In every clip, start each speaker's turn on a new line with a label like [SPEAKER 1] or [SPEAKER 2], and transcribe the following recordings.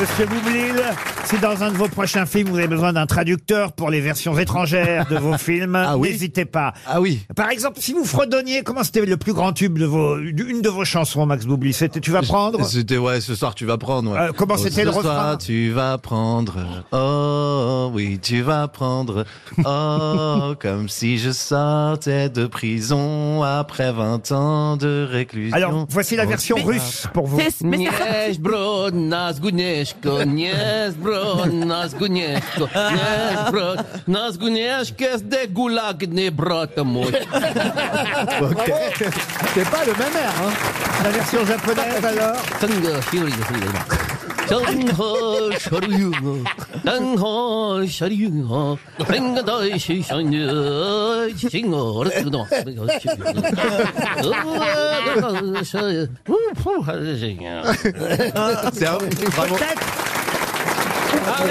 [SPEAKER 1] monsieur Boublil. Si dans un de vos prochains films, vous avez besoin d'un traducteur pour les versions étrangères de vos films,
[SPEAKER 2] oui
[SPEAKER 1] n'hésitez pas.
[SPEAKER 2] Ah oui.
[SPEAKER 1] Par exemple, si vous fredonniez, comment c'était le plus grand tube de vos, une de vos chansons, Max Boublil C'était Tu vas prendre
[SPEAKER 2] C'était ouais, ce soir tu vas prendre. ouais.
[SPEAKER 1] Euh, comment
[SPEAKER 2] Oh,
[SPEAKER 1] c'était le
[SPEAKER 2] ce soir,
[SPEAKER 1] refrain
[SPEAKER 2] Tu vas prendre. Oh oui, tu vas prendre. Oh comme si je sortais de prison après 20 ans de réclusion.
[SPEAKER 1] Alors, voici la
[SPEAKER 2] Oh,
[SPEAKER 1] version russe pour vous.
[SPEAKER 3] C'est- mais c'est sorti-
[SPEAKER 4] Niech brod nas gunieszko, niech brod nas gunieszko, niech brod nas gunieszko, jest de gulagny brat mój.
[SPEAKER 2] ok. C'est pas le même air. Hein.
[SPEAKER 1] La version japonaise, alors
[SPEAKER 4] Tango, Fury, Fury. Tango, Shoryu, Tango, Shoryu, Tango, Dai, Shi, Shoryu, Shingo, Retsudo, Tango, Shoryu. Ouh, pouh, allez, génial.
[SPEAKER 2] C'est un- bravo.
[SPEAKER 1] Ah,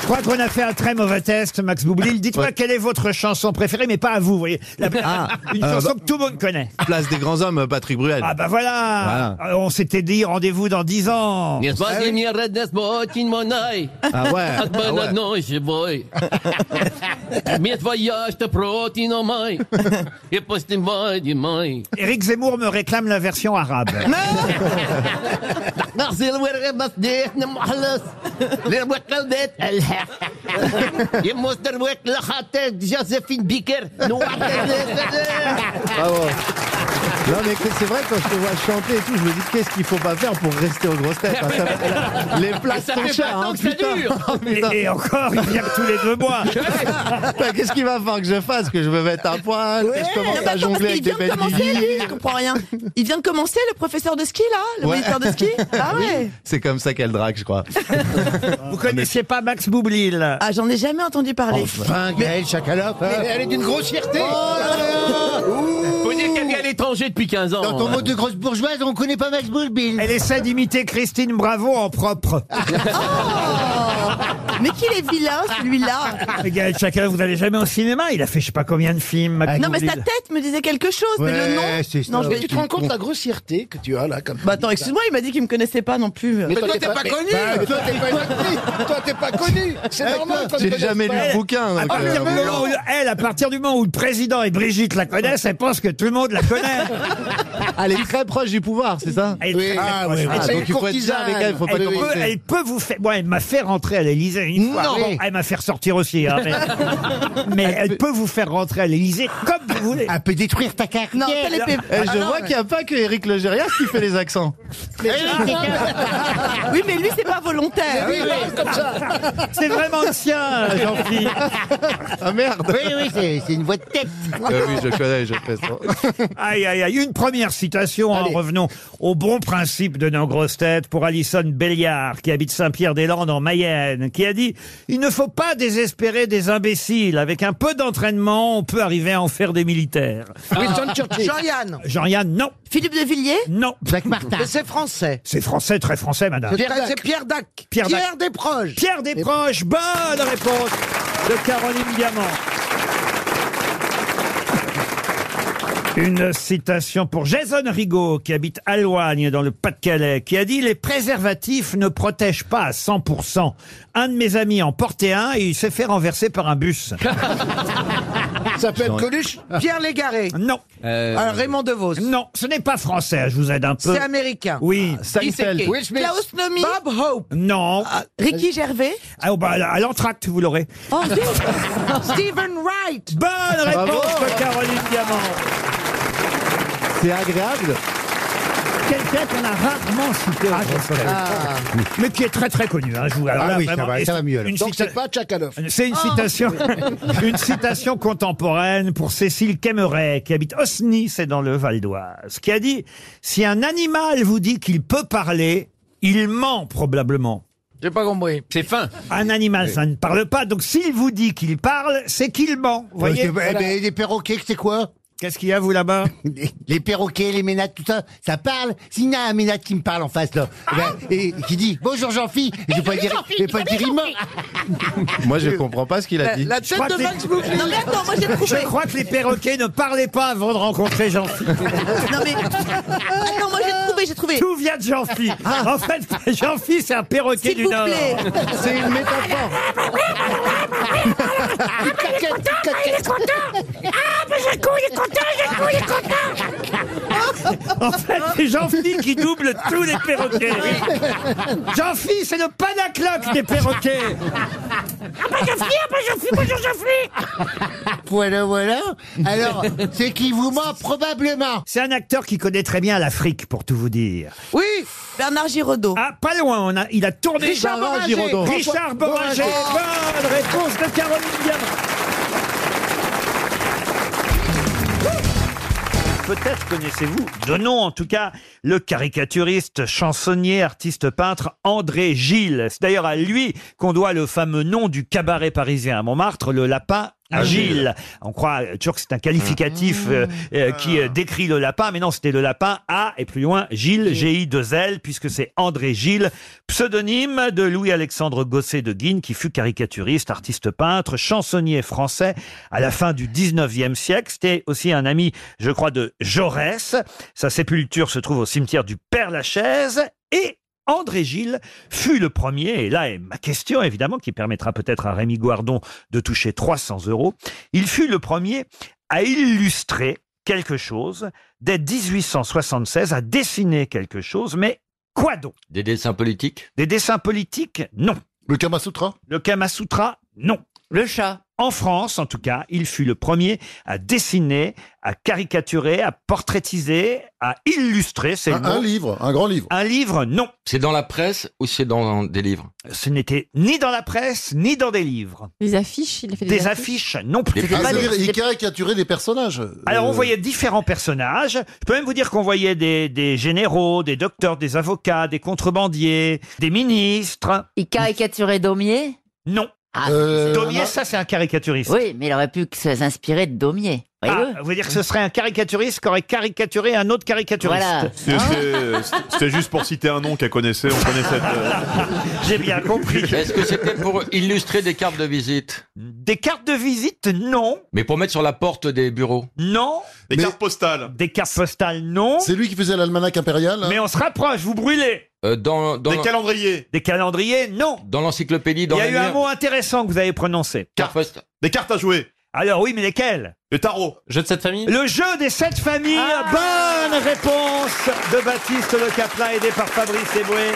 [SPEAKER 1] Je crois qu'on a fait un très mauvais test, Max Boublil. Dites-moi
[SPEAKER 2] Ah, Ouais.
[SPEAKER 1] quelle est votre chanson préférée, mais pas à vous, vous voyez. La- une
[SPEAKER 2] euh,
[SPEAKER 1] chanson
[SPEAKER 2] bah-
[SPEAKER 1] que tout le monde connaît.
[SPEAKER 2] Place des grands hommes, Patrick Bruel.
[SPEAKER 1] Ah bah voilà, Euh, On s'était dit rendez-vous dans 10 ans. Ah
[SPEAKER 4] Не
[SPEAKER 2] bah,
[SPEAKER 4] спаси меня, родня, сботень монай,
[SPEAKER 2] Ah ouais.
[SPEAKER 4] от
[SPEAKER 2] ah
[SPEAKER 4] мен
[SPEAKER 2] ouais.
[SPEAKER 4] одной живой. Мне твоя, что протина май, и после мани май.
[SPEAKER 1] Eric Zemmour me réclame la version arabe.
[SPEAKER 2] Ah,
[SPEAKER 4] نغسل ورق مصديق نمحلص للوق البيت الحق يموس درويق لخاطر جوزيفين بيكر
[SPEAKER 2] Bravo. Non mais que- c'est vrai quand je te vois chanter et tout, je me dis qu'est-ce qu'il faut pas faire pour rester aux grosses têtes. hein, ça- les places
[SPEAKER 4] Ah, Ça
[SPEAKER 2] sont
[SPEAKER 4] fait
[SPEAKER 2] chères.
[SPEAKER 4] pas
[SPEAKER 2] hein,
[SPEAKER 4] tant que ça
[SPEAKER 2] putain.
[SPEAKER 4] dure.
[SPEAKER 2] Oh,
[SPEAKER 1] Et,
[SPEAKER 2] putain.
[SPEAKER 1] et encore, il vient tous les deux mois.
[SPEAKER 2] Bah, Qu'est-ce qu'il va falloir que je fasse Que je me mette un poil Que je
[SPEAKER 3] Non,
[SPEAKER 2] commence
[SPEAKER 3] mais
[SPEAKER 2] à
[SPEAKER 3] attends, parce
[SPEAKER 2] jongler avec
[SPEAKER 3] qu'il
[SPEAKER 2] des
[SPEAKER 3] vient de
[SPEAKER 2] bêtes
[SPEAKER 3] commencer, lui, je comprends rien. Il vient de commencer, le professeur de ski, là Le
[SPEAKER 2] Ouais.
[SPEAKER 3] moniteur de ski Ah ouais
[SPEAKER 2] C'est comme ça qu'elle drague, je crois.
[SPEAKER 1] Vous connaissiez pas Max Boublil
[SPEAKER 3] Ah, j'en ai jamais entendu parler.
[SPEAKER 5] Oh, bah.
[SPEAKER 2] Enfin, Gaël hein. Chakalop.
[SPEAKER 4] est d'une grossièreté Vous dites qu'elle vient à l'étranger depuis 15 ans hein.
[SPEAKER 2] de grosse bourgeoise, on connaît pas Max Bullbill.
[SPEAKER 1] Elle essaie d'imiter Christine Bravo en propre.
[SPEAKER 2] Ah.
[SPEAKER 3] Mais qu'il est vilain, celui-là
[SPEAKER 1] Gaël Chacun, vous n'allez jamais au cinéma Il a fait je sais pas combien de films,
[SPEAKER 2] Ah,
[SPEAKER 1] Max
[SPEAKER 3] Non, mais
[SPEAKER 1] Boublil.
[SPEAKER 3] sa tête me disait quelque chose, mais le
[SPEAKER 2] Ouais, c'est
[SPEAKER 3] nom... Non,
[SPEAKER 2] ça.
[SPEAKER 3] je
[SPEAKER 6] Tu
[SPEAKER 3] vais...
[SPEAKER 6] te rends compte de la grossièreté que tu as là comme
[SPEAKER 3] Bah attends, excuse-moi, il m'a dit qu'il me connaissait pas non plus.
[SPEAKER 6] Mais toi, t'es pas, connu Toi, t'es pas connu Toi, t'es pas connu C'est normal qu'on te
[SPEAKER 2] Eh, J'ai
[SPEAKER 6] connaisse
[SPEAKER 2] jamais lu
[SPEAKER 6] pas.
[SPEAKER 2] le bouquin.
[SPEAKER 1] À
[SPEAKER 6] Ah,
[SPEAKER 2] donc, euh,
[SPEAKER 1] partir du
[SPEAKER 2] bon.
[SPEAKER 1] moment où- elle, à partir du moment où le président et Brigitte la connaissent, elle pense que tout le monde la connaît.
[SPEAKER 2] Elle est très proche du pouvoir, c'est ça
[SPEAKER 1] Elle, est
[SPEAKER 6] Oui.
[SPEAKER 1] très, très
[SPEAKER 6] Ah,
[SPEAKER 1] proche.
[SPEAKER 6] oui, oui.
[SPEAKER 1] Elle
[SPEAKER 2] Ah,
[SPEAKER 6] c'est
[SPEAKER 2] donc
[SPEAKER 6] une
[SPEAKER 2] il faut être bizarre avec elle, faut pas
[SPEAKER 6] Elle peut-
[SPEAKER 1] peut,
[SPEAKER 2] commencer.
[SPEAKER 1] elle peut vous faire. Moi, elle m'a fait rentrer à l'Elysée une fois.
[SPEAKER 2] Non.
[SPEAKER 1] Bon, elle m'a fait ressortir aussi. hein, mais mais elle, peut vous faire rentrer à l'Elysée comme vous voulez.
[SPEAKER 2] peut détruire ta carrière.
[SPEAKER 3] Non, t'as les pép-
[SPEAKER 2] Et
[SPEAKER 3] Ah
[SPEAKER 2] je
[SPEAKER 3] non,
[SPEAKER 2] vois qu'il n'y a pas que Eric Logérias qui fait les accents.
[SPEAKER 3] mais- Oui, mais lui, c'est pas volontaire.
[SPEAKER 1] Eh C'est vraiment le sien, euh, Jean-Philippe.
[SPEAKER 2] Ah merde Ah
[SPEAKER 7] Oui, oui, c'est c'est une voix de tête.
[SPEAKER 1] Ah,
[SPEAKER 2] Euh, Oui, je connais, je fais ça.
[SPEAKER 1] Aïe, aïe, aïe. Une première citation. En revenons au bon principe de nos grosses têtes pour Alison Béliard, qui habite Saint-Pierre-des-Landes en Mayenne, qui a dit Il ne faut pas désespérer des imbéciles. Avec un peu d'entraînement, on peut arriver à en faire des militaires.
[SPEAKER 7] Ah.
[SPEAKER 6] Winston Churchill.
[SPEAKER 5] Jean-Yann,
[SPEAKER 1] Jean-Yann, non,
[SPEAKER 3] Philippe de Villiers
[SPEAKER 1] non.
[SPEAKER 7] Jacques Martin.
[SPEAKER 5] mais c'est français.
[SPEAKER 1] C'est français, très français, madame.
[SPEAKER 5] Pierre Dac. C'est Pierre Dac.
[SPEAKER 1] Pierre Dac.
[SPEAKER 5] Desproges.
[SPEAKER 1] Pierre Desproges, bonne réponse de Caroline Diamant. Une citation pour Jason Rigaud, qui habite à Loigne, dans le Pas-de-Calais, qui a dit « Les préservatifs ne protègent pas à 100%. Un de mes amis en portait un et il s'est fait renverser par un bus.
[SPEAKER 6] Ça peut être Coluche
[SPEAKER 5] Pierre Légaré. »
[SPEAKER 1] Non,
[SPEAKER 5] Euh, Raymond DeVos.
[SPEAKER 1] non, ce n'est pas français, je vous aide un peu.
[SPEAKER 5] C'est américain. Ah,
[SPEAKER 1] Oui,
[SPEAKER 2] Seinfeld.
[SPEAKER 6] Will Smith.
[SPEAKER 3] Klaus Nomi
[SPEAKER 5] Bob Hope.
[SPEAKER 1] non.
[SPEAKER 3] Ricky Gervais
[SPEAKER 1] Ah, bah, à l'entracte, vous l'aurez.
[SPEAKER 3] Oh, zut.
[SPEAKER 5] Stephen Wright.
[SPEAKER 1] Bonne réponse
[SPEAKER 2] Bravo.
[SPEAKER 1] de Caroline Diamant.
[SPEAKER 2] C'est agréable.
[SPEAKER 1] Quelqu'un qu'on a rarement cité au Grand Soleil. mais qui est très très connu. Hein, je vous- alors
[SPEAKER 7] Ah
[SPEAKER 1] là,
[SPEAKER 7] oui, ça
[SPEAKER 1] vraiment,
[SPEAKER 7] va,
[SPEAKER 1] et
[SPEAKER 7] ça va
[SPEAKER 1] c'est
[SPEAKER 7] mieux, alors.
[SPEAKER 1] une
[SPEAKER 6] Donc,
[SPEAKER 1] cita-
[SPEAKER 6] c'est pas Tchakalov.
[SPEAKER 1] C'est
[SPEAKER 8] Ah.
[SPEAKER 7] Oh.
[SPEAKER 1] une citation, une citation contemporaine pour Cécile Cameret, qui habite Osny, c'est dans le Val d'Oise, qui a dit Si un animal vous dit qu'il peut parler, il ment probablement.
[SPEAKER 6] J'ai pas compris.
[SPEAKER 4] C'est fin
[SPEAKER 1] Un animal, ça ne parle pas, donc s'il vous dit qu'il parle, c'est qu'il ment. Vous voyez
[SPEAKER 7] les perroquets, c'est quoi
[SPEAKER 1] Qu'est-ce qu'il y a, vous, là-bas
[SPEAKER 7] les, les perroquets, les ménages, tout ça, ça parle. S'il y a un ménage qui me parle en face, là, eh ben,
[SPEAKER 9] Ah
[SPEAKER 7] et qui dit bonjour Jean-Philippe, je vais pas dire, je vais pas dire il ment.
[SPEAKER 2] Moi, je comprends pas ce qu'il a dit.
[SPEAKER 5] La tête
[SPEAKER 1] crois
[SPEAKER 5] de
[SPEAKER 1] que les-
[SPEAKER 5] Max Boublil.
[SPEAKER 3] Non mais attends, moi j'ai
[SPEAKER 1] Je
[SPEAKER 3] trouvé.
[SPEAKER 1] crois que les perroquets ne parlaient pas avant de rencontrer Jean-Philippe.
[SPEAKER 3] Ah Non mais attends, moi j'ai trouvé, Ah. j'ai trouvé
[SPEAKER 7] mais-
[SPEAKER 1] Tout vient de Jean-Phi. En fait, Jean-Phi, c'est un perroquet
[SPEAKER 7] Ah. S'il
[SPEAKER 1] du
[SPEAKER 7] vous
[SPEAKER 1] Nord.
[SPEAKER 7] plaît.
[SPEAKER 10] C'est une métaphore.
[SPEAKER 1] En fait, c'est Jean-Phi qui double tous les perroquets.
[SPEAKER 5] Ah,
[SPEAKER 1] Jean-Phi, c'est le panacloc des perroquets.
[SPEAKER 10] Voilà, voilà. Alors, c'est qu'il vous ment probablement.
[SPEAKER 1] C'est un acteur qui connaît très bien l'Afrique, pour tout vous dire.
[SPEAKER 3] Oui,
[SPEAKER 7] Bernard Giraudot.
[SPEAKER 1] Ah, pas loin, on a, il a tourné.
[SPEAKER 3] Richard Boringer.
[SPEAKER 1] Giraudot. Richard Boringer. Bonne réponse de Caroline Diamant. Peut-être connaissez-vous, de nom en tout cas, le caricaturiste, chansonnier, artiste peintre André Gilles. C'est d'ailleurs à lui qu'on doit le fameux nom du cabaret parisien à Montmartre, le lapin. à Ah, Gilles. On croit euh, toujours que c'est un qualificatif euh, euh, qui euh, décrit le lapin, mais non, c'était le lapin à et plus loin Gilles, G-I-2-L, puisque c'est André Gilles, pseudonyme de Louis-Alexandre Gosset de Guine, qui fut caricaturiste, artiste peintre, chansonnier français à la fin du 19e siècle. C'était aussi un ami, je crois, de Jaurès. Sa sépulture se trouve au cimetière du Père-Lachaise. Et André Gilles fut le premier, et là est ma question évidemment, qui permettra peut-être à Rémi Guardon de toucher 300 euros, il fut le premier à illustrer quelque chose, dès 1876, à dessiner quelque chose, mais quoi donc
[SPEAKER 11] Des dessins politiques
[SPEAKER 1] Des dessins politiques Non.
[SPEAKER 12] Le Kama Sutra
[SPEAKER 1] Le Kama Sutra Non.
[SPEAKER 11] Le chat.
[SPEAKER 1] En France, en tout cas, il fut le premier à dessiner, à caricaturer, à portraitiser, à illustrer, c'est le
[SPEAKER 12] un, un
[SPEAKER 1] mot.
[SPEAKER 12] livre, un grand livre.
[SPEAKER 1] Un livre, non.
[SPEAKER 11] C'est dans la presse ou c'est dans des livres
[SPEAKER 1] Ce n'était ni dans la presse, ni dans des livres.
[SPEAKER 13] Les affiches, il a fait
[SPEAKER 1] Des affiches, non plus.
[SPEAKER 11] Des
[SPEAKER 12] Ah,
[SPEAKER 11] pas
[SPEAKER 12] c'est-à-dire,
[SPEAKER 11] des-
[SPEAKER 12] il caricaturait des personnages.
[SPEAKER 1] Alors, on
[SPEAKER 12] Euh,
[SPEAKER 1] voyait différents personnages. Je peux même vous dire qu'on voyait des, des généraux, des docteurs, des avocats, des contrebandiers, des ministres.
[SPEAKER 14] Il caricaturait Daumier
[SPEAKER 1] Non.
[SPEAKER 14] Ah,
[SPEAKER 12] Euh,
[SPEAKER 1] Daumier,
[SPEAKER 12] non.
[SPEAKER 1] ça, c'est un caricaturiste.
[SPEAKER 14] Oui, mais il aurait pu que ça s'inspirer de Daumier.
[SPEAKER 1] Ah,
[SPEAKER 14] Voyez-le
[SPEAKER 1] vous voulez dire que ce serait un caricaturiste qui aurait caricaturé un autre caricaturiste
[SPEAKER 14] Voilà. Hein
[SPEAKER 12] C'était juste pour citer un nom qu'elle connaissait, on connaissait.
[SPEAKER 1] J'ai bien compris.
[SPEAKER 11] Est-ce que c'était pour illustrer des cartes de visite
[SPEAKER 1] Des cartes de visite, non.
[SPEAKER 11] Mais pour mettre sur la porte des bureaux
[SPEAKER 1] Non.
[SPEAKER 12] Des cartes postales.
[SPEAKER 1] Des cartes postales, non.
[SPEAKER 12] C'est lui qui faisait l'almanach impérial. hein
[SPEAKER 1] Mais on se rapproche, vous brûlez.
[SPEAKER 11] Euh, Dans, dans,
[SPEAKER 12] calendriers.
[SPEAKER 1] Des calendriers, non.
[SPEAKER 11] dans l'encyclopédie,
[SPEAKER 1] Il
[SPEAKER 11] dans
[SPEAKER 1] y a
[SPEAKER 11] la
[SPEAKER 1] eu un
[SPEAKER 11] mur-
[SPEAKER 1] mot intéressant que vous avez prononcé.
[SPEAKER 11] Carte post-
[SPEAKER 12] Des cartes à jouer.
[SPEAKER 1] Alors oui, mais lesquels
[SPEAKER 12] Le tarot. Ah.
[SPEAKER 4] Jeu de cette famille
[SPEAKER 1] Le jeu des sept familles. Bonne réponse de Baptiste Le Caplin, aidé par Fabrice Eboué.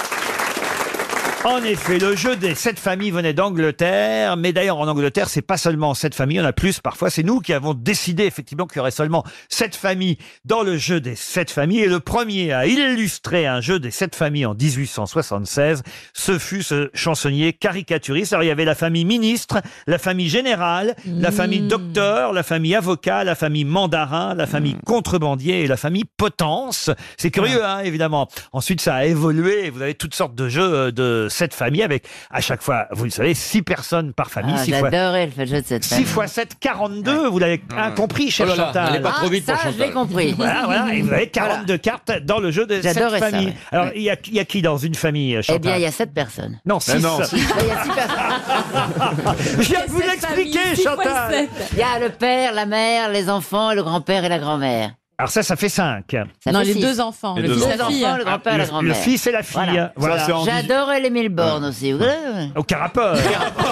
[SPEAKER 1] En effet, le jeu des sept familles venait d'Angleterre, mais d'ailleurs en Angleterre, c'est pas seulement sept familles, on a plus parfois. C'est nous qui avons décidé effectivement qu'il y aurait seulement sept familles dans le jeu des sept familles. Et le premier à illustrer un jeu des sept familles en 1876, ce fut ce chansonnier caricaturiste. Alors il y avait la famille ministre, la famille générale, la famille
[SPEAKER 14] Mmh.
[SPEAKER 1] docteur, la famille avocat, la famille mandarin, la famille
[SPEAKER 14] Mmh.
[SPEAKER 1] contrebandier et la famille potence. C'est curieux, hein, évidemment. Ensuite, ça a évolué. Vous avez toutes sortes de jeux euh, de cette famille avec, à chaque fois, vous le savez, six personnes par famille.
[SPEAKER 14] Ah,
[SPEAKER 1] six fois,
[SPEAKER 14] J'adorais le fait de cette
[SPEAKER 1] 6 fois 7, 42. Vous l'avez incompris, cher
[SPEAKER 11] Oh là là,
[SPEAKER 1] Chantal.
[SPEAKER 11] elle est pas
[SPEAKER 14] Ah,
[SPEAKER 11] trop vite
[SPEAKER 14] ça,
[SPEAKER 11] pour
[SPEAKER 14] je l'ai
[SPEAKER 11] Chantal.
[SPEAKER 14] compris.
[SPEAKER 1] Voilà, voilà, et vous avez 42 cartes dans le jeu de cette
[SPEAKER 14] J'adorais ça,
[SPEAKER 1] famille.
[SPEAKER 14] ouais.
[SPEAKER 1] Alors, il y, a, il y a qui dans une famille, Chantal
[SPEAKER 14] Eh bien, il y a sept personnes.
[SPEAKER 1] Non, 6.
[SPEAKER 11] Eh
[SPEAKER 12] Ah non, six.
[SPEAKER 14] Ah, Il y a six personnes.
[SPEAKER 1] Je viens de vous l'expliquer, Chantal.
[SPEAKER 14] Il y a le père, la mère, les enfants, le grand-père et la grand-mère.
[SPEAKER 1] Alors ça, ça fait 5.
[SPEAKER 14] Ça
[SPEAKER 13] Non,
[SPEAKER 14] fait
[SPEAKER 13] les
[SPEAKER 14] six.
[SPEAKER 13] deux enfants.
[SPEAKER 12] Les
[SPEAKER 13] le
[SPEAKER 12] deux
[SPEAKER 13] fils
[SPEAKER 14] Deux
[SPEAKER 13] et la
[SPEAKER 14] enfants,
[SPEAKER 13] fille.
[SPEAKER 14] le grand-père et la
[SPEAKER 1] Le, le
[SPEAKER 14] grand-mère.
[SPEAKER 1] fille et la fille.
[SPEAKER 14] Voilà.
[SPEAKER 1] Voilà.
[SPEAKER 12] Ça, c'est Ah. en-
[SPEAKER 14] J'adorais les mille bornes aussi. vous voyez
[SPEAKER 1] Au carapeur.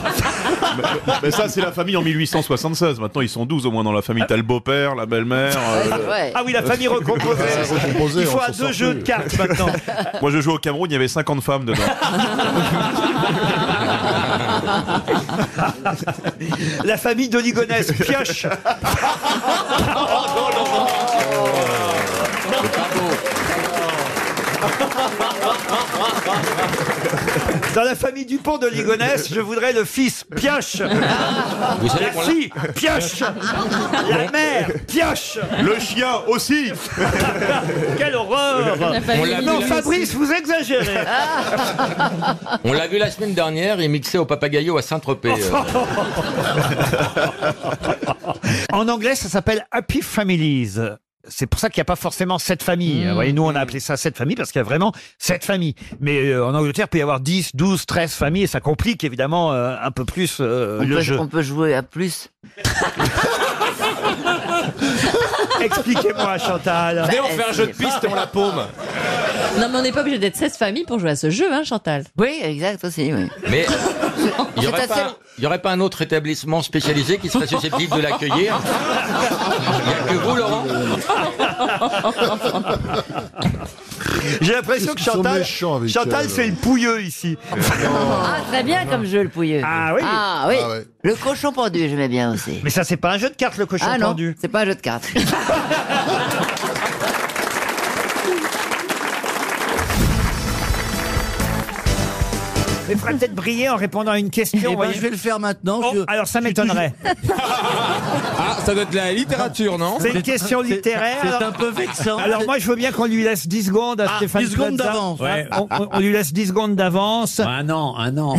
[SPEAKER 12] euh, Mais ça, c'est la famille en 1876. Maintenant, ils sont 12 au moins dans la famille. T'as le beau-père, la belle-mère.
[SPEAKER 14] Ouais,
[SPEAKER 12] euh,
[SPEAKER 14] c'est vrai.
[SPEAKER 1] Ah oui, la famille recomposée.
[SPEAKER 12] recomposée,
[SPEAKER 1] Il faut
[SPEAKER 12] on
[SPEAKER 1] à
[SPEAKER 12] s'en
[SPEAKER 1] deux
[SPEAKER 12] sort
[SPEAKER 1] jeux
[SPEAKER 12] plus.
[SPEAKER 1] de cartes maintenant.
[SPEAKER 12] Moi, je joue au Cameroun, il y avait 50 femmes dedans.
[SPEAKER 1] La famille de Ligonès pioche. Dans la famille Dupont de Ligonès, je voudrais le fils pioche.
[SPEAKER 11] Vous savez
[SPEAKER 1] La
[SPEAKER 11] qu'on l'a-
[SPEAKER 1] fille pioche. La mère pioche.
[SPEAKER 12] Le chien aussi
[SPEAKER 1] Quelle horreur.
[SPEAKER 11] on l'a
[SPEAKER 1] Non,
[SPEAKER 11] vu, la-
[SPEAKER 1] Fabrice, vous exagérez.
[SPEAKER 11] on l'a vu la semaine dernière, il mixait au Papagayo à Saint-Tropez. euh.
[SPEAKER 1] En anglais, ça s'appelle Happy Families. C'est pour ça qu'il n'y a pas forcément sept
[SPEAKER 15] Mm.
[SPEAKER 1] familles. hein. Vous voyez, nous, on a appelé ça sept familles parce qu'il y a vraiment sept familles. Mais euh, en Angleterre, il peut y avoir 10, 12, 13 familles et ça complique évidemment euh, un peu plus euh,
[SPEAKER 14] on,
[SPEAKER 1] le
[SPEAKER 14] peut,
[SPEAKER 1] jeu.
[SPEAKER 14] on peut jouer à plus.
[SPEAKER 1] Expliquez-moi,
[SPEAKER 14] Ben,
[SPEAKER 1] Chantal.
[SPEAKER 15] Venez, on fait un jeu de piste et on la paume.
[SPEAKER 16] Non, mais on n'est pas obligé d'être 16 familles pour jouer à ce jeu, hein, Chantal
[SPEAKER 3] Oui, exact aussi, oui.
[SPEAKER 11] Mais il n'y
[SPEAKER 3] C'est
[SPEAKER 11] aurait,
[SPEAKER 3] assez long.
[SPEAKER 11] pas- il y aurait pas un autre établissement spécialisé qui serait susceptible de l'accueillir Il n'y a que vous, Laurent
[SPEAKER 1] J'ai l'impression que
[SPEAKER 3] Ils sont
[SPEAKER 1] Chantal,
[SPEAKER 3] méchants avec
[SPEAKER 1] Chantal
[SPEAKER 3] elle.
[SPEAKER 1] c'est le pouilleux ici.
[SPEAKER 3] Ah, très bien comme jeu, le pouilleux.
[SPEAKER 1] Ah oui
[SPEAKER 3] Ah oui.
[SPEAKER 1] Ah ouais.
[SPEAKER 3] Le cochon pendu, j'aimais bien aussi.
[SPEAKER 1] Mais ça, c'est pas un jeu de cartes, le cochon
[SPEAKER 3] ah, non,
[SPEAKER 1] pendu.
[SPEAKER 3] c'est pas un jeu de cartes.
[SPEAKER 1] Mais il faudrait peut-être briller en répondant à une question.
[SPEAKER 5] Eh ben, je vais le
[SPEAKER 1] faire maintenant. Alors ça m'étonnerait.
[SPEAKER 15] Ah, ça doit être la littérature, non
[SPEAKER 1] C'est une question littéraire. alors- Alors moi, je veux bien qu'on lui laisse 10 secondes à
[SPEAKER 5] Ah,
[SPEAKER 1] Stéphane
[SPEAKER 5] 10 secondes
[SPEAKER 1] Plaza.
[SPEAKER 5] d'avance. Ouais. Ah,
[SPEAKER 1] On, on- on lui laisse 10 secondes d'avance. Un an, un an.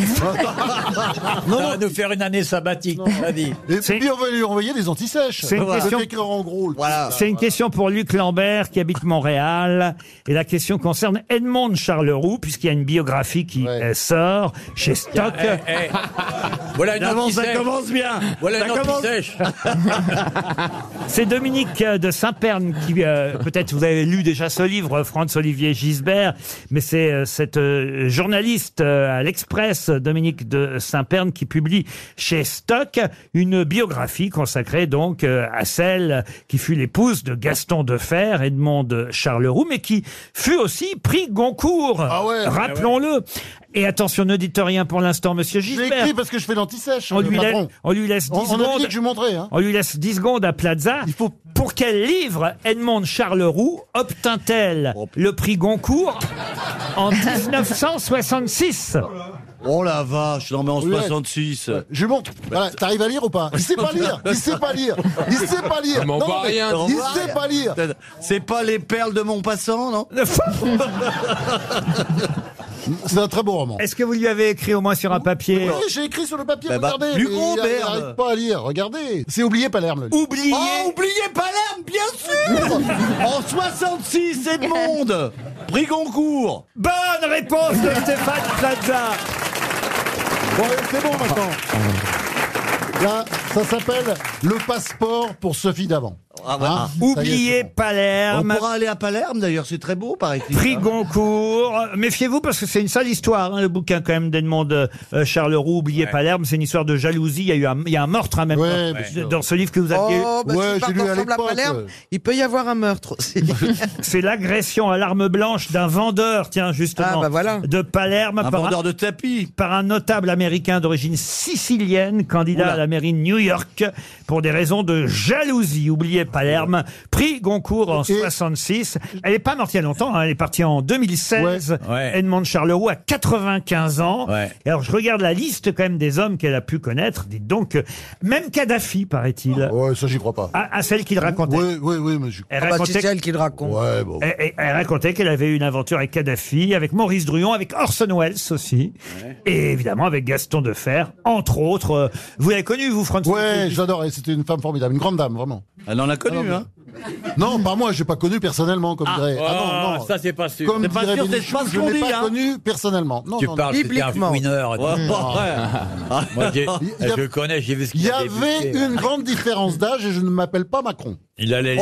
[SPEAKER 5] Non, on va nous faire une année sabbatique, vas-y.
[SPEAKER 1] Et puis
[SPEAKER 5] on va lui envoyer des antisèches.
[SPEAKER 1] C'est une question-
[SPEAKER 5] en gros.
[SPEAKER 1] C'est une question pour Luc Lambert qui habite Montréal. Et la question concerne Edmond de Charleroux, puisqu'il y a une biographie qui euh, sort chez Stock.
[SPEAKER 5] Tiens, eh, eh. Voilà une
[SPEAKER 1] Ça commence-
[SPEAKER 5] antisèche.
[SPEAKER 1] ça commence bien.
[SPEAKER 5] Voilà
[SPEAKER 1] Ça
[SPEAKER 5] une
[SPEAKER 1] commence-
[SPEAKER 5] antisèche.
[SPEAKER 1] C'est Dominique euh, de Saint-Pern qui, euh, peut-être vous avez lu déjà ce livre, Franz-Olivier Gisbert, mais c'est euh, cette euh, journaliste euh, à l'Express, euh, Dominique de Saint-Pern, qui publie chez Stock une biographie consacrée donc euh, à celle qui fut l'épouse de Gaston Defer, Edmond de Charleroux, mais qui fut aussi prix Goncourt. Rappelons-le. Et attention, ne dites rien pour l'instant, monsieur
[SPEAKER 10] Je l'ai
[SPEAKER 1] Gisbert.
[SPEAKER 10] écrit parce que je fais l'antisèche.
[SPEAKER 1] On
[SPEAKER 10] le
[SPEAKER 1] lui, laisse,
[SPEAKER 10] patron.
[SPEAKER 1] on lui laisse 10
[SPEAKER 10] On- on
[SPEAKER 1] secondes.
[SPEAKER 10] a dit que je montrais, hein.
[SPEAKER 1] On lui laisse 10 secondes à Plaza. Il faut... Pour quel livre Edmond de Charleroux obtint-elle
[SPEAKER 10] Oh,
[SPEAKER 1] le prix Goncourt en 1966
[SPEAKER 5] Oh la vache, non mais en
[SPEAKER 10] Oui, ouais.
[SPEAKER 5] 66.
[SPEAKER 10] Je montre. Voilà, t'arrives à lire ou pas Il sait pas lire. Il sait pas lire. Il sait pas lire. Non, mais Il sait pas lire.
[SPEAKER 5] C'est pas les perles de Montpassant, non
[SPEAKER 1] C'est un très beau roman. Est-ce que vous lui avez écrit au moins sur un papier
[SPEAKER 10] Oui, j'ai écrit sur le papier.
[SPEAKER 1] Bah, bah,
[SPEAKER 10] regardez.
[SPEAKER 1] plus
[SPEAKER 10] mais
[SPEAKER 1] haut,
[SPEAKER 10] il
[SPEAKER 1] merde.
[SPEAKER 10] n'arrive pas à lire. Regardez. C'est oublié Palerme.
[SPEAKER 1] Oublié.
[SPEAKER 5] Oh, oubliez Palerme, bien sûr En 66, Edmond Prix Goncourt
[SPEAKER 1] Bonne réponse de Stéphane Plaza
[SPEAKER 10] Bon, c'est bon maintenant. Là, ça s'appelle le passeport pour Sophie d'avant.
[SPEAKER 5] Ah, voilà.
[SPEAKER 10] Hein
[SPEAKER 1] Oubliez Palerme.
[SPEAKER 5] On pourra aller à Palerme d'ailleurs, c'est très beau, paraît-il. hein.
[SPEAKER 1] Prix Goncourt. Méfiez-vous parce que c'est une sale histoire, hein, le bouquin quand même d'Edmond de euh, Charleroux, Oubliez Palerme. C'est une histoire de jalousie. Il y a eu un, il y a un meurtre hein, même dans-
[SPEAKER 10] bien
[SPEAKER 1] dans, ce livre que vous aviez.
[SPEAKER 17] Oh, bah, si je pars ensemble à Palerme, il peut y avoir un meurtre aussi.
[SPEAKER 1] C'est l'agression à l'arme blanche d'un vendeur, tiens, justement,
[SPEAKER 17] Ah, bah voilà.
[SPEAKER 1] de Palerme.
[SPEAKER 5] Un vendeur de
[SPEAKER 1] tapis. Par un notable américain d'origine sicilienne, candidat
[SPEAKER 5] Oula.
[SPEAKER 1] à la mairie de New York, pour des raisons de jalousie. Oubliez Palerme. Prix Goncourt en 66. Elle est pas morte il y a longtemps, hein, elle est partie en 2016. Edmond de Charleroux a 95 ans.
[SPEAKER 5] Ouais.
[SPEAKER 1] Et alors, je regarde la liste quand même des hommes qu'elle a pu connaître. Dites donc, euh, même Kadhafi, paraît-il.
[SPEAKER 10] Ah, Ouais, ça j'y crois pas.
[SPEAKER 1] À, à celle qu'il racontait.
[SPEAKER 10] Oui, oui, oui, mais je
[SPEAKER 1] Elle racontait-
[SPEAKER 10] qu'il raconte. Ouais, bon.
[SPEAKER 1] elle, elle- elle racontait qu'elle avait eu une aventure avec Kadhafi, avec Maurice Druon, avec Orson Welles aussi, et évidemment avec Gaston Defer, entre autres. Euh, Vous l'avez connu, vous, Franck
[SPEAKER 10] Ouais, j'adorais. C'était une femme formidable, une grande dame, vraiment.
[SPEAKER 5] Elle en a connu, hein
[SPEAKER 10] Non, pas moi, j'ai pas connu personnellement, comme dirait. Ah non, non.
[SPEAKER 5] Oh, ça c'est pas sûr.
[SPEAKER 10] Comme
[SPEAKER 5] c'est pas
[SPEAKER 10] dirait
[SPEAKER 5] sûr, c'est
[SPEAKER 10] Bénichou,
[SPEAKER 5] pas ce
[SPEAKER 10] je
[SPEAKER 5] qu'on
[SPEAKER 10] l'ai
[SPEAKER 5] dit,
[SPEAKER 10] pas
[SPEAKER 5] hein.
[SPEAKER 10] connu personnellement. Non,
[SPEAKER 5] tu
[SPEAKER 10] non,
[SPEAKER 5] parles,
[SPEAKER 10] non.
[SPEAKER 5] c'était un winner. Moi, j'ai-
[SPEAKER 10] Il y a-
[SPEAKER 5] je connais, j'ai vu ce
[SPEAKER 10] Il
[SPEAKER 5] qu'il
[SPEAKER 10] y
[SPEAKER 5] avait
[SPEAKER 10] avait
[SPEAKER 5] fait.
[SPEAKER 10] une grande différence d'âge et je ne m'appelle pas Macron.
[SPEAKER 5] Il allait.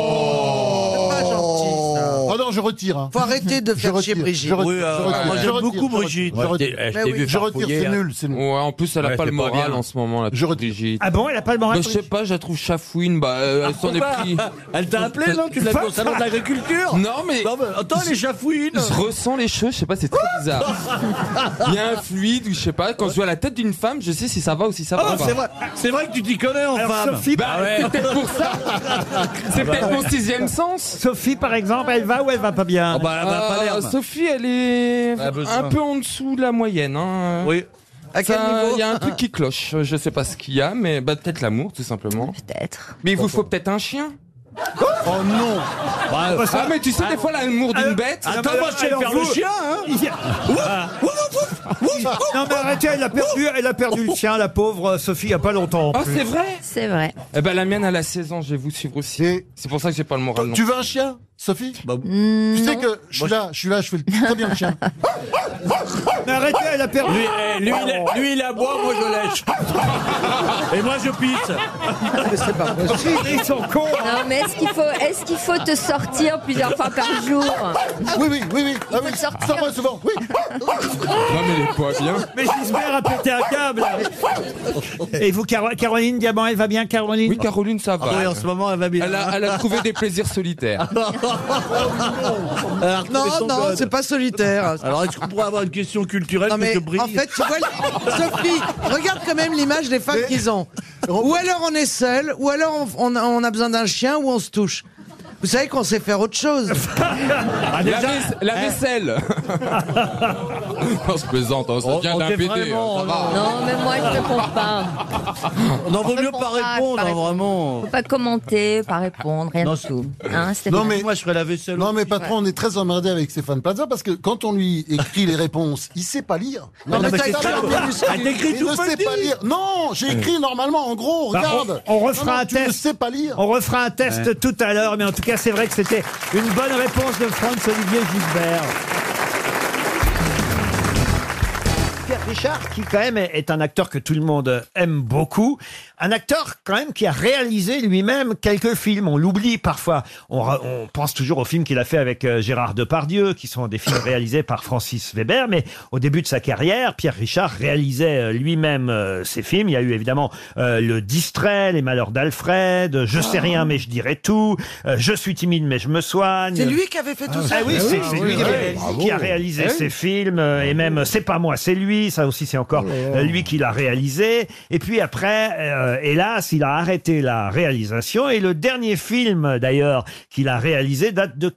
[SPEAKER 10] Oh pas gentil, Ah non, je retire. hein.
[SPEAKER 17] Faut arrêter de
[SPEAKER 10] Je
[SPEAKER 17] faire chier
[SPEAKER 10] retire,
[SPEAKER 17] Brigitte.
[SPEAKER 10] Je retire.
[SPEAKER 5] euh,
[SPEAKER 10] je retire,
[SPEAKER 15] euh, moi,
[SPEAKER 10] je
[SPEAKER 15] j'aime
[SPEAKER 10] retire,
[SPEAKER 15] beaucoup
[SPEAKER 10] je retire,
[SPEAKER 15] Brigitte.
[SPEAKER 10] eh, Je
[SPEAKER 15] Ouais,
[SPEAKER 10] retire,
[SPEAKER 15] je t'ai- je
[SPEAKER 10] Mais
[SPEAKER 15] t'ai
[SPEAKER 10] oui.
[SPEAKER 15] vu
[SPEAKER 10] Je retire,
[SPEAKER 15] farfouiller,
[SPEAKER 10] c'est
[SPEAKER 15] là.
[SPEAKER 10] nul, c'est nul.
[SPEAKER 15] Ouais, en plus, elle a
[SPEAKER 10] Ouais,
[SPEAKER 15] pas le
[SPEAKER 10] c'est pas
[SPEAKER 15] moral
[SPEAKER 10] bien.
[SPEAKER 15] en ce moment, la
[SPEAKER 10] Je
[SPEAKER 15] petite Brigitte.
[SPEAKER 1] Ah bon, elle a pas le moral
[SPEAKER 15] Bah, Je sais pas, je la trouve chafouine. Bah, euh, elle s'en est
[SPEAKER 5] Pourquoi
[SPEAKER 15] pris.
[SPEAKER 5] Ah, Elle t'a appelé, non Tu l'as vu au salon de l'agriculture
[SPEAKER 15] Non, mais.
[SPEAKER 5] Non, mais attends, elle est chafouine
[SPEAKER 15] Je ressens les choses, je sais pas, c'est très bizarre. Il y a un fluide, ou je sais pas, quand je vois la tête d'une femme, je sais si ça va ou si ça va
[SPEAKER 5] Oh,
[SPEAKER 15] pas.
[SPEAKER 5] c'est vrai, c'est vrai que tu t'y connais en
[SPEAKER 1] Alors,
[SPEAKER 5] femme.
[SPEAKER 1] Sophie, Ah
[SPEAKER 15] Bah, c'est peut-être pour ça. C'est peut-être mon sixième sens.
[SPEAKER 1] Sophie, par exemple, elle va ou Ah elle va pas bien
[SPEAKER 5] bah, elle va pas l'air, bah.
[SPEAKER 15] Euh, Sophie, elle est
[SPEAKER 5] Elle a besoin.
[SPEAKER 15] un peu en dessous de la moyenne. Hein.
[SPEAKER 5] Oui.
[SPEAKER 15] Ça,
[SPEAKER 17] À quel niveau
[SPEAKER 15] Il y a un truc qui cloche. Je sais pas ce qu'il y a, mais bah, peut-être l'amour, tout simplement. Peut-être. Mais il vous faut peut-être un chien.
[SPEAKER 10] Oh non
[SPEAKER 5] Bah,
[SPEAKER 15] Ah, mais tu sais, des fois, l'amour d'une bête.
[SPEAKER 5] Attends, moi, je sais faire le chien, hein
[SPEAKER 10] Ah.
[SPEAKER 1] Ah. Non mais arrêtez, elle a perdu, elle a perdu le chien, la pauvre euh, Sophie, il y a pas longtemps. en
[SPEAKER 15] Ah,
[SPEAKER 1] plus.
[SPEAKER 15] c'est vrai
[SPEAKER 16] C'est vrai.
[SPEAKER 15] Eh ben, la mienne, elle a 16 ans, je vais vous suivre aussi. C'est pour ça que j'ai pas le moral. non.
[SPEAKER 10] Tu veux un chien Sophie Bah, Tu sais que je suis là, je suis là, je fais le- très bien le chien.
[SPEAKER 1] Mais arrêtez, elle a perdu.
[SPEAKER 5] Lui, eh, lui, il, a- lui, il aboie, moi je lèche. Et moi je pisse. Mais c'est pas
[SPEAKER 1] possible. Ils sont cons.
[SPEAKER 16] Non, mais est-ce qu'il faut, est-ce qu'il faut te sortir hein, plusieurs fois par jour
[SPEAKER 10] Oui, oui, oui, oui. Ah oui, sors-moi souvent. Oui.
[SPEAKER 15] Non, mais les poids bien.
[SPEAKER 1] Mais Gisbert a pété un câble. Et vous, Caro- Caroline Diamant, elle va bien, Caroline
[SPEAKER 15] Oui, Caroline,
[SPEAKER 10] Ah,
[SPEAKER 15] ça va.
[SPEAKER 10] moment, elle va
[SPEAKER 15] Elle
[SPEAKER 5] hein.
[SPEAKER 15] a, elle a trouvé des plaisirs solitaires.
[SPEAKER 1] Oh
[SPEAKER 3] Non, non, c'est pas solitaire.
[SPEAKER 5] Alors, est-ce qu'on pourrait avoir une question culturelle,
[SPEAKER 3] Non, mais
[SPEAKER 5] monsieur Brice
[SPEAKER 3] en fait, tu vois, Sophie, regarde quand même l'image des femmes qu'ils ont. Ou alors on est seul, ou alors on, on a- on a besoin d'un chien, ou on se touche. Vous savez qu'on sait faire autre chose.
[SPEAKER 18] Ah,
[SPEAKER 1] Ah,
[SPEAKER 15] la, vais- la
[SPEAKER 1] hein.
[SPEAKER 18] hein.
[SPEAKER 15] vaisselle. non, je plaisante, hein, ça
[SPEAKER 5] On-
[SPEAKER 15] vient
[SPEAKER 5] on
[SPEAKER 15] d'un
[SPEAKER 5] est
[SPEAKER 15] PD.
[SPEAKER 5] vraiment-
[SPEAKER 15] ça va.
[SPEAKER 16] Non, mais moi je te compare.
[SPEAKER 5] Non, vaut
[SPEAKER 16] Je
[SPEAKER 5] mieux
[SPEAKER 16] te
[SPEAKER 5] pas
[SPEAKER 16] compare,
[SPEAKER 5] répondre,
[SPEAKER 16] pas
[SPEAKER 5] hein, vraiment.
[SPEAKER 16] Faut pas commenter, pas répondre, rien du tout. Hein, Stéphane
[SPEAKER 10] Non mais
[SPEAKER 5] je ferais la vaisselle.
[SPEAKER 10] Non mais patron, on est très emmerdé avec Stéphane Plaza parce que quand on lui écrit les réponses, il sait pas lire.
[SPEAKER 5] Non, mais
[SPEAKER 10] ça,
[SPEAKER 5] c'est
[SPEAKER 10] ça,
[SPEAKER 5] ça,
[SPEAKER 10] ça,
[SPEAKER 5] elle
[SPEAKER 10] ça,
[SPEAKER 5] t'écrit
[SPEAKER 10] il
[SPEAKER 5] tout
[SPEAKER 10] ne sait
[SPEAKER 5] petit.
[SPEAKER 10] pas lire. Non, j'ai écrit normalement en gros,
[SPEAKER 1] Bah,
[SPEAKER 10] regarde.
[SPEAKER 1] on, on refera
[SPEAKER 10] Non, non,
[SPEAKER 1] un
[SPEAKER 10] tu
[SPEAKER 1] test.
[SPEAKER 10] ne sais pas lire.
[SPEAKER 1] On refera un test
[SPEAKER 10] Ouais.
[SPEAKER 1] tout à l'heure, mais en tout cas, c'est vrai que c'était une bonne réponse de Franz Olivier Gisbert. Pierre Richard, qui quand même est un acteur que tout le monde aime beaucoup, un acteur quand même qui a réalisé lui-même quelques films. On l'oublie parfois. On, ra- on pense toujours aux films qu'il a fait avec euh, Gérard Depardieu, qui sont des films réalisés par Francis Weber. Mais au début de sa carrière, Pierre Richard réalisait euh, lui-même euh, ses films. Il y a eu évidemment euh, Le Distrait, Les Malheurs d'Alfred, euh, Je
[SPEAKER 3] Ah.
[SPEAKER 1] sais rien mais je dirai tout, euh, Je suis timide mais je me soigne.
[SPEAKER 3] C'est lui qui avait fait tout ça.
[SPEAKER 1] Ah oui,
[SPEAKER 3] Ah
[SPEAKER 1] c'est
[SPEAKER 3] oui,
[SPEAKER 1] c'est
[SPEAKER 3] ah
[SPEAKER 1] lui
[SPEAKER 3] oui,
[SPEAKER 1] qui, avait
[SPEAKER 3] oui.
[SPEAKER 1] réalisé-
[SPEAKER 3] Bravo.
[SPEAKER 1] qui a réalisé
[SPEAKER 3] Eh oui.
[SPEAKER 1] ses films euh, et même euh, C'est pas moi, c'est lui. Ça aussi, c'est encore euh, lui qui l'a réalisé. Et puis après, euh, hélas, il a arrêté la réalisation. Et le dernier film, d'ailleurs, qu'il a réalisé date de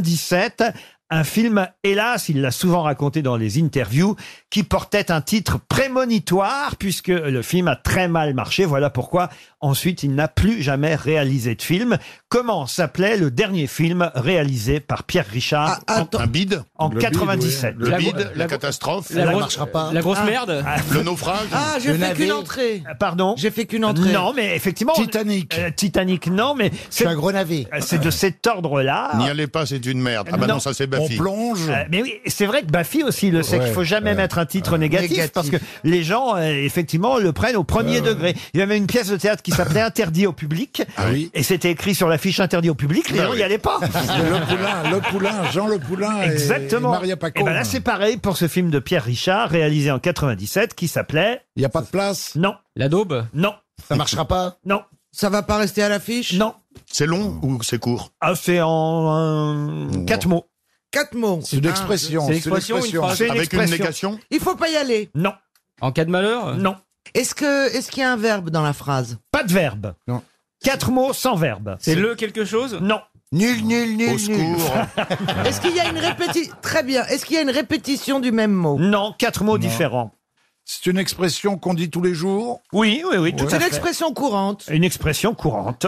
[SPEAKER 1] 97. Un film, hélas, il l'a souvent raconté dans les interviews, qui portait un titre prémonitoire, puisque le film a très mal marché. Voilà pourquoi, ensuite, il n'a plus jamais réalisé de film. Comment s'appelait le dernier film réalisé par Pierre Richard en-
[SPEAKER 10] Un bide
[SPEAKER 1] en 97.
[SPEAKER 10] Le bide, la catastrophe,
[SPEAKER 1] la
[SPEAKER 10] elle ne
[SPEAKER 1] grosse-
[SPEAKER 10] marchera pas. Ah.
[SPEAKER 1] la grosse merde.
[SPEAKER 10] Le naufrage.
[SPEAKER 3] Ah, j'ai
[SPEAKER 1] Le
[SPEAKER 3] fait qu'une
[SPEAKER 1] navet.
[SPEAKER 3] entrée.
[SPEAKER 1] Euh, Pardon
[SPEAKER 3] J'ai fait qu'une entrée.
[SPEAKER 1] Non, mais effectivement. Titanic. Titanic, non, mais. C'est un
[SPEAKER 10] gros navet.
[SPEAKER 1] C'est de cet ordre-là.
[SPEAKER 19] N'y allez pas, c'est
[SPEAKER 5] Euh,
[SPEAKER 19] une merde. Ah bah non, ça c'est Baffy.
[SPEAKER 1] Euh, mais oui, c'est vrai que Baffy aussi le sait
[SPEAKER 19] Ouais,
[SPEAKER 1] qu'il faut jamais
[SPEAKER 19] ouais.
[SPEAKER 1] mettre un titre négatif,
[SPEAKER 19] Négatif.
[SPEAKER 1] parce que les gens, euh, effectivement, le prennent au
[SPEAKER 8] Euh.
[SPEAKER 1] premier degré. Il y avait une pièce de théâtre qui s'appelait Interdit au public. Et c'était écrit sur l'affiche Interdit au public, les
[SPEAKER 8] Ah Bah
[SPEAKER 1] gens n'y
[SPEAKER 8] oui.
[SPEAKER 1] allaient pas.
[SPEAKER 8] Le Poulain, le Poulain, Jean Le Poulain et-
[SPEAKER 1] Exactement.
[SPEAKER 8] et Maria Paco.
[SPEAKER 1] Eh ben là, c'est pareil pour ce film de Pierre Richard, réalisé en 97, qui s'appelait.
[SPEAKER 10] Il n'y a pas de place
[SPEAKER 1] Non.
[SPEAKER 5] La daube
[SPEAKER 1] Non.
[SPEAKER 10] Ça marchera pas
[SPEAKER 1] Non.
[SPEAKER 3] Ça va pas rester à l'affiche
[SPEAKER 1] Non.
[SPEAKER 19] C'est long ou c'est court
[SPEAKER 1] Ah, c'est en euh, quatre mots.
[SPEAKER 3] Quatre mots. Ah,
[SPEAKER 1] C'est une expression,
[SPEAKER 3] deux,
[SPEAKER 1] c'est une expression. C'est une Avec une expression. négation
[SPEAKER 3] Il faut pas y aller.
[SPEAKER 1] Non.
[SPEAKER 5] En cas de malheur
[SPEAKER 1] Non.
[SPEAKER 3] Est-ce que est-ce qu'il y a un verbe dans la phrase
[SPEAKER 1] Pas de verbe.
[SPEAKER 10] Non.
[SPEAKER 1] Quatre mots sans verbe.
[SPEAKER 5] C'est le quelque chose
[SPEAKER 1] Non.
[SPEAKER 10] Nul, nul, nul,
[SPEAKER 1] nul.
[SPEAKER 3] Est-ce qu'il y a une répétition Très bien. Est-ce qu'il y a une répétition du même mot
[SPEAKER 1] Non, quatre mots différents.
[SPEAKER 8] C'est une expression qu'on dit tous les jours.
[SPEAKER 1] Oui, oui, oui, tout
[SPEAKER 3] C'est
[SPEAKER 1] à
[SPEAKER 3] une
[SPEAKER 1] fait.
[SPEAKER 3] expression courante.
[SPEAKER 1] Une expression courante.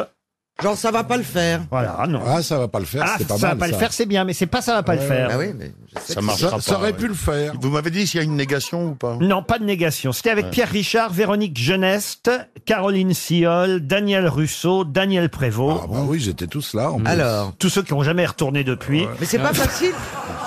[SPEAKER 3] Genre ça va pas le faire.
[SPEAKER 1] Voilà, non.
[SPEAKER 8] Ah, ça va pas le faire,
[SPEAKER 1] Ah,
[SPEAKER 8] c'est pas
[SPEAKER 1] ça
[SPEAKER 8] mal.
[SPEAKER 1] va pas le
[SPEAKER 8] ça.
[SPEAKER 1] faire, c'est bien, mais c'est pas ça va pas le
[SPEAKER 8] Ouais,
[SPEAKER 1] faire.
[SPEAKER 8] ouais. Ah oui, mais
[SPEAKER 19] Ça marchera pas.
[SPEAKER 8] Ça aurait
[SPEAKER 19] ouais.
[SPEAKER 8] pu le faire.
[SPEAKER 19] Vous m'avez dit s'il y a une négation ou pas
[SPEAKER 1] Non, pas de négation. C'était avec
[SPEAKER 19] Ouais.
[SPEAKER 1] Pierre Richard, Véronique Geneste, Caroline Siol, Daniel Russo, Daniel Prévost.
[SPEAKER 8] Ah bah oui, ils étaient tous là. en plus.
[SPEAKER 3] Alors.
[SPEAKER 1] Tous ceux qui ont jamais retourné depuis.
[SPEAKER 3] Mais c'est pas facile.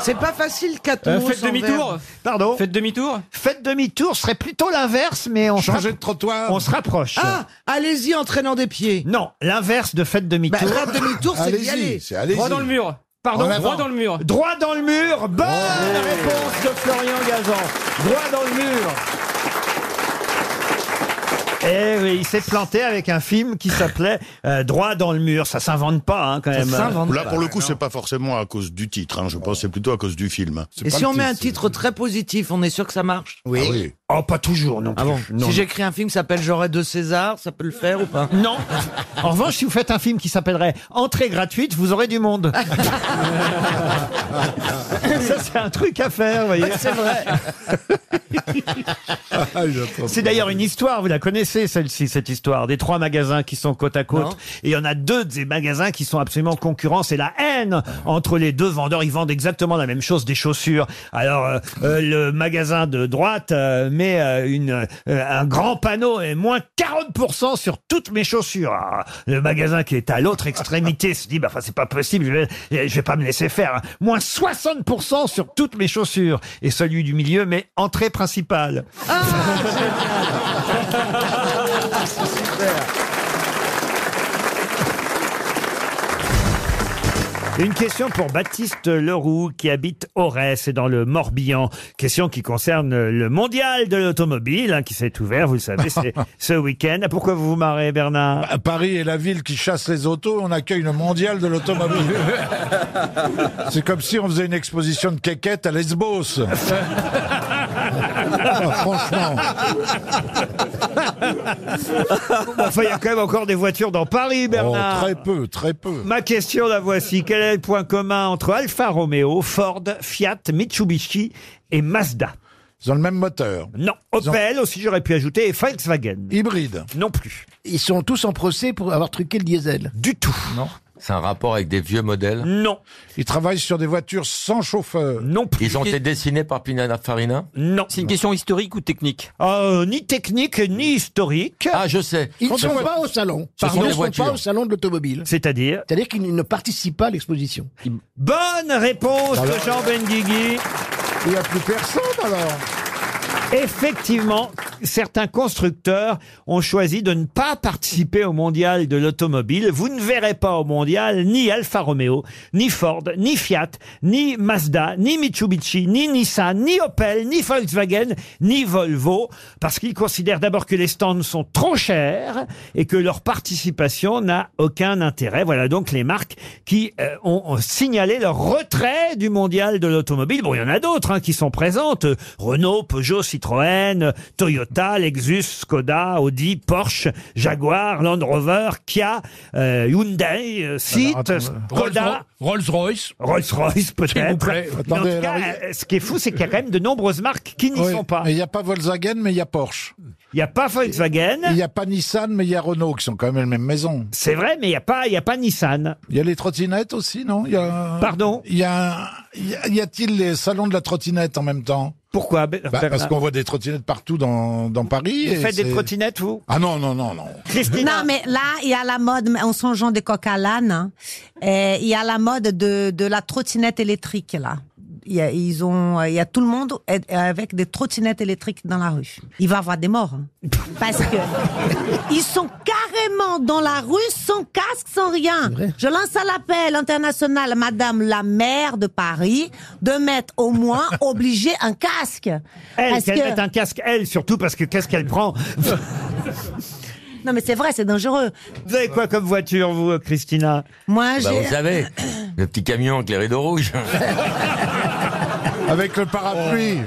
[SPEAKER 3] C'est pas facile quatre
[SPEAKER 1] Euh,
[SPEAKER 3] mots.
[SPEAKER 1] faites
[SPEAKER 3] sans
[SPEAKER 1] demi-tour.
[SPEAKER 3] verbe.
[SPEAKER 1] Pardon
[SPEAKER 5] Faites demi-tour
[SPEAKER 1] Faites demi-tour serait plutôt l'inverse, mais on se
[SPEAKER 8] Changer
[SPEAKER 1] rapp-
[SPEAKER 8] de trottoir.
[SPEAKER 1] On se rapproche.
[SPEAKER 3] Ah, allez-y en traînant des pieds.
[SPEAKER 1] Non, l'inverse de faites
[SPEAKER 3] Bah,
[SPEAKER 1] demi-tour.
[SPEAKER 3] faire demi-tour, c'est d'y aller.
[SPEAKER 8] c'est allez-y.
[SPEAKER 5] Droit dans le mur.
[SPEAKER 1] Pardon
[SPEAKER 5] Droit dans le mur.
[SPEAKER 1] Droit dans le mur. Bonne
[SPEAKER 8] Oh.
[SPEAKER 1] réponse de Florian Gazan. Droit dans le mur. Eh oui, il s'est planté avec un film qui s'appelait euh, Droit dans le mur. Ça s'invente pas, hein, quand même.
[SPEAKER 19] Là, pour le coup, c'est pas forcément à cause du titre. hein. Je pense que c'est plutôt à cause du film.
[SPEAKER 3] Et si on met un titre très positif, on est sûr que ça marche
[SPEAKER 19] Ah Oui.
[SPEAKER 1] Oh, pas toujours, non.
[SPEAKER 3] Ah bon
[SPEAKER 1] Non, non.
[SPEAKER 3] Si j'écris un film qui s'appelle J'aurais deux Césars, ça peut le faire ou pas
[SPEAKER 1] Non. En revanche, si vous faites un film Eh, qui s'appellerait Entrée gratuite, vous aurez du monde. Ça, c'est un truc à faire, vous voyez.
[SPEAKER 3] C'est vrai.
[SPEAKER 1] C'est d'ailleurs une histoire, vous la connaissez celle-ci, cette histoire, des trois magasins qui sont côte à côte.
[SPEAKER 5] Non.
[SPEAKER 1] Et il y en a deux des magasins qui sont absolument concurrents. C'est la haine entre les deux vendeurs. Ils vendent exactement la même chose, des chaussures. Alors, euh, euh, le magasin de droite euh, met euh, une, euh, un grand panneau et moins 40% sur toutes mes chaussures. Alors, le magasin qui est à l'autre extrémité se dit, bah, enfin, c'est pas possible, je vais, je vais pas me laisser faire. hein. Moins 60% sur toutes mes chaussures. Et celui du milieu met entrée principale.
[SPEAKER 16] Ah.
[SPEAKER 1] Une question pour Baptiste Leroux qui habite Aurès et dans le Morbihan. Question qui concerne le mondial de l'automobile hein, qui s'est ouvert, vous le savez, c'est ce week-end. Pourquoi vous vous marrez, Bernard
[SPEAKER 17] Bah, Paris est la ville qui chasse les autos, on accueille le mondial de l'automobile. C'est comme si on faisait une exposition de quéquettes à Lesbos. Ah, franchement.
[SPEAKER 1] Enfin, il y a quand même encore des voitures dans Paris, Bernard.
[SPEAKER 17] très peu, très peu.
[SPEAKER 1] Ma question, la voici. Quel est le point commun entre Alfa Romeo, Ford, Fiat, Mitsubishi et Mazda
[SPEAKER 17] Ils ont le même moteur.
[SPEAKER 1] Non. Opel aussi, j'aurais pu ajouter, et Volkswagen.
[SPEAKER 17] Hybride.
[SPEAKER 1] Non plus.
[SPEAKER 10] Ils sont tous en procès pour avoir truqué le diesel.
[SPEAKER 1] Du tout.
[SPEAKER 17] Non.
[SPEAKER 11] C'est un rapport avec des vieux modèles
[SPEAKER 1] Non.
[SPEAKER 17] Ils travaillent sur des voitures sans chauffeur.
[SPEAKER 1] Non
[SPEAKER 11] Ils ont été dessinés par Pinana Farina
[SPEAKER 1] Non.
[SPEAKER 15] C'est une question historique ou technique
[SPEAKER 1] Euh, ni technique, ni historique.
[SPEAKER 11] Ah, je sais.
[SPEAKER 10] Ils ne sont
[SPEAKER 11] Contre-
[SPEAKER 10] pas au salon.
[SPEAKER 11] Ce sont
[SPEAKER 10] Pardon, ils
[SPEAKER 11] des
[SPEAKER 10] ne sont pas
[SPEAKER 11] voitures.
[SPEAKER 10] au salon de l'automobile.
[SPEAKER 1] C'est-à-dire
[SPEAKER 10] C'est-à-dire qu'ils ne participent pas à l'exposition.
[SPEAKER 1] Bonne réponse de
[SPEAKER 10] Alors-
[SPEAKER 1] Jean Benguigui.
[SPEAKER 17] Il n'y a plus personne alors.
[SPEAKER 1] Effectivement, certains constructeurs ont choisi de ne pas participer au mondial de l'automobile. Vous ne verrez pas au mondial ni Alfa Romeo, ni Ford, ni Fiat, ni Mazda, ni Mitsubishi, ni Nissan, ni Opel, ni Volkswagen, ni Volvo, parce qu'ils considèrent d'abord que les stands sont trop chers et que leur participation n'a aucun intérêt. Voilà donc les marques qui euh, ont, ont signalé leur retrait du mondial de l'automobile. Bon, il y en a d'autres hein, qui sont présentes. Euh, Renault, Peugeot, Citroën, euh, Toyota, Lexus, Skoda, Audi, Porsche, Jaguar, Land Rover, Kia, euh, Hyundai, euh, Seat, Skoda.
[SPEAKER 15] Rolls-Royce.
[SPEAKER 1] Rolls-Royce,
[SPEAKER 15] S'il vous
[SPEAKER 1] peut-être.
[SPEAKER 15] plaît.
[SPEAKER 1] Mais en
[SPEAKER 17] Attendez,
[SPEAKER 1] tout cas,
[SPEAKER 17] alors,
[SPEAKER 1] euh, ce qui est fou, c'est qu'il y a quand même de nombreuses marques qui n'y
[SPEAKER 17] Oui,
[SPEAKER 1] sont pas.
[SPEAKER 17] mais Il n'y a pas Volkswagen, mais il y a Porsche.
[SPEAKER 1] Il n'y a pas Volkswagen.
[SPEAKER 17] Il n'y a pas Nissan, mais il y a Renault, qui sont quand même les mêmes maisons.
[SPEAKER 1] C'est vrai, mais il n'y a, pas- il y a pas Nissan.
[SPEAKER 17] Il y a les trottinettes aussi, non Il y a-
[SPEAKER 1] Pardon
[SPEAKER 17] Il y a, il y a- y a-t-il les salons de la trottinette en même temps
[SPEAKER 1] Pourquoi Be-
[SPEAKER 17] Bah, Parce
[SPEAKER 1] Ah, ben, Bernard
[SPEAKER 17] qu'on voit des trottinettes partout dans, dans Paris.
[SPEAKER 1] Vous
[SPEAKER 17] et
[SPEAKER 1] faites des
[SPEAKER 17] c'est-
[SPEAKER 1] trottinettes, vous
[SPEAKER 17] Ah non, non, non, non.
[SPEAKER 9] Non, mais là, il y a la mode, mais en songeant des coq à l'âne, hein, euh, il y a la mode de, de la trottinette électrique, là. Il y, a, ils ont, il y a tout le monde est- avec des trottinettes électriques dans la rue. Il va y avoir des morts. hein. Parce que ils sont carrément dans la rue sans casque, sans rien. Je lance un appel international à Madame la maire de Paris de mettre au moins obligé un casque.
[SPEAKER 1] Elle,
[SPEAKER 9] Parce
[SPEAKER 1] qu'elle
[SPEAKER 9] que-
[SPEAKER 1] mette un casque, elle, surtout, parce que qu'est-ce qu'elle prend
[SPEAKER 9] Non, mais c'est vrai, c'est dangereux.
[SPEAKER 1] Vous avez quoi comme voiture, vous, euh, Christina
[SPEAKER 9] Moi,
[SPEAKER 11] Bah,
[SPEAKER 9] j'ai.
[SPEAKER 11] vous savez, le petit camion avec les rideaux rouges.
[SPEAKER 17] Avec le parapluie.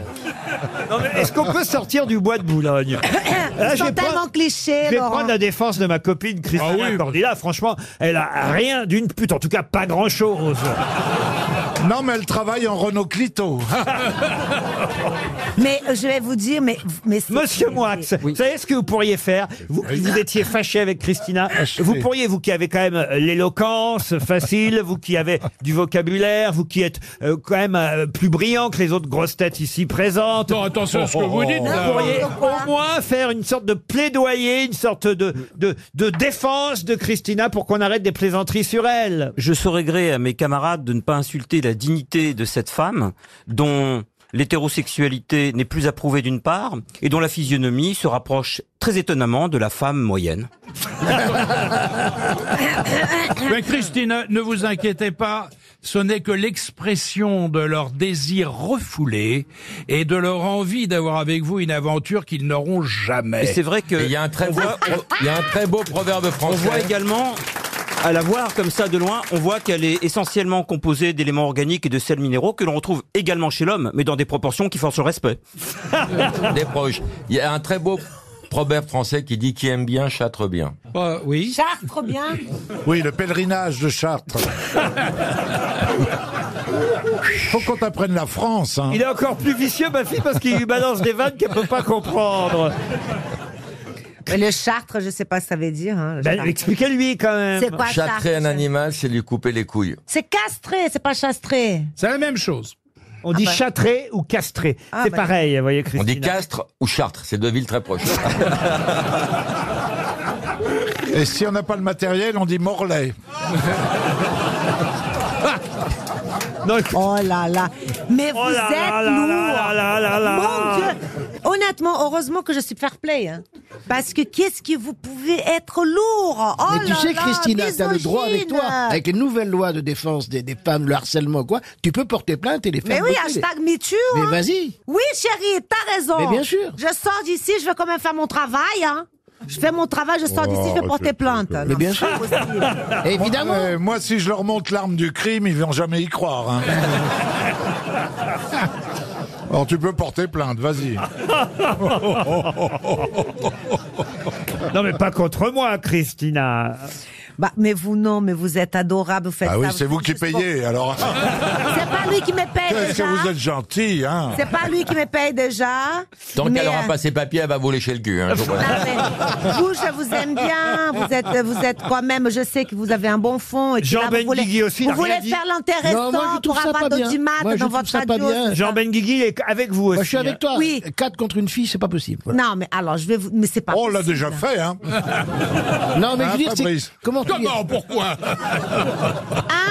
[SPEAKER 1] Non, mais Est-ce qu'on peut sortir du bois de Boulogne Là,
[SPEAKER 9] Ils
[SPEAKER 1] je vais
[SPEAKER 9] sont tellement
[SPEAKER 1] prendre- Ah, je
[SPEAKER 9] clichés,
[SPEAKER 1] vais
[SPEAKER 9] Laurent.
[SPEAKER 1] prendre la défense de ma copine Christina
[SPEAKER 17] Ah
[SPEAKER 1] Cordila. Franchement, elle a rien d'une pute. En tout cas, pas grand-chose.
[SPEAKER 17] Non, mais elle travaille en Renault Clito.
[SPEAKER 9] Mais euh, je vais vous dire, mais, mais c'est-
[SPEAKER 1] Monsieur Moix, vous savez ce que vous pourriez faire vous, vous étiez fâché avec Christina. Vous pourriez, vous qui avez quand même euh, l'éloquence facile, vous qui avez du vocabulaire, vous qui êtes euh, quand même euh, plus brillant que les autres grosses têtes ici présentes.
[SPEAKER 15] Non, attention à ce que vous dites, là.
[SPEAKER 1] Vous pourriez au moins faire une sorte de plaidoyer, une sorte de, de, de défense de Christina pour qu'on arrête des plaisanteries sur elle.
[SPEAKER 20] Je saurais gré à mes camarades de ne pas insulter la dignité de cette femme dont l'hétérosexualité n'est plus approuvée d'une part et dont la physionomie se rapproche très étonnamment de la femme moyenne.
[SPEAKER 15] Mais Christine, ne vous inquiétez pas, ce n'est que l'expression de leur désir refoulé et de leur envie d'avoir avec vous une aventure qu'ils n'auront jamais.
[SPEAKER 20] Et c'est vrai que
[SPEAKER 15] Et
[SPEAKER 11] Il y a un très
[SPEAKER 20] on
[SPEAKER 11] beau,
[SPEAKER 20] voit-
[SPEAKER 11] il y a un très beau proverbe
[SPEAKER 20] on
[SPEAKER 11] français.
[SPEAKER 20] voit également à la voir comme ça de loin, on voit qu'elle est essentiellement composée d'éléments organiques et de sels minéraux que l'on retrouve également chez l'homme, mais dans des proportions qui forcent le respect.
[SPEAKER 11] des proches. Il y a un très beau proverbe français qui dit qui aime bien châtre bien.
[SPEAKER 15] Ah, oui.
[SPEAKER 9] Chartres, bien.
[SPEAKER 17] Oui, le pèlerinage de Chartres.
[SPEAKER 8] Faut qu'on t'apprenne la France. hein.
[SPEAKER 1] Il est encore plus vicieux, ma fille, parce qu'il lui balance des vannes qu'elle peut pas comprendre.
[SPEAKER 9] Mais le chartre, je sais pas ce que ça veut dire. hein,
[SPEAKER 11] Ben,
[SPEAKER 9] le chartre.
[SPEAKER 1] Ben, expliquez-lui quand
[SPEAKER 9] C'est quoi
[SPEAKER 11] Châtrer
[SPEAKER 9] chartre
[SPEAKER 11] un animal, c'est lui couper les couilles.
[SPEAKER 9] C'est castré, c'est pas chastré.
[SPEAKER 1] C'est la même chose. On dit
[SPEAKER 9] Ah bah.
[SPEAKER 1] châtré ou castré.
[SPEAKER 9] Ah
[SPEAKER 1] c'est
[SPEAKER 9] bah.
[SPEAKER 1] pareil, vous voyez,
[SPEAKER 11] On
[SPEAKER 1] Christine.
[SPEAKER 11] dit Castres ou Chartres, c'est deux villes très proches.
[SPEAKER 8] Et si on n'a pas le matériel, on dit Morlaix.
[SPEAKER 9] Oh là là. Mais
[SPEAKER 1] Oh
[SPEAKER 9] vous
[SPEAKER 1] là
[SPEAKER 9] êtes
[SPEAKER 1] là là
[SPEAKER 9] lourd.
[SPEAKER 1] là là là là là.
[SPEAKER 9] Mon Dieu. Honnêtement, heureusement que je suis fair play. hein. Parce que qu'est-ce que vous pouvez être lourd. Oh
[SPEAKER 7] Mais tu
[SPEAKER 9] là
[SPEAKER 7] sais,
[SPEAKER 9] là,
[SPEAKER 7] Christina, t'as le droit avec toi,
[SPEAKER 9] misogyne.
[SPEAKER 7] avec les nouvelles lois de défense des, des femmes, le harcèlement, quoi, tu peux porter plainte et les faire
[SPEAKER 9] Mais oui,
[SPEAKER 7] bouger.
[SPEAKER 9] hashtag MeToo.
[SPEAKER 7] Mais
[SPEAKER 9] hein.
[SPEAKER 7] vas-y.
[SPEAKER 9] Oui, chérie, t'as raison.
[SPEAKER 7] Mais bien sûr.
[SPEAKER 9] Je sors d'ici, je vais quand même faire mon travail. hein. Je fais mon travail, je sors d'ici,
[SPEAKER 7] Oh,
[SPEAKER 8] Oh,
[SPEAKER 9] je vais porter plainte. Non, c'est pas possible.
[SPEAKER 8] Évidemment. Moi, euh, moi, si je leur montre l'arme du crime, ils vont jamais y croire. hein. Alors tu peux porter plainte, vas-y.
[SPEAKER 1] Non, mais pas contre moi, Christina.
[SPEAKER 9] Bah, mais vous, non, mais vous êtes adorable. Vous faites
[SPEAKER 7] Bah
[SPEAKER 8] Ah oui,
[SPEAKER 9] ça,
[SPEAKER 8] c'est vous qui
[SPEAKER 9] juste pour-
[SPEAKER 8] payez, alors.
[SPEAKER 9] C'est pas lui qui me paye
[SPEAKER 8] Qu'est-ce que
[SPEAKER 9] déjà.
[SPEAKER 8] vous êtes gentil, hein
[SPEAKER 9] C'est pas lui qui me paye déjà.
[SPEAKER 11] Tant
[SPEAKER 9] mais,
[SPEAKER 11] qu'elle aura
[SPEAKER 9] euh, Ah,
[SPEAKER 11] pas ses papiers, elle va vous lécher le cul. hein, je vous préviens.
[SPEAKER 9] Vous, je vous aime bien. Vous êtes, vous êtes quand même. Je sais que vous avez un bon fond. Et que là, vous voulez, vous voulez faire
[SPEAKER 7] Non,
[SPEAKER 9] l'intéressant
[SPEAKER 7] moi, je trouve
[SPEAKER 9] pour
[SPEAKER 7] ça
[SPEAKER 9] avoir
[SPEAKER 7] pas bien.
[SPEAKER 9] d'audimat
[SPEAKER 7] Moi, je
[SPEAKER 9] dans
[SPEAKER 7] trouve
[SPEAKER 9] votre
[SPEAKER 7] ça pas
[SPEAKER 9] radio.
[SPEAKER 7] bien. Jean
[SPEAKER 1] Benguigui est avec
[SPEAKER 5] Bah,
[SPEAKER 1] vous aussi. hein.
[SPEAKER 7] Moi, je suis avec toi.
[SPEAKER 9] Oui.
[SPEAKER 7] 4 contre une fille, c'est pas possible. Voilà.
[SPEAKER 9] Non, mais alors, je vais vous. Mais c'est pas.
[SPEAKER 8] On
[SPEAKER 5] Ah,
[SPEAKER 8] l'a
[SPEAKER 9] possible.
[SPEAKER 8] déjà fait, hein
[SPEAKER 7] Non, mais je
[SPEAKER 8] Hein,
[SPEAKER 7] veux dire, c'est-
[SPEAKER 8] Fabrice
[SPEAKER 7] comment tu
[SPEAKER 21] Comment Pourquoi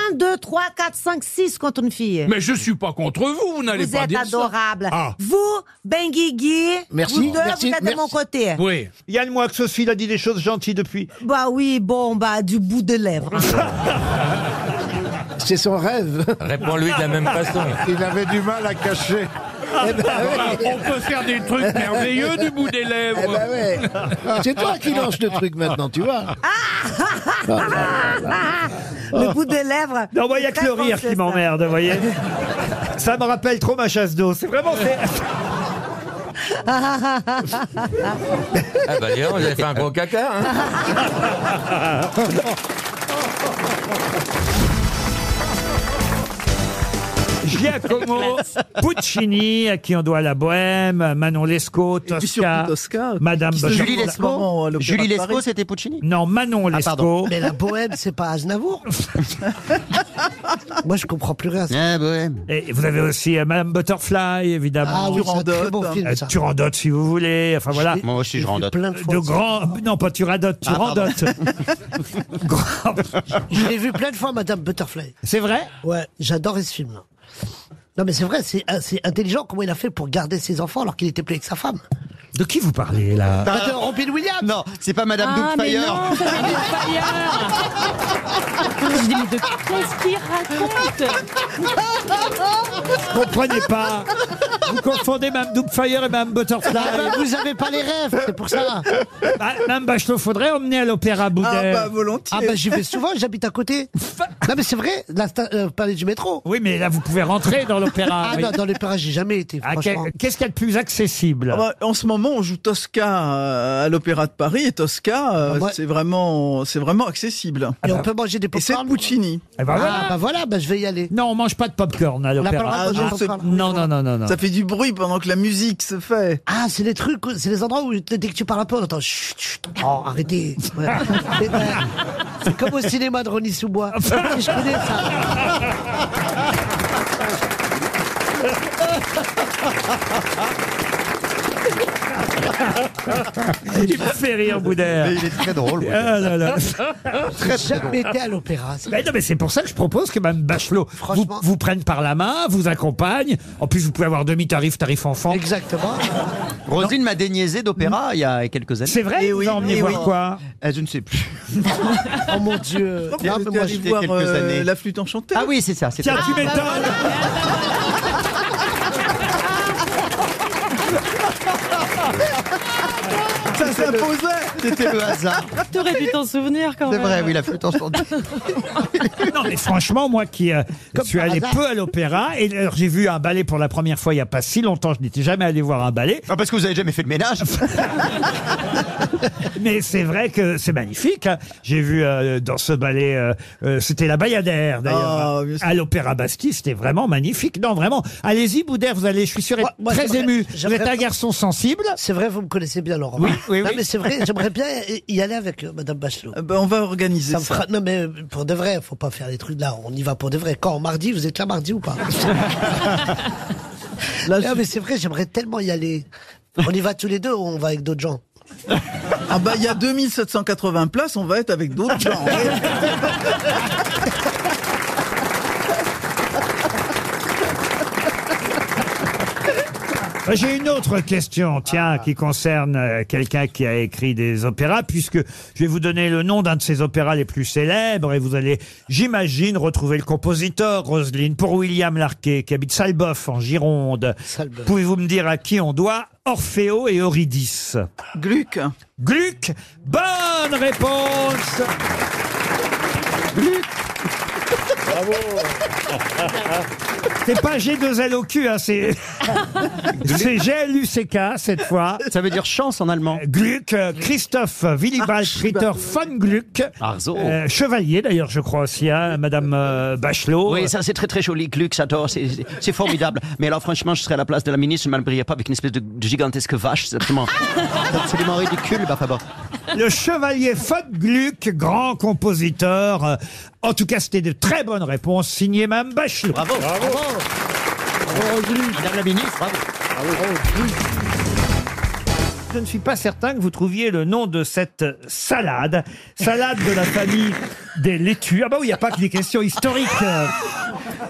[SPEAKER 9] 1, 2, 3, 4, 5, 6 contre une fille.
[SPEAKER 21] Mais je suis pas contre vous, vous n'allez
[SPEAKER 9] vous
[SPEAKER 21] pas
[SPEAKER 9] êtes
[SPEAKER 21] dire
[SPEAKER 9] adorable.
[SPEAKER 21] ça. Ah.
[SPEAKER 9] Vous, Benguigui,
[SPEAKER 21] Merci,
[SPEAKER 9] vous deux,
[SPEAKER 21] merci,
[SPEAKER 9] vous êtes de
[SPEAKER 21] merci.
[SPEAKER 9] mon côté.
[SPEAKER 21] Oui.
[SPEAKER 1] Yann Moix aussi, il a dit des choses gentilles depuis.
[SPEAKER 9] Bah oui, bon, bah du bout des lèvres.
[SPEAKER 7] C'est son rêve.
[SPEAKER 11] Réponds-lui de la même façon.
[SPEAKER 8] Il avait du mal à cacher.
[SPEAKER 21] On peut faire des trucs merveilleux du bout des lèvres.
[SPEAKER 7] Eh ben ouais. C'est toi qui lance le truc maintenant, tu vois.
[SPEAKER 9] Ah, Le bout des lèvres.
[SPEAKER 1] Non, moi, il n'y a que le rire qui m'emmerde, vous voyez. Ça me rappelle trop ma chasse d'eau. C'est vraiment. c'est-
[SPEAKER 11] Ah bah dis donc, vous avez fait un gros caca. hein.
[SPEAKER 1] Giacomo Puccini, à qui on doit la bohème, Manon Lescaut, Tosca, Madame Bachar-
[SPEAKER 3] Julie Lescaut, Julie Lescaut, c'était Puccini
[SPEAKER 1] Non, Manon
[SPEAKER 3] Ah, pardon.
[SPEAKER 1] Lescaut.
[SPEAKER 3] Mais la bohème, c'est pas Aznavour.
[SPEAKER 1] Moi, je comprends plus rien.
[SPEAKER 3] Ah, bah
[SPEAKER 1] Et vous avez aussi euh, Madame Butterfly, évidemment. Euh,
[SPEAKER 3] Ah oui, Turandot. c'est un très bon film, ça.
[SPEAKER 1] Turandotte, si vous voulez. Enfin voilà. Euh,
[SPEAKER 3] Moi aussi, je rendote. plein de fois
[SPEAKER 1] De
[SPEAKER 3] ça.
[SPEAKER 1] grands. Non, pas Turandot,
[SPEAKER 3] Ah, pardon.
[SPEAKER 1] Turandotte.
[SPEAKER 3] Je l'ai vu plein de fois, Madame Butterfly.
[SPEAKER 1] C'est vrai
[SPEAKER 3] Ouais, j'adorais ce film. Non, mais c'est vrai, c'est euh, c'est intelligent comment il a fait pour garder ses enfants alors qu'il était plus avec sa femme.
[SPEAKER 1] De qui vous parlez là
[SPEAKER 3] Bah, de Robin Williams Non, c'est pas Madame
[SPEAKER 6] Ah, mais
[SPEAKER 3] Doubtfire.
[SPEAKER 6] non, ça, c'est Doubtfire. Je dis, mais de qu'est-ce qu'il raconte
[SPEAKER 1] Vous comprenez pas. Vous confondez Mme Doubtfire et Mme Butterfly.
[SPEAKER 3] Ah bah, vous avez pas les rêves, c'est pour ça.
[SPEAKER 1] Bah, Mme Bachelot, faudrait emmener à l'Opéra Boudet.
[SPEAKER 3] Ah bah j'y vais souvent, j'habite à côté. non mais c'est vrai, la sta- euh, palais du métro.
[SPEAKER 1] Oui, mais là, vous pouvez rentrer dans l'opéra,
[SPEAKER 3] Ah
[SPEAKER 1] oui.
[SPEAKER 3] non, dans l'opéra, j'ai jamais été,
[SPEAKER 1] Ah, que-
[SPEAKER 3] franchement.
[SPEAKER 1] Qu'est-ce qu'il y a de plus accessible
[SPEAKER 17] Ah bah, en ce moment, on joue Tosca euh, à l'Opéra de Paris et Tosca, euh,
[SPEAKER 3] Ah ouais.
[SPEAKER 17] c'est vraiment, c'est vraiment accessible.
[SPEAKER 3] Et on peut manger des
[SPEAKER 17] Et c'est
[SPEAKER 3] popcorn.
[SPEAKER 17] Puccini.
[SPEAKER 1] Eh ben voilà.
[SPEAKER 3] Ah bah voilà, bah, je vais y aller.
[SPEAKER 1] Non, on mange pas de popcorn à
[SPEAKER 3] On n'a pas
[SPEAKER 1] l'opéra.
[SPEAKER 3] le droit de manger de
[SPEAKER 1] Ah,
[SPEAKER 3] popcorn.
[SPEAKER 1] non, non, non, non, non.
[SPEAKER 17] Ça fait du bruit pendant que la musique se fait.
[SPEAKER 3] Ah, c'est les trucs, c'est les endroits où dès que tu parles un peu, on entend chut, chut. Oh, arrêtez. Ouais. Et ben, c'est comme au cinéma de Ronnie Sous-Bois.
[SPEAKER 6] Ah,
[SPEAKER 3] Si je connais ça.
[SPEAKER 1] Il me fait rire, Boudère.
[SPEAKER 3] Mais il est très drôle, Boudère.
[SPEAKER 1] Ah, là, là.
[SPEAKER 3] J'ai jamais été à l'opéra. ça.
[SPEAKER 1] Mais non, mais c'est pour ça que je propose que Mme Bachelot vous, vous prenne par la main, vous accompagne. En plus, vous pouvez avoir demi-tarif, tarif enfant.
[SPEAKER 3] Exactement.
[SPEAKER 1] Rosine
[SPEAKER 3] m'a déniaisé d'opéra
[SPEAKER 1] il y a quelques années. C'est vrai, vous a emmené
[SPEAKER 3] eh
[SPEAKER 1] voir
[SPEAKER 3] oui.
[SPEAKER 1] quoi
[SPEAKER 3] Je ne sais plus. oh mon Dieu.
[SPEAKER 17] Je crois que vous êtes allé voir, euh, la flûte enchantée.
[SPEAKER 3] Ah bah oui, c'est ça.
[SPEAKER 1] Tiens, tu m'étonnes
[SPEAKER 17] Ça, ça
[SPEAKER 22] me posais. C'était le hasard.
[SPEAKER 16] T'aurais dû t'en souvenir quand
[SPEAKER 22] C'est
[SPEAKER 16] même.
[SPEAKER 22] vrai, oui, la flûte en sourdine.
[SPEAKER 1] Non, mais franchement, moi qui euh, suis allé peu à l'opéra, et alors, j'ai vu un ballet pour la première fois il n'y a pas si longtemps, je n'étais jamais allé voir un ballet.
[SPEAKER 23] Ah,
[SPEAKER 22] parce que vous n'avez jamais fait le ménage.
[SPEAKER 1] mais c'est vrai que c'est magnifique. hein. J'ai vu euh, dans ce ballet, euh, euh, c'était la Bayadère
[SPEAKER 23] Ah,
[SPEAKER 1] d'ailleurs, hein, à l'Opéra Bastille, c'était vraiment magnifique. Non, vraiment, allez-y Boudère, vous allez, je suis sûr, être
[SPEAKER 23] Moi,
[SPEAKER 1] très
[SPEAKER 23] j'aimerais-
[SPEAKER 1] ému. Vous
[SPEAKER 23] j'aimerais-
[SPEAKER 1] êtes un garçon sensible.
[SPEAKER 23] C'est vrai, vous me connaissez bien, Laurent.
[SPEAKER 1] Oui, oui,
[SPEAKER 23] bah. Non,
[SPEAKER 1] oui.
[SPEAKER 23] mais c'est vrai, j'aimerais bien y aller avec euh, Madame Bachelot.
[SPEAKER 22] ben, on va organiser
[SPEAKER 23] ça.
[SPEAKER 22] ça.
[SPEAKER 23] me fera- Non, mais euh, pour de vrai, faut pas faire les trucs là. On y va pour de vrai. Quand mardi, vous êtes là mardi ou pas Non, mais c'est vrai, j'aimerais tellement y aller. On y va tous les deux ou on va avec d'autres gens
[SPEAKER 22] Ah bah il y a 2780 places, on va être avec d'autres gens.
[SPEAKER 1] bah Euh, J'ai une autre question, tiens, qui concerne euh, quelqu'un qui a écrit des opéras, puisque je vais vous donner le nom d'un de ses opéras les plus célèbres, et vous allez, j'imagine, retrouver le compositeur, Roselyne, pour William Larquet, qui habite Salboff, en Gironde. Pouvez-vous me dire à qui on doit Orfeo et Eurydice
[SPEAKER 22] Gluck.
[SPEAKER 1] Gluck Bonne réponse Gluck Bravo C'est pas G2L au cul, hein, c'est... C'est GLUCK cette fois. Ça veut dire chance en allemand. Gluck, euh, Christophe Willibald
[SPEAKER 5] Ah,
[SPEAKER 1] Ritter von Gluck.
[SPEAKER 6] Ah, Arzo.
[SPEAKER 1] Euh, chevalier d'ailleurs, je crois aussi, hein, Madame euh, Bachelot.
[SPEAKER 6] Oui, ça c'est très très joli, Gluck, j'adore, c'est- c'est c'est formidable. Mais alors franchement, je serais à la place de la ministre, je ne m'habillerais pas avec une espèce de, de gigantesque vache, c'est absolument, c'est
[SPEAKER 1] Ah
[SPEAKER 6] absolument ridicule, bah, enfin bon.
[SPEAKER 1] Le chevalier von Gluck, grand compositeur. Euh, En tout cas, c'était de très bonnes réponses, signé Madame Bachelot.
[SPEAKER 6] Bravo, bravo.
[SPEAKER 1] Oh,
[SPEAKER 6] Madame la ministre, bravo.
[SPEAKER 1] Je ne suis pas certain que vous trouviez le nom de cette salade. Salade de la famille des laitues. Ah bah oui, il n'y a pas que des questions historiques. euh.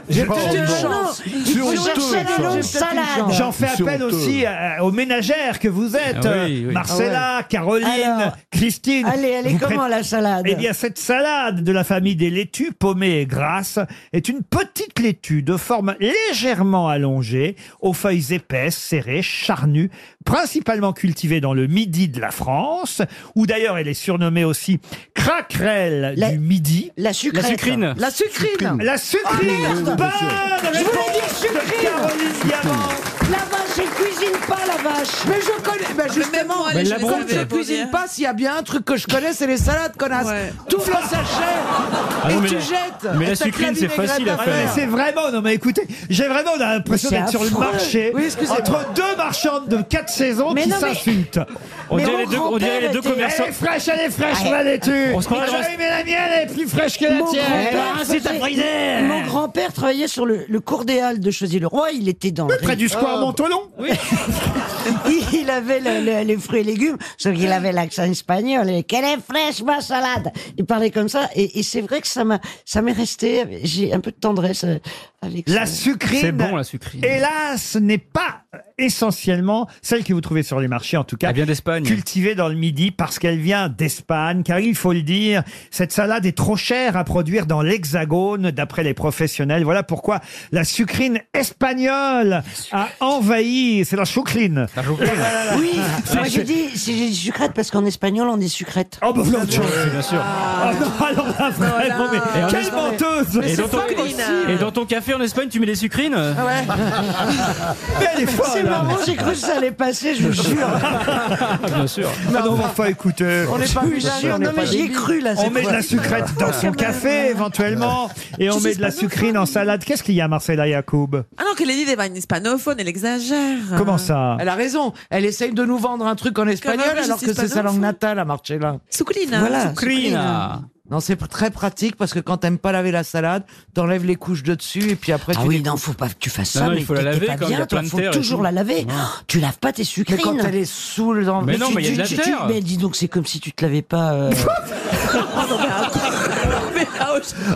[SPEAKER 23] J'ai
[SPEAKER 1] J'ai-
[SPEAKER 23] peut-être une
[SPEAKER 1] j'ai-
[SPEAKER 23] chance.
[SPEAKER 1] j'ai-
[SPEAKER 23] C'est honteux,
[SPEAKER 1] cherchais
[SPEAKER 23] ça.
[SPEAKER 1] des noms de
[SPEAKER 23] J'ai peut-être une
[SPEAKER 1] salades.
[SPEAKER 23] chance.
[SPEAKER 1] J'en fais
[SPEAKER 23] C'est
[SPEAKER 1] appel
[SPEAKER 23] honteux.
[SPEAKER 1] aussi euh, aux ménagères que vous êtes.
[SPEAKER 23] Ah oui,
[SPEAKER 1] euh,
[SPEAKER 23] oui.
[SPEAKER 1] Marcella,
[SPEAKER 23] Ah ouais.
[SPEAKER 1] Caroline,
[SPEAKER 23] Alors,
[SPEAKER 1] Christine.
[SPEAKER 23] allez, elle est
[SPEAKER 1] Vous
[SPEAKER 23] comment, la salade
[SPEAKER 1] Eh bien, cette salade de la famille des laitues, paumée et grasse, est une petite laitue de forme légèrement allongée, aux feuilles épaisses, serrées, charnues, principalement cultivée dans le midi de la France, où d'ailleurs elle est surnommée aussi craquerelle du midi.
[SPEAKER 7] La sucrète. La sucrine.
[SPEAKER 1] La sucrine. La
[SPEAKER 7] Oh,
[SPEAKER 6] Ah,
[SPEAKER 1] sucrine.
[SPEAKER 6] euh,
[SPEAKER 7] merde
[SPEAKER 1] Bonne
[SPEAKER 7] Je voulais dire
[SPEAKER 1] réponse de
[SPEAKER 7] sucrine
[SPEAKER 1] Caroline Diamant.
[SPEAKER 7] La vache, elle cuisine pas la vache
[SPEAKER 3] Mais je connais, bah justement,
[SPEAKER 7] Mais la
[SPEAKER 3] comme
[SPEAKER 7] brûlée.
[SPEAKER 3] je cuisine pas, s'il y a bien un truc que je connais, c'est les salades, connasse. T'ouvres le sachet et tu jettes. Et t'as que
[SPEAKER 1] Ouais,
[SPEAKER 3] vinaigrette
[SPEAKER 1] mais C'est vraiment, non mais écoutez, j'ai vraiment l'impression
[SPEAKER 3] Mais c'est
[SPEAKER 1] d'être sur le
[SPEAKER 3] affreux.
[SPEAKER 1] marché
[SPEAKER 3] Oui, excusez-moi.
[SPEAKER 1] entre deux marchandes de quatre saisons
[SPEAKER 7] Mais
[SPEAKER 1] qui
[SPEAKER 7] non, mais-
[SPEAKER 1] s'insultent.
[SPEAKER 7] On Mais dirait mon les deux- on dirait les deux grand-père commerçants.
[SPEAKER 1] Elle est fraîche, elle est fraîche,
[SPEAKER 7] Ouais.
[SPEAKER 1] on la laitue.
[SPEAKER 7] On se croirait
[SPEAKER 1] Ah
[SPEAKER 7] dans-
[SPEAKER 1] oui, mais la mienne elle est plus fraîche que la
[SPEAKER 7] Mon
[SPEAKER 1] tienne.
[SPEAKER 7] grand-père
[SPEAKER 1] Eh ben, c'est
[SPEAKER 7] faisait-
[SPEAKER 1] abridé.
[SPEAKER 7] Mon grand-père travaillait sur le, le cours des Halles de Choisy-le-Roi. Il était dans. Oh.
[SPEAKER 1] près du square Montolon.
[SPEAKER 7] il avait le- le- les fruits et légumes, sauf qu'il avait l'accent espagnol. Et quelle est fraîche ma salade Il parlait comme ça, et, et c'est vrai que ça m'a, ça m'est resté. J'ai un peu de tendresse euh, avec.
[SPEAKER 1] La
[SPEAKER 7] ça.
[SPEAKER 1] sucrine. Hélas, n'est pas essentiellement celle que vous trouvez sur les marchés, en tout cas. Elle vient d'Espagne. Cultivée dans le Midi parce qu'elle vient d'Espagne. Car il faut le dire, cette salade est trop chère à produire dans l'Hexagone, d'après les professionnels. Voilà pourquoi la sucrine espagnole a envahi. C'est la choucrine.
[SPEAKER 7] Oui, moi j'ai dit, si j'ai dit sucrète parce qu'en espagnol on dit sucrète.
[SPEAKER 1] Oh bah voilà autre chose.
[SPEAKER 6] bien sûr.
[SPEAKER 1] Ah non, alors là, vraiment, mais
[SPEAKER 6] Et en
[SPEAKER 1] quelle
[SPEAKER 6] Espagne-
[SPEAKER 1] menteuse
[SPEAKER 6] Et dans, ton... et dans ton café en Espagne, tu mets des sucrines
[SPEAKER 3] Ah
[SPEAKER 1] Mais elle est folle,
[SPEAKER 7] C'est
[SPEAKER 1] hein.
[SPEAKER 7] marrant, j'ai cru que ça allait passer, je vous jure.
[SPEAKER 6] Bien sûr.
[SPEAKER 1] Ah non, mais enfin, écoutez.
[SPEAKER 7] On n'est pas
[SPEAKER 1] Oui,
[SPEAKER 7] bilingue,
[SPEAKER 1] sûr,
[SPEAKER 7] on n'est
[SPEAKER 1] non, mais
[SPEAKER 7] pas
[SPEAKER 1] j'y ai
[SPEAKER 7] bilingue.
[SPEAKER 1] cru, là,
[SPEAKER 7] On
[SPEAKER 1] cette
[SPEAKER 7] met de
[SPEAKER 1] fois.
[SPEAKER 7] la sucrète
[SPEAKER 1] dans son café, éventuellement. Et on
[SPEAKER 8] Je
[SPEAKER 1] met
[SPEAKER 8] suis
[SPEAKER 1] de la sucrine en salade. Qu'est-ce qu'il y a, Marcella Yacoub
[SPEAKER 8] Ah non, qu'elle est dit, une hispanophone, elle exagère.
[SPEAKER 1] Comment ça
[SPEAKER 3] Elle a raison. Elle essaye de nous vendre un truc en espagnol
[SPEAKER 8] Comme un
[SPEAKER 3] alors que c'est sa
[SPEAKER 8] hispanophone.
[SPEAKER 3] langue natale à Marcella.
[SPEAKER 8] Sucrina. Sucrina.
[SPEAKER 3] Non, c'est pr- très pratique parce que quand t'aimes pas laver la salade, t'enlèves les couches de dessus et puis après
[SPEAKER 7] Ah
[SPEAKER 3] tu.
[SPEAKER 7] oui,
[SPEAKER 3] les
[SPEAKER 7] non,
[SPEAKER 3] coupes.
[SPEAKER 7] faut pas que tu fasses ça, mais t'es- t'es pas bien, toi, faut toujours la laver. Oh, tu laves pas tes sucrines.
[SPEAKER 3] Mais quand elle est sous le
[SPEAKER 7] Mais tu- tu- tu- tu- Mais dis donc, c'est comme si tu te lavais pas. euh,
[SPEAKER 8] mais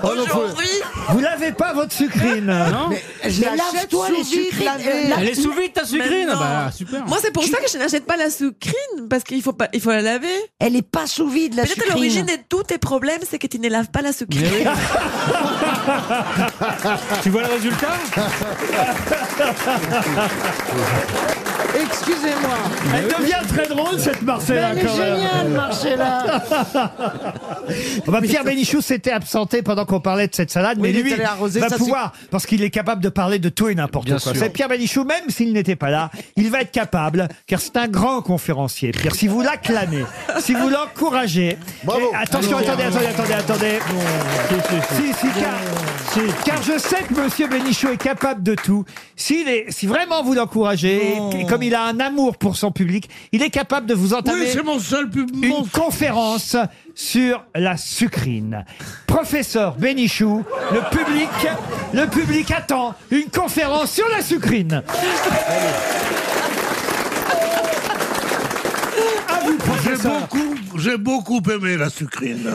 [SPEAKER 8] Aujourd'hui,
[SPEAKER 1] Oh, Vous l'avez pas votre sucrine
[SPEAKER 8] Non. Mais je Mais l'achète lave-toi sous les vide, sucrines, lavée. euh, la- Elle est sous vide, ta sucrine Mais non. Bah,
[SPEAKER 1] Ah super.
[SPEAKER 8] moi c'est pour ça que je n'achète pas la sucrine parce qu'il faut pas, il faut la laver.
[SPEAKER 7] Elle est pas sous vide la
[SPEAKER 8] Peut-être
[SPEAKER 7] sucrine.
[SPEAKER 8] l'origine de tous tes problèmes, c'est que tu ne laves pas la sucrine.
[SPEAKER 1] tu vois le résultat
[SPEAKER 3] Excusez-moi.
[SPEAKER 1] Elle devient très drôle cette Marcella
[SPEAKER 3] Mais elle est
[SPEAKER 1] quand même.
[SPEAKER 3] géniale, Marcella.
[SPEAKER 1] On va Pierre Bénichou s'était absenté pendant qu'on parlait de cette salade,
[SPEAKER 3] Oui,
[SPEAKER 1] mais
[SPEAKER 3] il
[SPEAKER 1] lui
[SPEAKER 3] est allé arroser
[SPEAKER 1] va
[SPEAKER 3] sa
[SPEAKER 1] pouvoir, parce qu'il est capable de parler de tout et n'importe
[SPEAKER 3] Bien
[SPEAKER 1] quoi.
[SPEAKER 3] sûr.
[SPEAKER 1] C'est Pierre Bénichou, même s'il n'était pas là, il va être capable, car c'est un grand conférencier. Pierre, si vous l'acclamez, si vous l'encouragez, Et attention,
[SPEAKER 21] Allons,
[SPEAKER 1] attendez,
[SPEAKER 21] Pierre.
[SPEAKER 1] attendez, attendez, attendez. Si, si, car, car je sais que Monsieur Bénichou est capable de tout. S'il est, si vraiment vous l'encouragez, et comme il a un amour pour son public, il est capable de vous entamer
[SPEAKER 21] Oui, c'est mon seul public.
[SPEAKER 1] une conférence sur la sucrine. Professeur Bénichou, le public, le public attend une conférence sur la sucrine.
[SPEAKER 21] J'ai beaucoup, j'ai beaucoup aimé la sucrine.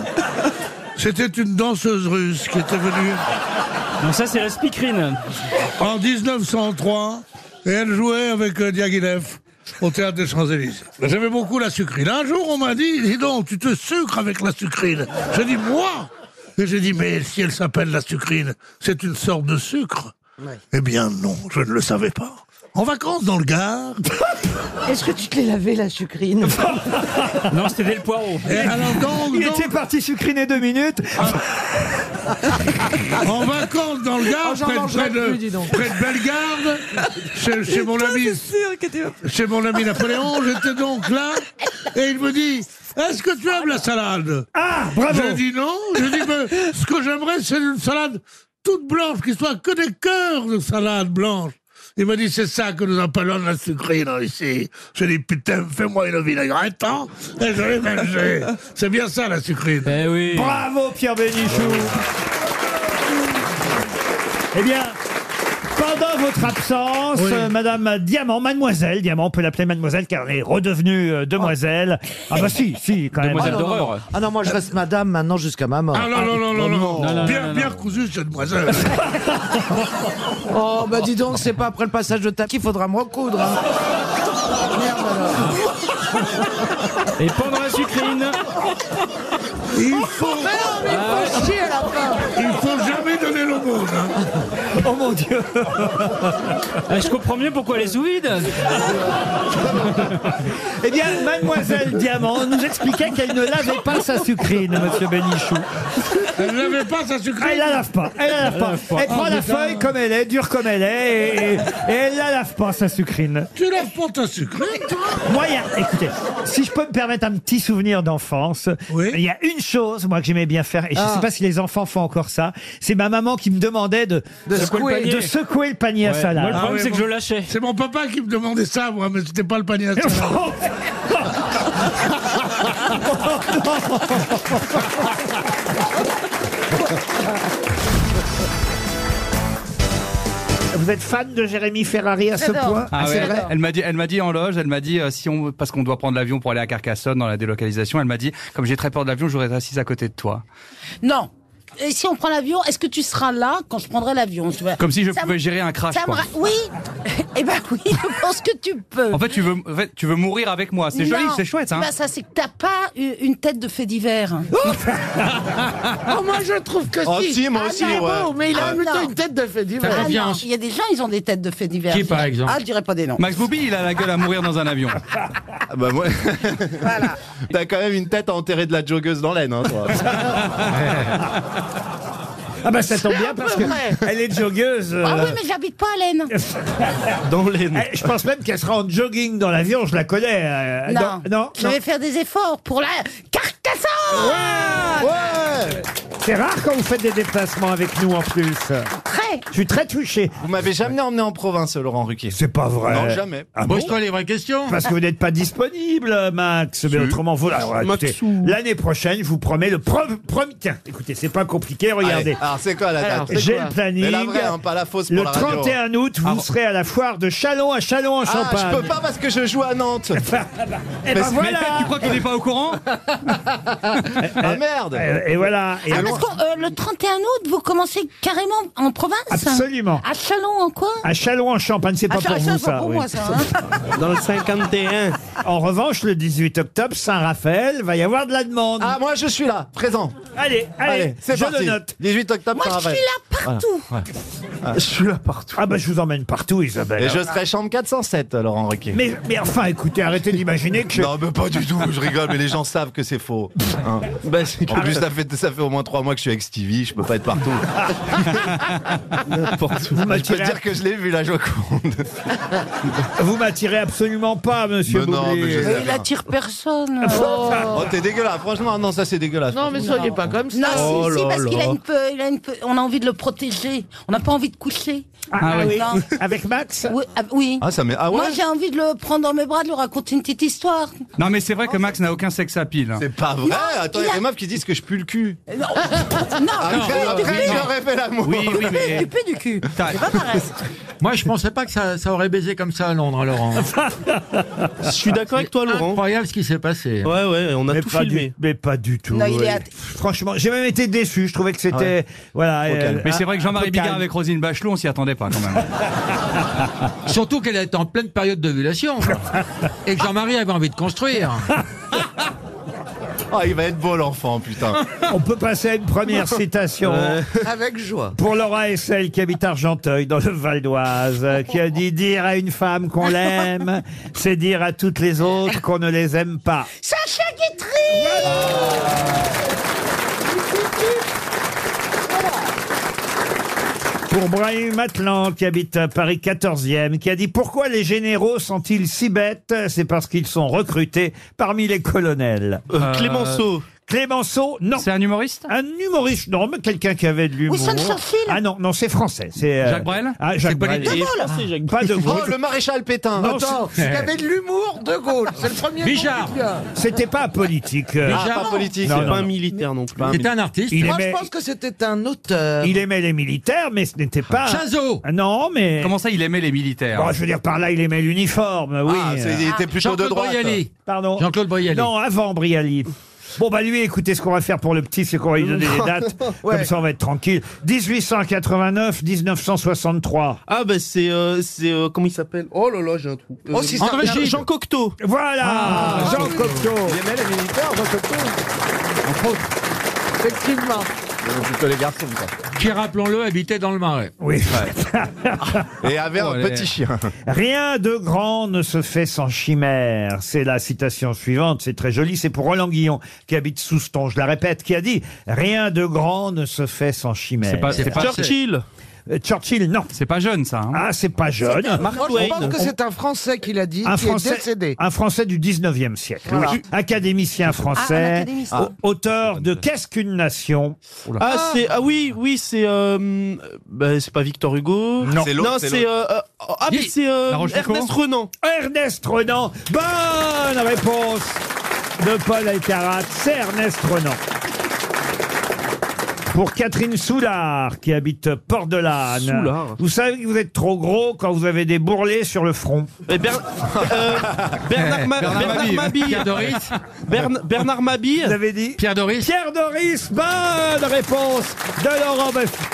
[SPEAKER 21] C'était une danseuse russe qui était venue. Non, ça c'est la spikrine. En 1903, et elle jouait avec euh, Diaghilev au théâtre des Champs-Élysées. J'aimais beaucoup la sucrine. Un jour, on m'a dit, dis donc, tu te sucres avec la sucrine. J'ai dit, moi Et j'ai dit, mais si elle s'appelle la sucrine, c'est une sorte de sucre. Eh bien non, je ne le savais pas. En vacances dans le Gard.
[SPEAKER 7] Est-ce que tu te l'es lavé la sucrine
[SPEAKER 21] non, c'était le poireau.
[SPEAKER 1] il était parti sucriner deux minutes.
[SPEAKER 21] Ah. En vacances dans le Gard,
[SPEAKER 1] Oh, j'en
[SPEAKER 21] près, de-
[SPEAKER 1] mangerai
[SPEAKER 21] près de,
[SPEAKER 1] plus, dis donc.
[SPEAKER 21] près de Bellegarde, chez, chez mon
[SPEAKER 8] Toi,
[SPEAKER 21] ami,
[SPEAKER 8] c'est sûr que tu-
[SPEAKER 21] chez mon ami Napoléon, j'étais donc là, et il me dit, est-ce que tu aimes la salade
[SPEAKER 1] Ah, bravo
[SPEAKER 21] J'ai dit non, j'ai dit, mais ce que j'aimerais, c'est une salade toute blanche, qui soit que des cœurs de salade blanche. Il m'a dit, c'est ça que nous appelons la sucrée, là, ici. J'ai dit, putain, fais-moi une vinaigrette, hein, et je vais manger. C'est bien ça, la sucrée. Eh oui.
[SPEAKER 1] Bravo, Pierre Bénichou. Eh bien, pendant votre absence, euh, Madame Diamant, Mademoiselle Diamant, on peut l'appeler Mademoiselle car elle est redevenue euh, demoiselle. Ah bah si, si, quand même.
[SPEAKER 3] Ah non, non, non. Ah non, moi je reste madame maintenant jusqu'à ma mort.
[SPEAKER 21] Ah non, non, non, non, non. bien, bien recousu, cette demoiselle.
[SPEAKER 3] Oh bah dis donc, c'est pas après le passage de ta qu'il faudra me recoudre. hein. Merde alors.
[SPEAKER 21] Et pendant la sucrine. Il faut.
[SPEAKER 3] mais il faut Ah. chier à la fin.
[SPEAKER 21] Il faut jamais donner hein. le monde.
[SPEAKER 1] Oh mon dieu
[SPEAKER 4] Je comprends mieux pourquoi elle est sous vide
[SPEAKER 1] Eh bien, Mademoiselle Diamant nous expliquait qu'elle ne lavait pas sa sucrine, Monsieur Bénichou.
[SPEAKER 21] Elle ne lavait pas sa sucrine
[SPEAKER 1] Elle la lave pas, elle la lave pas. Elle
[SPEAKER 21] Ah,
[SPEAKER 1] prend la feuille comme elle est, dure comme elle est, et, et- et elle la lave pas, sa sucrine.
[SPEAKER 21] Tu laves pas ta sucrine, toi
[SPEAKER 1] Moi, il y a- écoutez, si je peux me permettre un petit souvenir d'enfance, il y a une chose, moi, que j'aimais bien faire, et je ne
[SPEAKER 3] Ah.
[SPEAKER 1] sais pas si les enfants font encore ça, c'est ma maman qui me demandait de,
[SPEAKER 3] De secouer le panier. Ah,
[SPEAKER 1] de secouer le panier à salade.
[SPEAKER 21] je lâchais. Ah, C'est mon papa qui me demandait ça, moi, mais c'était pas le panier à salade.
[SPEAKER 1] Vous êtes fan de Jérémy Ferrari à ce
[SPEAKER 4] J'adore.
[SPEAKER 1] point
[SPEAKER 12] Ah ouais.
[SPEAKER 1] c'est vrai
[SPEAKER 12] Elle m'a dit, elle m'a dit en loge, elle m'a dit euh, si on parce qu'on doit prendre l'avion pour aller à Carcassonne dans la délocalisation. Elle m'a dit comme j'ai très peur de l'avion, j'aurais été assise à côté de toi.
[SPEAKER 14] Non. Et si on prend l'avion, est-ce que tu seras là quand je prendrai l'avion tu vois
[SPEAKER 12] Comme si je
[SPEAKER 14] Ça
[SPEAKER 12] pouvais
[SPEAKER 14] me-
[SPEAKER 12] gérer un crash.
[SPEAKER 14] ça me
[SPEAKER 12] quoi.
[SPEAKER 14] ra- Oui. Eh ben oui, je pense que tu peux.
[SPEAKER 9] Euh,
[SPEAKER 12] En fait, tu veux, en fait, tu veux mourir avec moi. C'est joli,
[SPEAKER 14] Non.
[SPEAKER 12] c'est chouette, hein.
[SPEAKER 14] Bah, ça, c'est que t'as pas eu une tête de fait divers.
[SPEAKER 12] oh,
[SPEAKER 14] moi, je trouve que
[SPEAKER 12] Oh, si. si, moi
[SPEAKER 14] Ah,
[SPEAKER 12] aussi,
[SPEAKER 14] non,
[SPEAKER 12] ouais.
[SPEAKER 3] Oh,
[SPEAKER 14] bon, mais il a
[SPEAKER 12] Ah,
[SPEAKER 14] plutôt
[SPEAKER 12] non.
[SPEAKER 14] une tête de fait divers.
[SPEAKER 12] Fais
[SPEAKER 14] Ah, non,
[SPEAKER 12] confiance.
[SPEAKER 14] Il y a des gens, ils ont des têtes de fait divers.
[SPEAKER 12] Qui, par exemple
[SPEAKER 14] Ah, je dirais pas des noms.
[SPEAKER 12] Max Boubi, il a la gueule à mourir dans un avion.
[SPEAKER 5] Ah
[SPEAKER 2] bah moi. T'as quand même une tête à enterrer de la joggeuse dans l'aine, hein, toi.
[SPEAKER 5] Euh,
[SPEAKER 1] Ah bah ça tombe bien parce que elle est joggeuse.
[SPEAKER 14] Ah
[SPEAKER 1] euh,
[SPEAKER 14] oui, mais j'habite pas à Laine.
[SPEAKER 1] Dans Eh, Je pense même qu'elle sera en jogging dans l'avion, je la connais. euh,
[SPEAKER 14] non.
[SPEAKER 1] dans- non,
[SPEAKER 14] Je
[SPEAKER 1] non.
[SPEAKER 14] vais faire des efforts pour la Carcassonne.
[SPEAKER 1] C'est rare quand vous faites des déplacements avec nous en plus.
[SPEAKER 14] Très
[SPEAKER 9] touché.
[SPEAKER 1] Je suis très touché.
[SPEAKER 5] Vous m'avez jamais emmené en province, Laurent Ruquier.
[SPEAKER 1] C'est pas vrai.
[SPEAKER 5] Non, jamais.
[SPEAKER 1] Ah bon Pose-toi les
[SPEAKER 5] vraies questions.
[SPEAKER 1] Parce que vous n'êtes pas disponible, Max. Mais autrement, vous. alors, écoutez,
[SPEAKER 5] Maxou.
[SPEAKER 1] L'année prochaine, je vous promets le premier. Tiens, écoutez, c'est pas compliqué, regardez.
[SPEAKER 5] Allez, alors, c'est quoi la date Alors, c'est
[SPEAKER 1] J'ai
[SPEAKER 5] quoi
[SPEAKER 1] le planning.
[SPEAKER 5] Mais la vraie, hein, pas la fausse pour
[SPEAKER 1] Le
[SPEAKER 5] la radio.
[SPEAKER 1] 31 août, vous serez à la foire de Chalon à Chalon en
[SPEAKER 5] Ah,
[SPEAKER 1] Champagne.
[SPEAKER 5] je peux pas parce que je joue à Nantes.
[SPEAKER 1] Eh ben voilà
[SPEAKER 5] tu crois qu'on n'est pas au courant Ah merde
[SPEAKER 1] Eh, Et, et voilà. Et
[SPEAKER 9] Ah,
[SPEAKER 1] alors-
[SPEAKER 9] parce que euh, le 31 août, vous commencez carrément en province
[SPEAKER 1] Absolument.
[SPEAKER 9] À Chalon, en quoi
[SPEAKER 1] À Chalon en Champagne, c'est pas
[SPEAKER 9] Ah, ça-
[SPEAKER 1] pour
[SPEAKER 9] ça,
[SPEAKER 1] vous
[SPEAKER 9] c'est
[SPEAKER 1] ça.
[SPEAKER 9] pour
[SPEAKER 1] oui.
[SPEAKER 9] moi, ça, hein.
[SPEAKER 1] Dans le 51. En revanche, le 18 octobre, Saint-Raphaël, va y avoir de la demande. Ah,
[SPEAKER 5] moi je suis là, présent.
[SPEAKER 1] Allez, allez,
[SPEAKER 5] Allez, c'est
[SPEAKER 1] je
[SPEAKER 5] parti.
[SPEAKER 1] le note.
[SPEAKER 5] 18 octobre, Moi, je Saint-Raphaël. suis là partout.
[SPEAKER 1] Je suis là partout. Ah bah je vous emmène partout, Isabelle.
[SPEAKER 5] Et je serai chambre 407, Laurent Ruquier.
[SPEAKER 1] Mais, mais enfin, écoutez, arrêtez d'imaginer que je...
[SPEAKER 5] Non, mais pas du tout, je rigole, mais les gens savent que c'est faux. hein.
[SPEAKER 9] Bah,
[SPEAKER 5] en plus, ça fait, ça fait au moins trois mois que je suis avec Stevie, je peux pas être partout. N'importe où.
[SPEAKER 1] Vous
[SPEAKER 5] Je peux
[SPEAKER 1] m'attirez-
[SPEAKER 5] dire que je l'ai vu, la Joconde.
[SPEAKER 1] Vous m'attirez absolument pas, monsieur
[SPEAKER 5] Mais non,
[SPEAKER 1] Boublil.
[SPEAKER 5] mais je sais bien.
[SPEAKER 9] Tire personne.
[SPEAKER 5] Oh, t'es dégueulasse, franchement, non, ça c'est dégueulasse.
[SPEAKER 9] Non, mais soyez pas
[SPEAKER 5] comme
[SPEAKER 9] Non,
[SPEAKER 5] Oh
[SPEAKER 9] si, si,
[SPEAKER 5] là
[SPEAKER 9] parce qu'il a
[SPEAKER 5] là.
[SPEAKER 9] une peu- il a une peu- on a envie de le protéger. On n'a pas envie de coucher.
[SPEAKER 5] Ah, ah oui.
[SPEAKER 9] Non.
[SPEAKER 1] Avec Max
[SPEAKER 9] Oui. ah, oui.
[SPEAKER 5] Ah, ça m'est- ah ouais
[SPEAKER 9] Moi, j'ai envie de le prendre dans mes bras, de lui raconter une petite histoire.
[SPEAKER 12] Non, mais c'est vrai que Max n'a aucun sexe à pile.
[SPEAKER 5] C'est pas vrai. Attends, il y a des meufs qui disent que je pue le cul.
[SPEAKER 14] Euh,
[SPEAKER 9] Non, non
[SPEAKER 5] Après,
[SPEAKER 9] tu peux-
[SPEAKER 5] après,
[SPEAKER 9] tu peux-
[SPEAKER 5] Ah, j'aurais fait l'amour.
[SPEAKER 12] Oui, oui, mais-
[SPEAKER 9] Tu peux du cul.
[SPEAKER 12] T'as-
[SPEAKER 11] Moi, je pensais pas que ça, ça aurait baisé comme ça à Londres, hein. Laurent.
[SPEAKER 5] Je suis d'accord avec toi,
[SPEAKER 11] Laurent. Incroyable ce qui s'est passé.
[SPEAKER 5] Ouais, ouais, on a
[SPEAKER 1] Mais pas du- mais pas du tout.
[SPEAKER 9] Non, il est
[SPEAKER 1] ouais.
[SPEAKER 9] at-
[SPEAKER 1] Franchement, j'ai même été déçu. Je trouvais que c'était.
[SPEAKER 12] Ouais.
[SPEAKER 5] Ah
[SPEAKER 1] Voilà. euh,
[SPEAKER 12] mais
[SPEAKER 1] un-
[SPEAKER 12] c'est vrai que
[SPEAKER 1] un
[SPEAKER 12] Jean-Marie
[SPEAKER 1] peu
[SPEAKER 12] Bigard
[SPEAKER 1] calme.
[SPEAKER 12] avec Rosine Bachelot, on s'y attendait pas quand même.
[SPEAKER 11] Surtout qu'elle était en pleine période d'ovulation. Et que Jean-Marie avait envie de construire.
[SPEAKER 5] Ah, il va être beau l'enfant, putain.
[SPEAKER 1] On peut passer à une première citation.
[SPEAKER 5] Ouais.
[SPEAKER 11] Euh. Avec joie.
[SPEAKER 1] Pour Laura Essel, qui habite Argenteuil, dans le Val d'Oise, euh, qui a dit Dire à une femme qu'on l'aime, c'est dire à toutes les autres qu'on ne les aime pas.
[SPEAKER 9] Sacha Guitry
[SPEAKER 1] Pour Brahim Atlan, qui habite à Paris 14e, qui a dit Pourquoi les généraux sont-ils si bêtes C'est parce qu'ils sont recrutés parmi les colonels.
[SPEAKER 5] Euh, Clémenceau.
[SPEAKER 1] Clémenceau, non. C'est
[SPEAKER 12] un humoriste
[SPEAKER 1] Un humoriste, non, mais quelqu'un qui avait de l'humour.
[SPEAKER 5] Winston Churchill
[SPEAKER 1] Ah non, non, c'est français. C'est
[SPEAKER 12] Jacques Brel
[SPEAKER 1] Ah, Jacques
[SPEAKER 12] C'est pas
[SPEAKER 1] Brel.
[SPEAKER 12] du tout
[SPEAKER 1] Et-
[SPEAKER 12] drôle.
[SPEAKER 1] Ah, Jacques Pas de
[SPEAKER 5] Oh,
[SPEAKER 1] Gaulle.
[SPEAKER 5] le maréchal Pétain.
[SPEAKER 1] Non,
[SPEAKER 5] Attends.
[SPEAKER 1] c'est-
[SPEAKER 3] Il avait de l'humour de Gaulle. C'est le premier. nom
[SPEAKER 11] Bichard.
[SPEAKER 3] qui vient.
[SPEAKER 1] C'était pas politique. euh.
[SPEAKER 5] Ah, pas politique,
[SPEAKER 1] Non,
[SPEAKER 5] c'est
[SPEAKER 1] non,
[SPEAKER 5] pas un
[SPEAKER 1] non.
[SPEAKER 5] militaire non plus.
[SPEAKER 11] C'était un artiste.
[SPEAKER 1] Il
[SPEAKER 3] Moi,
[SPEAKER 1] aimait-
[SPEAKER 3] je pense que c'était un auteur.
[SPEAKER 1] Il aimait les militaires, mais ce n'était pas.
[SPEAKER 11] Chazot
[SPEAKER 1] Ah Non, mais.
[SPEAKER 12] Comment ça, il aimait les militaires
[SPEAKER 1] Bon, Bah, je veux dire, par là, il aimait l'uniforme, oui.
[SPEAKER 5] Ah, c'est- il était plutôt de
[SPEAKER 11] Jean-Claude
[SPEAKER 5] droite.
[SPEAKER 11] Brialy.
[SPEAKER 1] Pardon.
[SPEAKER 11] Jean-Claude Brialy.
[SPEAKER 1] Non, avant Brialy. Bon, bah lui, écoutez, ce qu'on va faire pour le petit, c'est qu'on va lui donner les dates.
[SPEAKER 5] Ouais.
[SPEAKER 1] Comme ça, on va être tranquille. 1889, 1963.
[SPEAKER 5] Ah, bah c'est. euh, c'est euh, comment il s'appelle Oh là là, j'ai un trou. Euh,
[SPEAKER 11] Oh, si, ça
[SPEAKER 5] André
[SPEAKER 11] regarde.
[SPEAKER 5] Gide. Jean Cocteau.
[SPEAKER 1] Voilà Jean
[SPEAKER 5] oui.
[SPEAKER 1] Cocteau
[SPEAKER 5] Ah. Il aimait les militaires, Jean Cocteau.
[SPEAKER 3] Effectivement.
[SPEAKER 5] Plutôt Euh, les garçons, quoi.
[SPEAKER 11] Qui, rappelons-le, habitait dans le marais.
[SPEAKER 1] Oui.
[SPEAKER 5] Et avait
[SPEAKER 11] Oh,
[SPEAKER 5] un
[SPEAKER 11] les-
[SPEAKER 5] petit chien.
[SPEAKER 1] Rien de grand ne se fait sans chimère. C'est la citation suivante, c'est très joli, c'est pour Roland Guillon, qui habite Souston, je la répète, qui a dit « Rien de grand ne se fait sans chimère ».
[SPEAKER 12] C'est pas- c'est pas-
[SPEAKER 5] Churchill.
[SPEAKER 1] Euh, Churchill, non.
[SPEAKER 12] C'est pas jeune, ça. hein.
[SPEAKER 1] Ah, c'est pas jeune.
[SPEAKER 3] Moi, je pense que c'est un Français qui l'a dit,
[SPEAKER 1] un
[SPEAKER 3] qui est
[SPEAKER 1] français, Ah.
[SPEAKER 3] décédé.
[SPEAKER 1] un Français du 19e siècle.
[SPEAKER 3] Voilà.
[SPEAKER 1] Oui. Académicien
[SPEAKER 3] Ah, un
[SPEAKER 1] français,
[SPEAKER 3] académicien.
[SPEAKER 1] au- auteur de Qu'est-ce qu'une nation
[SPEAKER 5] Ah, c'est ah oui oui c'est euh, bah, c'est pas Victor Hugo
[SPEAKER 1] Non.
[SPEAKER 5] c'est
[SPEAKER 1] l'autre,
[SPEAKER 5] non
[SPEAKER 1] c'est
[SPEAKER 5] c'est euh, euh, ah mais c'est euh,
[SPEAKER 1] La Rochefoucauld
[SPEAKER 5] Ernest Renan
[SPEAKER 1] Ernest Renan. Bonne réponse de Paul Alcarat. C'est Ernest Renan. Pour Catherine Soulard, qui habite Port de
[SPEAKER 5] Soulard.
[SPEAKER 1] l'Âne. Vous savez que vous êtes trop gros quand vous avez des bourrelets sur le front.
[SPEAKER 5] Et Ber- euh, Bernard, Ma-
[SPEAKER 11] Bernard
[SPEAKER 5] Bernard
[SPEAKER 11] Mabille.
[SPEAKER 5] Mabille
[SPEAKER 11] Pierre Doris.
[SPEAKER 5] Bern- Bernard Mabille
[SPEAKER 1] Vous avez dit
[SPEAKER 11] Pierre Doris.
[SPEAKER 1] Pierre Doris, bonne réponse de Laurent Baffy.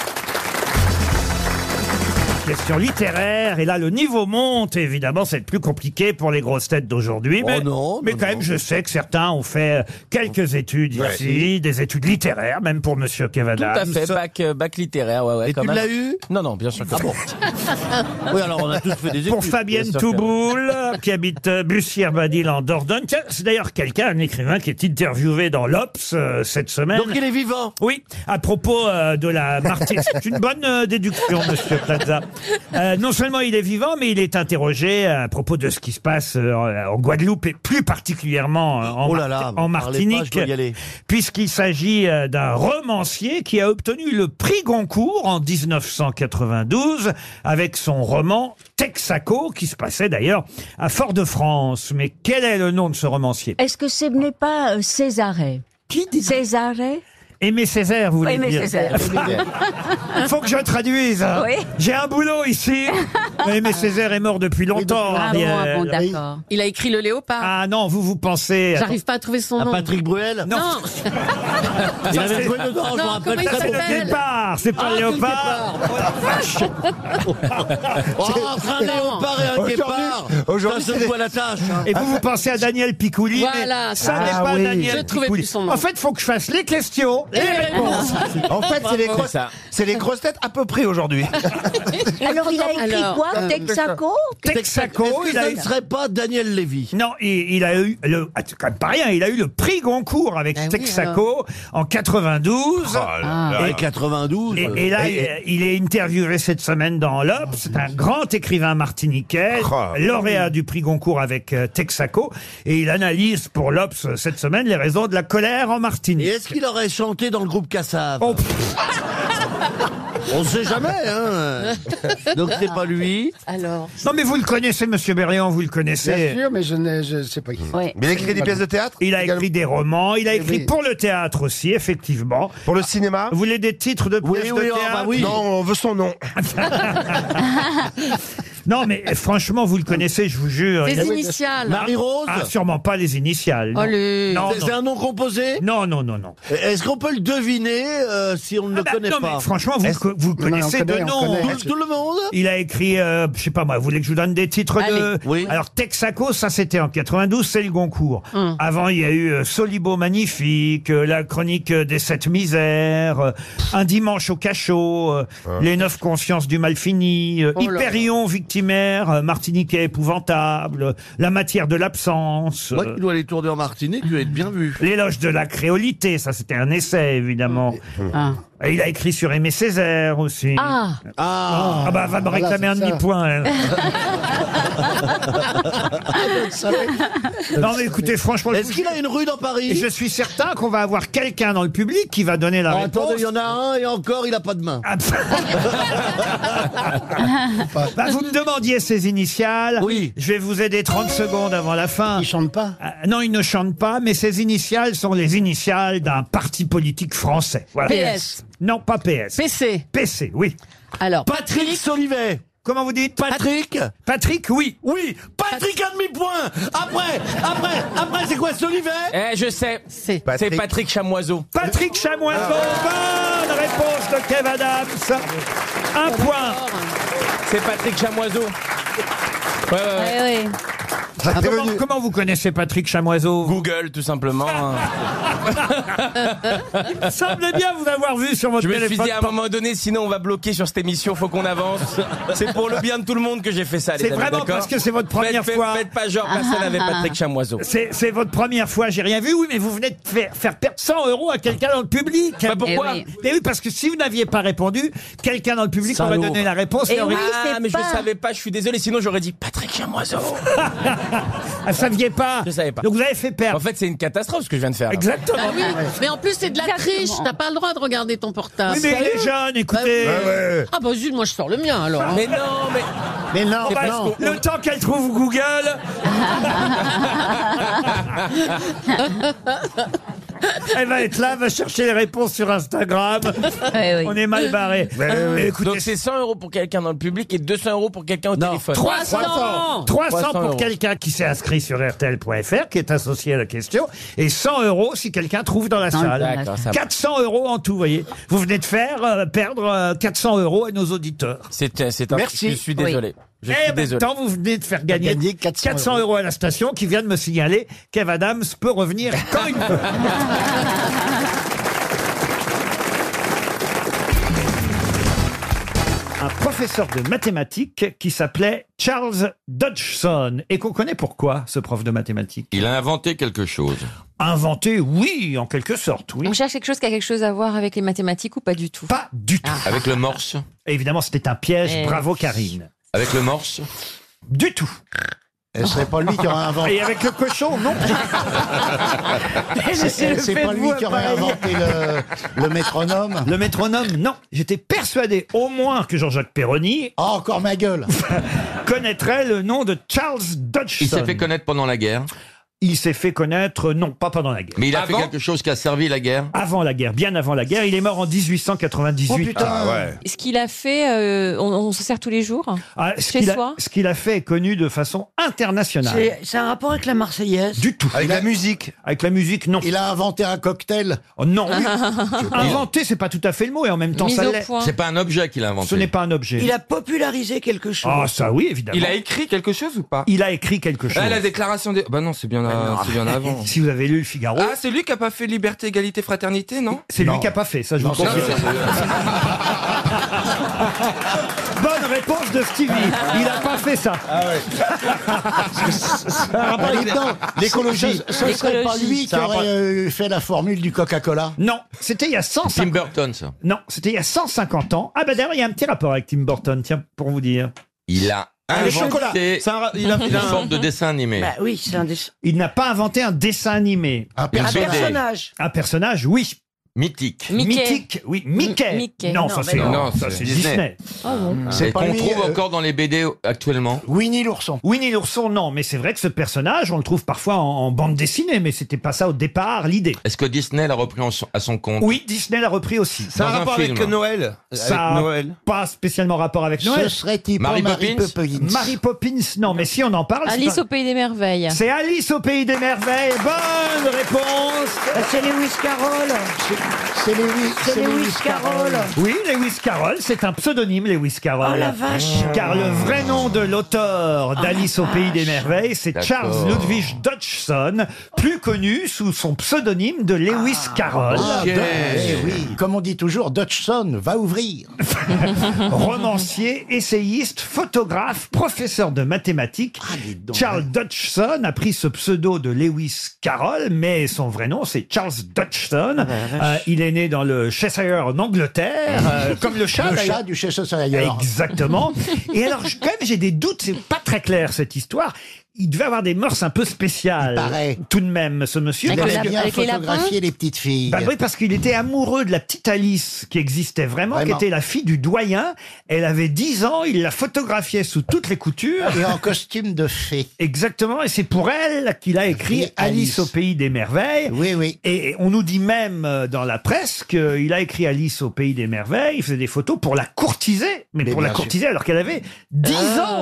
[SPEAKER 1] Question littéraire, et là le niveau monte, évidemment, c'est le plus compliqué pour les grosses têtes d'aujourd'hui.
[SPEAKER 5] Oh
[SPEAKER 1] mais,
[SPEAKER 5] non,
[SPEAKER 1] mais
[SPEAKER 5] non,
[SPEAKER 1] quand
[SPEAKER 5] non.
[SPEAKER 1] même, je sais que certains ont fait euh, quelques études
[SPEAKER 5] Ouais.
[SPEAKER 1] ici, des études littéraires, même pour Monsieur Kevin
[SPEAKER 6] Tout à
[SPEAKER 1] Adams.
[SPEAKER 6] fait, bac, euh, bac littéraire, ouais, ouais.
[SPEAKER 5] Et
[SPEAKER 6] quand
[SPEAKER 5] tu
[SPEAKER 6] même.
[SPEAKER 5] l'as eu Ah
[SPEAKER 6] Non, non, bien sûr que non. Oui, alors on a tous fait des études.
[SPEAKER 1] Pour Fabienne
[SPEAKER 6] bien sûr que-
[SPEAKER 1] Touboul, qui habite Bussière-Badil en Dordogne. Tiens, c'est d'ailleurs quelqu'un, un écrivain, qui est interviewé dans l'Obs euh, cette semaine.
[SPEAKER 5] donc il est vivant
[SPEAKER 1] Oui, à propos euh, de la Martinique. C'est une bonne euh, déduction, monsieur Plaza. Euh, non seulement il est vivant, mais il est interrogé à propos de ce qui se passe euh, en Guadeloupe et plus particulièrement euh, en,
[SPEAKER 2] Oh là
[SPEAKER 5] Ah,
[SPEAKER 2] là,
[SPEAKER 1] Mar-
[SPEAKER 2] vous
[SPEAKER 1] en
[SPEAKER 2] me parlez pas,
[SPEAKER 1] Martinique,
[SPEAKER 2] je dois y aller.
[SPEAKER 1] puisqu'il s'agit euh, d'un romancier qui a obtenu le prix Goncourt en 1992 avec son roman Texaco, qui se passait d'ailleurs à Fort-de-France. Mais quel est le nom de ce romancier
[SPEAKER 13] Est-ce que ce n'est pas euh, Césaré Qui dit Césaré
[SPEAKER 1] Aimé Césaire, vous voulez
[SPEAKER 13] Aimé
[SPEAKER 1] dire
[SPEAKER 13] Césaire,
[SPEAKER 1] Il faut que je traduise. hein.
[SPEAKER 13] Oui.
[SPEAKER 1] J'ai un boulot ici. Oui, mais Césaire est mort depuis longtemps.
[SPEAKER 16] Ah bon, ah bon,
[SPEAKER 1] Ariel.
[SPEAKER 16] d'accord. Il a écrit Le Léopard.
[SPEAKER 1] euh, Ah non, vous vous pensez.
[SPEAKER 16] J'arrive pas à trouver son
[SPEAKER 1] À
[SPEAKER 16] nom.
[SPEAKER 1] Patrick Bruel
[SPEAKER 16] Non.
[SPEAKER 1] Non.
[SPEAKER 16] Il
[SPEAKER 1] Ça,
[SPEAKER 16] avait
[SPEAKER 1] c'est-
[SPEAKER 16] joué dedans, je me Non, rappelle comment il très bien. s'appelle
[SPEAKER 1] Le départ, c'est pas
[SPEAKER 16] Ah,
[SPEAKER 1] le
[SPEAKER 16] quel
[SPEAKER 1] Léopard.
[SPEAKER 5] Oh.
[SPEAKER 10] entre un léopard et un
[SPEAKER 1] Aujourd'hui-
[SPEAKER 10] guépard,
[SPEAKER 1] aujourd'hui,
[SPEAKER 10] ça
[SPEAKER 1] c'est-
[SPEAKER 10] se voit la tâche. hein.
[SPEAKER 1] Et vous, vous pensez à Daniel Picouli. mais
[SPEAKER 10] Voilà, c'est
[SPEAKER 1] ça
[SPEAKER 10] ça.
[SPEAKER 1] n'est
[SPEAKER 10] Ah
[SPEAKER 1] pas
[SPEAKER 10] oui.
[SPEAKER 1] Daniel
[SPEAKER 10] Je trouvais
[SPEAKER 1] Picouli.
[SPEAKER 10] plus son nom.
[SPEAKER 1] En fait, faut que je fasse les questions et,
[SPEAKER 5] Eh
[SPEAKER 13] Et
[SPEAKER 1] les
[SPEAKER 5] ben,
[SPEAKER 13] les
[SPEAKER 1] réponses.
[SPEAKER 13] réponses.
[SPEAKER 2] En fait, c'est les,
[SPEAKER 1] Bravo.
[SPEAKER 2] grosses- c'est les grosses têtes à peu près aujourd'hui.
[SPEAKER 13] Alors il a écrit
[SPEAKER 2] Alors,
[SPEAKER 13] quoi
[SPEAKER 2] euh,
[SPEAKER 13] Texaco
[SPEAKER 1] Texaco,
[SPEAKER 2] Est-ce que ça ne serait
[SPEAKER 1] pas Daniel Lévy. Non, il, il a eu le, ah, c'est quand même pas rien, il a eu le prix Goncourt avec
[SPEAKER 2] oui,
[SPEAKER 1] Texaco en 92.
[SPEAKER 2] Oh là là. Et 92,
[SPEAKER 1] Et,
[SPEAKER 2] euh,
[SPEAKER 1] et là,
[SPEAKER 2] et- et- Oh,
[SPEAKER 1] il, il est interviewé cette semaine dans l'Obs. C'est un grand écrivain martiniquais, lauréat du prix Goncourt avec euh, Texaco, et il analyse pour l'Obs euh, cette semaine les raisons de la colère en Martinique. Oh,
[SPEAKER 10] Est-ce qu'il aurait chanté dans le groupe Cassave
[SPEAKER 2] On sait jamais, hein. Donc c'est pas lui.
[SPEAKER 13] Alors.
[SPEAKER 1] Non, mais vous le connaissez, Monsieur Berriand, vous le connaissez.
[SPEAKER 5] Bien sûr, mais je ne je sais pas qui. c'est.
[SPEAKER 1] théâtre Il a écrit des romans, il a écrit
[SPEAKER 5] Oui.
[SPEAKER 1] pour le théâtre aussi, effectivement. Pour le cinéma Vous voulez des titres de
[SPEAKER 2] Oui,
[SPEAKER 1] pièces de
[SPEAKER 2] oui, oh, bah
[SPEAKER 1] théâtre
[SPEAKER 2] oui. Non, on veut son nom.
[SPEAKER 1] Non, mais franchement, vous le connaissez, je vous jure.
[SPEAKER 16] Les
[SPEAKER 1] Il a-
[SPEAKER 16] initiales.
[SPEAKER 10] Marie-Rose
[SPEAKER 1] Ah, sûrement pas les initiales. non.
[SPEAKER 16] Allez.
[SPEAKER 1] Non,
[SPEAKER 10] C'est-
[SPEAKER 1] non.
[SPEAKER 10] C'est un nom composé
[SPEAKER 1] Non, non, non, non.
[SPEAKER 10] Est-ce qu'on peut le deviner euh, si on ne le
[SPEAKER 1] bah,
[SPEAKER 10] connaît
[SPEAKER 1] non, mais
[SPEAKER 10] pas
[SPEAKER 1] franchement, vous
[SPEAKER 10] Est-ce-
[SPEAKER 1] co- vous
[SPEAKER 10] Non, non,
[SPEAKER 1] connaissez
[SPEAKER 10] on connaît,
[SPEAKER 1] de
[SPEAKER 10] on
[SPEAKER 1] nom.
[SPEAKER 10] connaît.
[SPEAKER 1] Tout-
[SPEAKER 10] Est-ce- Tout, le monde
[SPEAKER 1] Il a écrit, euh, je sais pas moi, vous voulez que je vous donne des titres de...
[SPEAKER 10] Allez. Oui.
[SPEAKER 1] Alors Texaco, ça c'était en 92, c'est le Goncourt.
[SPEAKER 10] Hum.
[SPEAKER 1] Avant, il y a eu euh, Solibo Magnifique, euh, La Chronique euh, des Sept Misères, euh, Un Dimanche au Cachot, euh,
[SPEAKER 10] Ah.
[SPEAKER 1] Les Neuf Consciences du Malfini, euh,
[SPEAKER 10] Oh là là.
[SPEAKER 1] Hyperion Victimaire, euh, Martiniquais Épouvantable, euh, La Matière de l'Absence...
[SPEAKER 10] Moi
[SPEAKER 1] euh,
[SPEAKER 10] qui dois aller tourner en Martinique, tu vas être bien vu.
[SPEAKER 1] L'éloge de la créolité, ça c'était un essai évidemment.
[SPEAKER 10] Ah.
[SPEAKER 1] Et il a écrit sur Aimé Césaire aussi.
[SPEAKER 13] Ah.
[SPEAKER 1] Ah, bah va me
[SPEAKER 13] Voilà,
[SPEAKER 1] réclamer
[SPEAKER 13] c'est
[SPEAKER 1] un hein.
[SPEAKER 13] ça.
[SPEAKER 1] demi-point. elle. non mais écoutez, franchement, est-ce qu'il a une rue dans Paris Je suis certain qu'on va avoir quelqu'un dans le public qui va donner la
[SPEAKER 10] Ah,
[SPEAKER 1] réponse. Ah,
[SPEAKER 10] attendez, il y en a un et encore, il a pas de main.
[SPEAKER 1] Bah, vous me demandiez ses initiales. Oui. Je vais vous aider 30 secondes avant la fin. Il chante pas Non, il ne chante pas, mais ses initiales sont les initiales d'un parti politique français.
[SPEAKER 16] PS.
[SPEAKER 1] Non, pas PS.
[SPEAKER 16] PC.
[SPEAKER 1] PC, oui.
[SPEAKER 16] Alors.
[SPEAKER 10] Patrick Solivet.
[SPEAKER 1] Comment vous dites
[SPEAKER 10] Eh, Patrick
[SPEAKER 1] Patrick, oui.
[SPEAKER 10] Oui, Patrick à demi-point. Après, après, après, c'est quoi Solivet
[SPEAKER 18] Eh, je sais. C'est Patrick, Chamoiseau.
[SPEAKER 1] Patrick Chamoiseau,
[SPEAKER 10] Ah.
[SPEAKER 1] bonne réponse de Kev Adams. Un point.
[SPEAKER 18] C'est Patrick Chamoiseau. Ouais, ouais, ouais.
[SPEAKER 1] Ah, comment, comment vous connaissez Patrick Chamoiseau
[SPEAKER 18] Google, tout simplement.
[SPEAKER 1] Il semblait bien vous avoir vu sur votre
[SPEAKER 18] Je me suis
[SPEAKER 1] téléphone.
[SPEAKER 18] dit à un moment donné, sinon on va bloquer sur cette émission, faut qu'on avance. C'est pour le bien de tout le monde que j'ai fait ça, Ah, les
[SPEAKER 1] C'est
[SPEAKER 18] amis,
[SPEAKER 1] vraiment
[SPEAKER 18] d'accord
[SPEAKER 1] parce que c'est votre
[SPEAKER 18] Faites-
[SPEAKER 1] première
[SPEAKER 18] faites-
[SPEAKER 1] fois.
[SPEAKER 18] Faites pas genre, personne n'avait
[SPEAKER 16] Ah,
[SPEAKER 18] Patrick Chamoiseau.
[SPEAKER 1] C'est c'est votre première fois, j'ai rien vu, oui, mais vous venez de faire, faire perdre 100 euros à quelqu'un dans le public.
[SPEAKER 18] Bah, pourquoi
[SPEAKER 1] Eh oui. Eh oui, parce que si vous n'aviez pas répondu, quelqu'un dans le public aurait donné la réponse.
[SPEAKER 18] Et
[SPEAKER 1] aurait-
[SPEAKER 18] oui, ah, mais je savais pas, je suis désolé, sinon j'aurais dit Patrick Chamoiseau.
[SPEAKER 1] Vous saviez Ah, pas
[SPEAKER 18] Je savais pas.
[SPEAKER 1] Donc vous avez fait perdre.
[SPEAKER 18] En fait, c'est une catastrophe ce que je viens de faire. là.
[SPEAKER 1] Exactement.
[SPEAKER 16] Ah oui, mais en plus c'est de la triche, t'as pas le droit de regarder ton portable.
[SPEAKER 18] Oui, mais il est
[SPEAKER 1] jeune, écoutez.
[SPEAKER 16] Bah oui.
[SPEAKER 18] Ouais, ouais.
[SPEAKER 16] Ah bah zut, moi je sors le mien alors. hein.
[SPEAKER 18] Mais non, mais.
[SPEAKER 1] Mais non,
[SPEAKER 18] C'est parce qu'on-
[SPEAKER 1] le temps qu'elle trouve Google. Elle va être là, va chercher les réponses sur Instagram. On est mal barré. Mais écoutez,
[SPEAKER 18] Donc c'est 100 euros pour quelqu'un dans le public et 200 euros pour quelqu'un au téléphone.
[SPEAKER 1] 300 300 pour quelqu'un qui s'est inscrit sur RTL.fr, qui est associé à la question, et 100 euros si quelqu'un trouve dans la
[SPEAKER 18] Dans le-
[SPEAKER 1] salle.
[SPEAKER 18] D'accord, ça va.
[SPEAKER 1] 400 euros en tout, voyez. Vous venez de faire euh, perdre euh, 400 euros à nos auditeurs.
[SPEAKER 18] C'est euh, c'est un.
[SPEAKER 1] Merci.
[SPEAKER 18] Je suis désolé.
[SPEAKER 1] Oui.
[SPEAKER 18] Je
[SPEAKER 1] Et
[SPEAKER 18] suis
[SPEAKER 1] en même
[SPEAKER 18] désolé.
[SPEAKER 1] temps, vous venez de faire gagner, 400, euros. à la station qui vient de me signaler qu'Eve Adams peut revenir quand il veut. Un prof- professeur de mathématiques qui s'appelait Charles Dodgson et qu'on connaît pourquoi ce prof de mathématiques.
[SPEAKER 11] Il a inventé quelque chose.
[SPEAKER 1] Inventé, oui, en quelque sorte, oui.
[SPEAKER 16] On cherche quelque chose qui a quelque chose à voir avec les mathématiques ou pas du tout
[SPEAKER 1] Pas du tout.
[SPEAKER 11] Avec le morse
[SPEAKER 1] Et Évidemment, c'était un piège.
[SPEAKER 16] Eh.
[SPEAKER 1] Bravo, Karine.
[SPEAKER 11] Avec le morse
[SPEAKER 1] Du tout.
[SPEAKER 5] Et ce serait pas lui qui aurait inventé.
[SPEAKER 1] Et avec le cochon, non
[SPEAKER 5] C'est c'est pas lui qui aurait inventé euh, le.
[SPEAKER 1] Le métronome Le métronome, non. J'étais persuadé au moins que Jean-Jacques Perroni.
[SPEAKER 5] Ah,
[SPEAKER 1] encore ma gueule Connaîtrait le nom de Charles Dodgson.
[SPEAKER 11] Il s'est fait connaître pendant la guerre.
[SPEAKER 1] Il s'est fait connaître, non, pas pendant la guerre.
[SPEAKER 11] Mais il a
[SPEAKER 1] Avant-
[SPEAKER 11] fait quelque chose qui a servi la guerre.
[SPEAKER 1] Avant la guerre, bien avant la guerre. Il est mort en 1898.
[SPEAKER 5] Oh,
[SPEAKER 11] Ah ouais.
[SPEAKER 16] Ce qu'il a fait, euh, on, on se sert tous les jours
[SPEAKER 1] Ah, ce
[SPEAKER 16] Chez
[SPEAKER 1] qu'il a,
[SPEAKER 16] soi
[SPEAKER 1] ce qu'il a fait est connu de façon internationale.
[SPEAKER 7] C'est c'est un rapport avec la Marseillaise.
[SPEAKER 1] Du tout. Avec la musique Avec la musique, non. Il a inventé un cocktail Non. oui. inventé, c'est pas tout à fait le mot, et en même temps, ça l'est.
[SPEAKER 11] C'est pas un objet qu'il a inventé.
[SPEAKER 1] Ce n'est pas un objet.
[SPEAKER 7] Il a popularisé quelque chose.
[SPEAKER 1] Ah, ça oui, évidemment.
[SPEAKER 18] Il a écrit quelque chose ou pas
[SPEAKER 1] Il a écrit quelque chose.
[SPEAKER 18] Ah, la déclaration des. Bah non, c'est bien, à- c'est bien avant.
[SPEAKER 1] si vous avez lu le Figaro,
[SPEAKER 18] Ah, c'est lui qui a pas fait liberté, égalité, fraternité, non
[SPEAKER 1] c'est lui qui a pas fait, ça je vous
[SPEAKER 18] Non,
[SPEAKER 1] confirme. Bonne réponse de Stevie. Il n'a pas fait ça.
[SPEAKER 5] En même temps,
[SPEAKER 1] Ah, L'écologie.
[SPEAKER 5] Ce, ce serait pas lui qui
[SPEAKER 1] Ça a
[SPEAKER 5] aurait
[SPEAKER 1] pas-
[SPEAKER 5] euh, fait la formule du Coca-Cola
[SPEAKER 1] Non, c'était il y a 150
[SPEAKER 11] Tim Burton, ça.
[SPEAKER 1] Non, c'était il y a 150 ans. Ah bah d'ailleurs, il y a un petit rapport avec Tim Burton, tiens, pour vous dire.
[SPEAKER 11] Il a
[SPEAKER 1] Ah, Le chocolat.
[SPEAKER 11] inventé
[SPEAKER 1] Ça ra- il
[SPEAKER 11] il
[SPEAKER 1] a-
[SPEAKER 11] a,
[SPEAKER 1] il a un-
[SPEAKER 11] une sorte de dessin animé.
[SPEAKER 1] Bah
[SPEAKER 6] Bah
[SPEAKER 1] oui, c'est un dessin. Il n'a pas inventé un dessin animé. Un,
[SPEAKER 11] personnage.
[SPEAKER 7] personnage.
[SPEAKER 1] Un personnage, oui.
[SPEAKER 11] Mythique.
[SPEAKER 1] Mickey. Mythique, oui. Mickey.
[SPEAKER 7] M- Mickey.
[SPEAKER 1] Non,
[SPEAKER 7] Non,
[SPEAKER 1] ça
[SPEAKER 7] mais
[SPEAKER 1] c'est
[SPEAKER 7] non.
[SPEAKER 1] non, Ah ça, c'est Disney.
[SPEAKER 11] Et qu'on trouve
[SPEAKER 1] euh,
[SPEAKER 11] encore dans les BD actuellement.
[SPEAKER 1] Winnie l'ourson. Winnie l'ourson, non, mais c'est vrai que ce personnage, on le trouve parfois en, en bande dessinée, mais c'était pas ça au départ l'idée.
[SPEAKER 11] Est-ce que Disney l'a repris en son- à son compte
[SPEAKER 1] Oui, Disney l'a repris aussi.
[SPEAKER 11] Ça a Dans un rapport film. avec Noël
[SPEAKER 1] Ça
[SPEAKER 11] Avec
[SPEAKER 1] a
[SPEAKER 11] Noël
[SPEAKER 1] pas spécialement rapport avec Noël.
[SPEAKER 5] Ce serait-il pas Mary Mary Poppins Poppins
[SPEAKER 1] Mary Poppins, non, mais si on en parle. Ah, c'est
[SPEAKER 16] Alice
[SPEAKER 1] un-
[SPEAKER 16] au pays des merveilles.
[SPEAKER 1] C'est Alice au pays des merveilles. Bonne réponse.
[SPEAKER 7] C'est Lewis Carroll.
[SPEAKER 5] C'est Lewis,
[SPEAKER 7] c'est Lewis Carroll.
[SPEAKER 1] Oui, Lewis Carroll, c'est un pseudonyme, Lewis Carroll. Ah.
[SPEAKER 7] Oh, la vache.
[SPEAKER 1] Car le vrai nom de
[SPEAKER 5] Oh
[SPEAKER 1] l'auteur d'Alice au pays des merveilles, c'est Charles
[SPEAKER 2] D'accord.
[SPEAKER 1] Ludwig Dodgson, plus connu sous son pseudonyme de Lewis Carroll.
[SPEAKER 5] Ah, Dutch, eh oui. Comme on dit toujours, Dutchson va ouvrir.
[SPEAKER 1] Romancier, essayiste, photographe, professeur de mathématiques,
[SPEAKER 5] Ah,
[SPEAKER 1] Charles
[SPEAKER 5] hein.
[SPEAKER 1] Dodgson a pris ce pseudo de Lewis Carroll, mais son vrai nom c'est Charles
[SPEAKER 5] Ah,
[SPEAKER 1] Dodgson.
[SPEAKER 5] ben,
[SPEAKER 1] Euh, il est né dans le Cheshire en Angleterre, euh, comme le chat.
[SPEAKER 5] Le
[SPEAKER 1] d'ailleurs.
[SPEAKER 5] chat du chez d'ailleurs.
[SPEAKER 1] Exactement. Et alors, je- quand même, j'ai des doutes, c'est pas très clair cette histoire. Il devait avoir des mœurs un peu spéciales. Tout de même, ce monsieur.
[SPEAKER 5] Il
[SPEAKER 1] Parce
[SPEAKER 5] aimait
[SPEAKER 1] que-
[SPEAKER 5] bien photographier les petites filles.
[SPEAKER 1] Bah oui, parce qu'il était amoureux de la petite Alice qui existait vraiment,
[SPEAKER 5] Vraiment.
[SPEAKER 1] qui était la fille du doyen. Elle avait 10 ans, il la photographiait sous toutes les coutures.
[SPEAKER 5] Et en costume de fée.
[SPEAKER 1] Exactement, et c'est pour elle qu'il a écrit
[SPEAKER 5] Et
[SPEAKER 1] Alice
[SPEAKER 5] Alice.
[SPEAKER 1] au pays des merveilles.
[SPEAKER 5] Oui, oui.
[SPEAKER 1] Et on nous dit même euh, dans la presse qu'il a écrit Alice au pays des merveilles, il faisait des photos pour la courtiser, mais,
[SPEAKER 5] Mais
[SPEAKER 1] pour la
[SPEAKER 5] bien sûr. Ah.
[SPEAKER 1] courtiser alors qu'elle avait 10 ans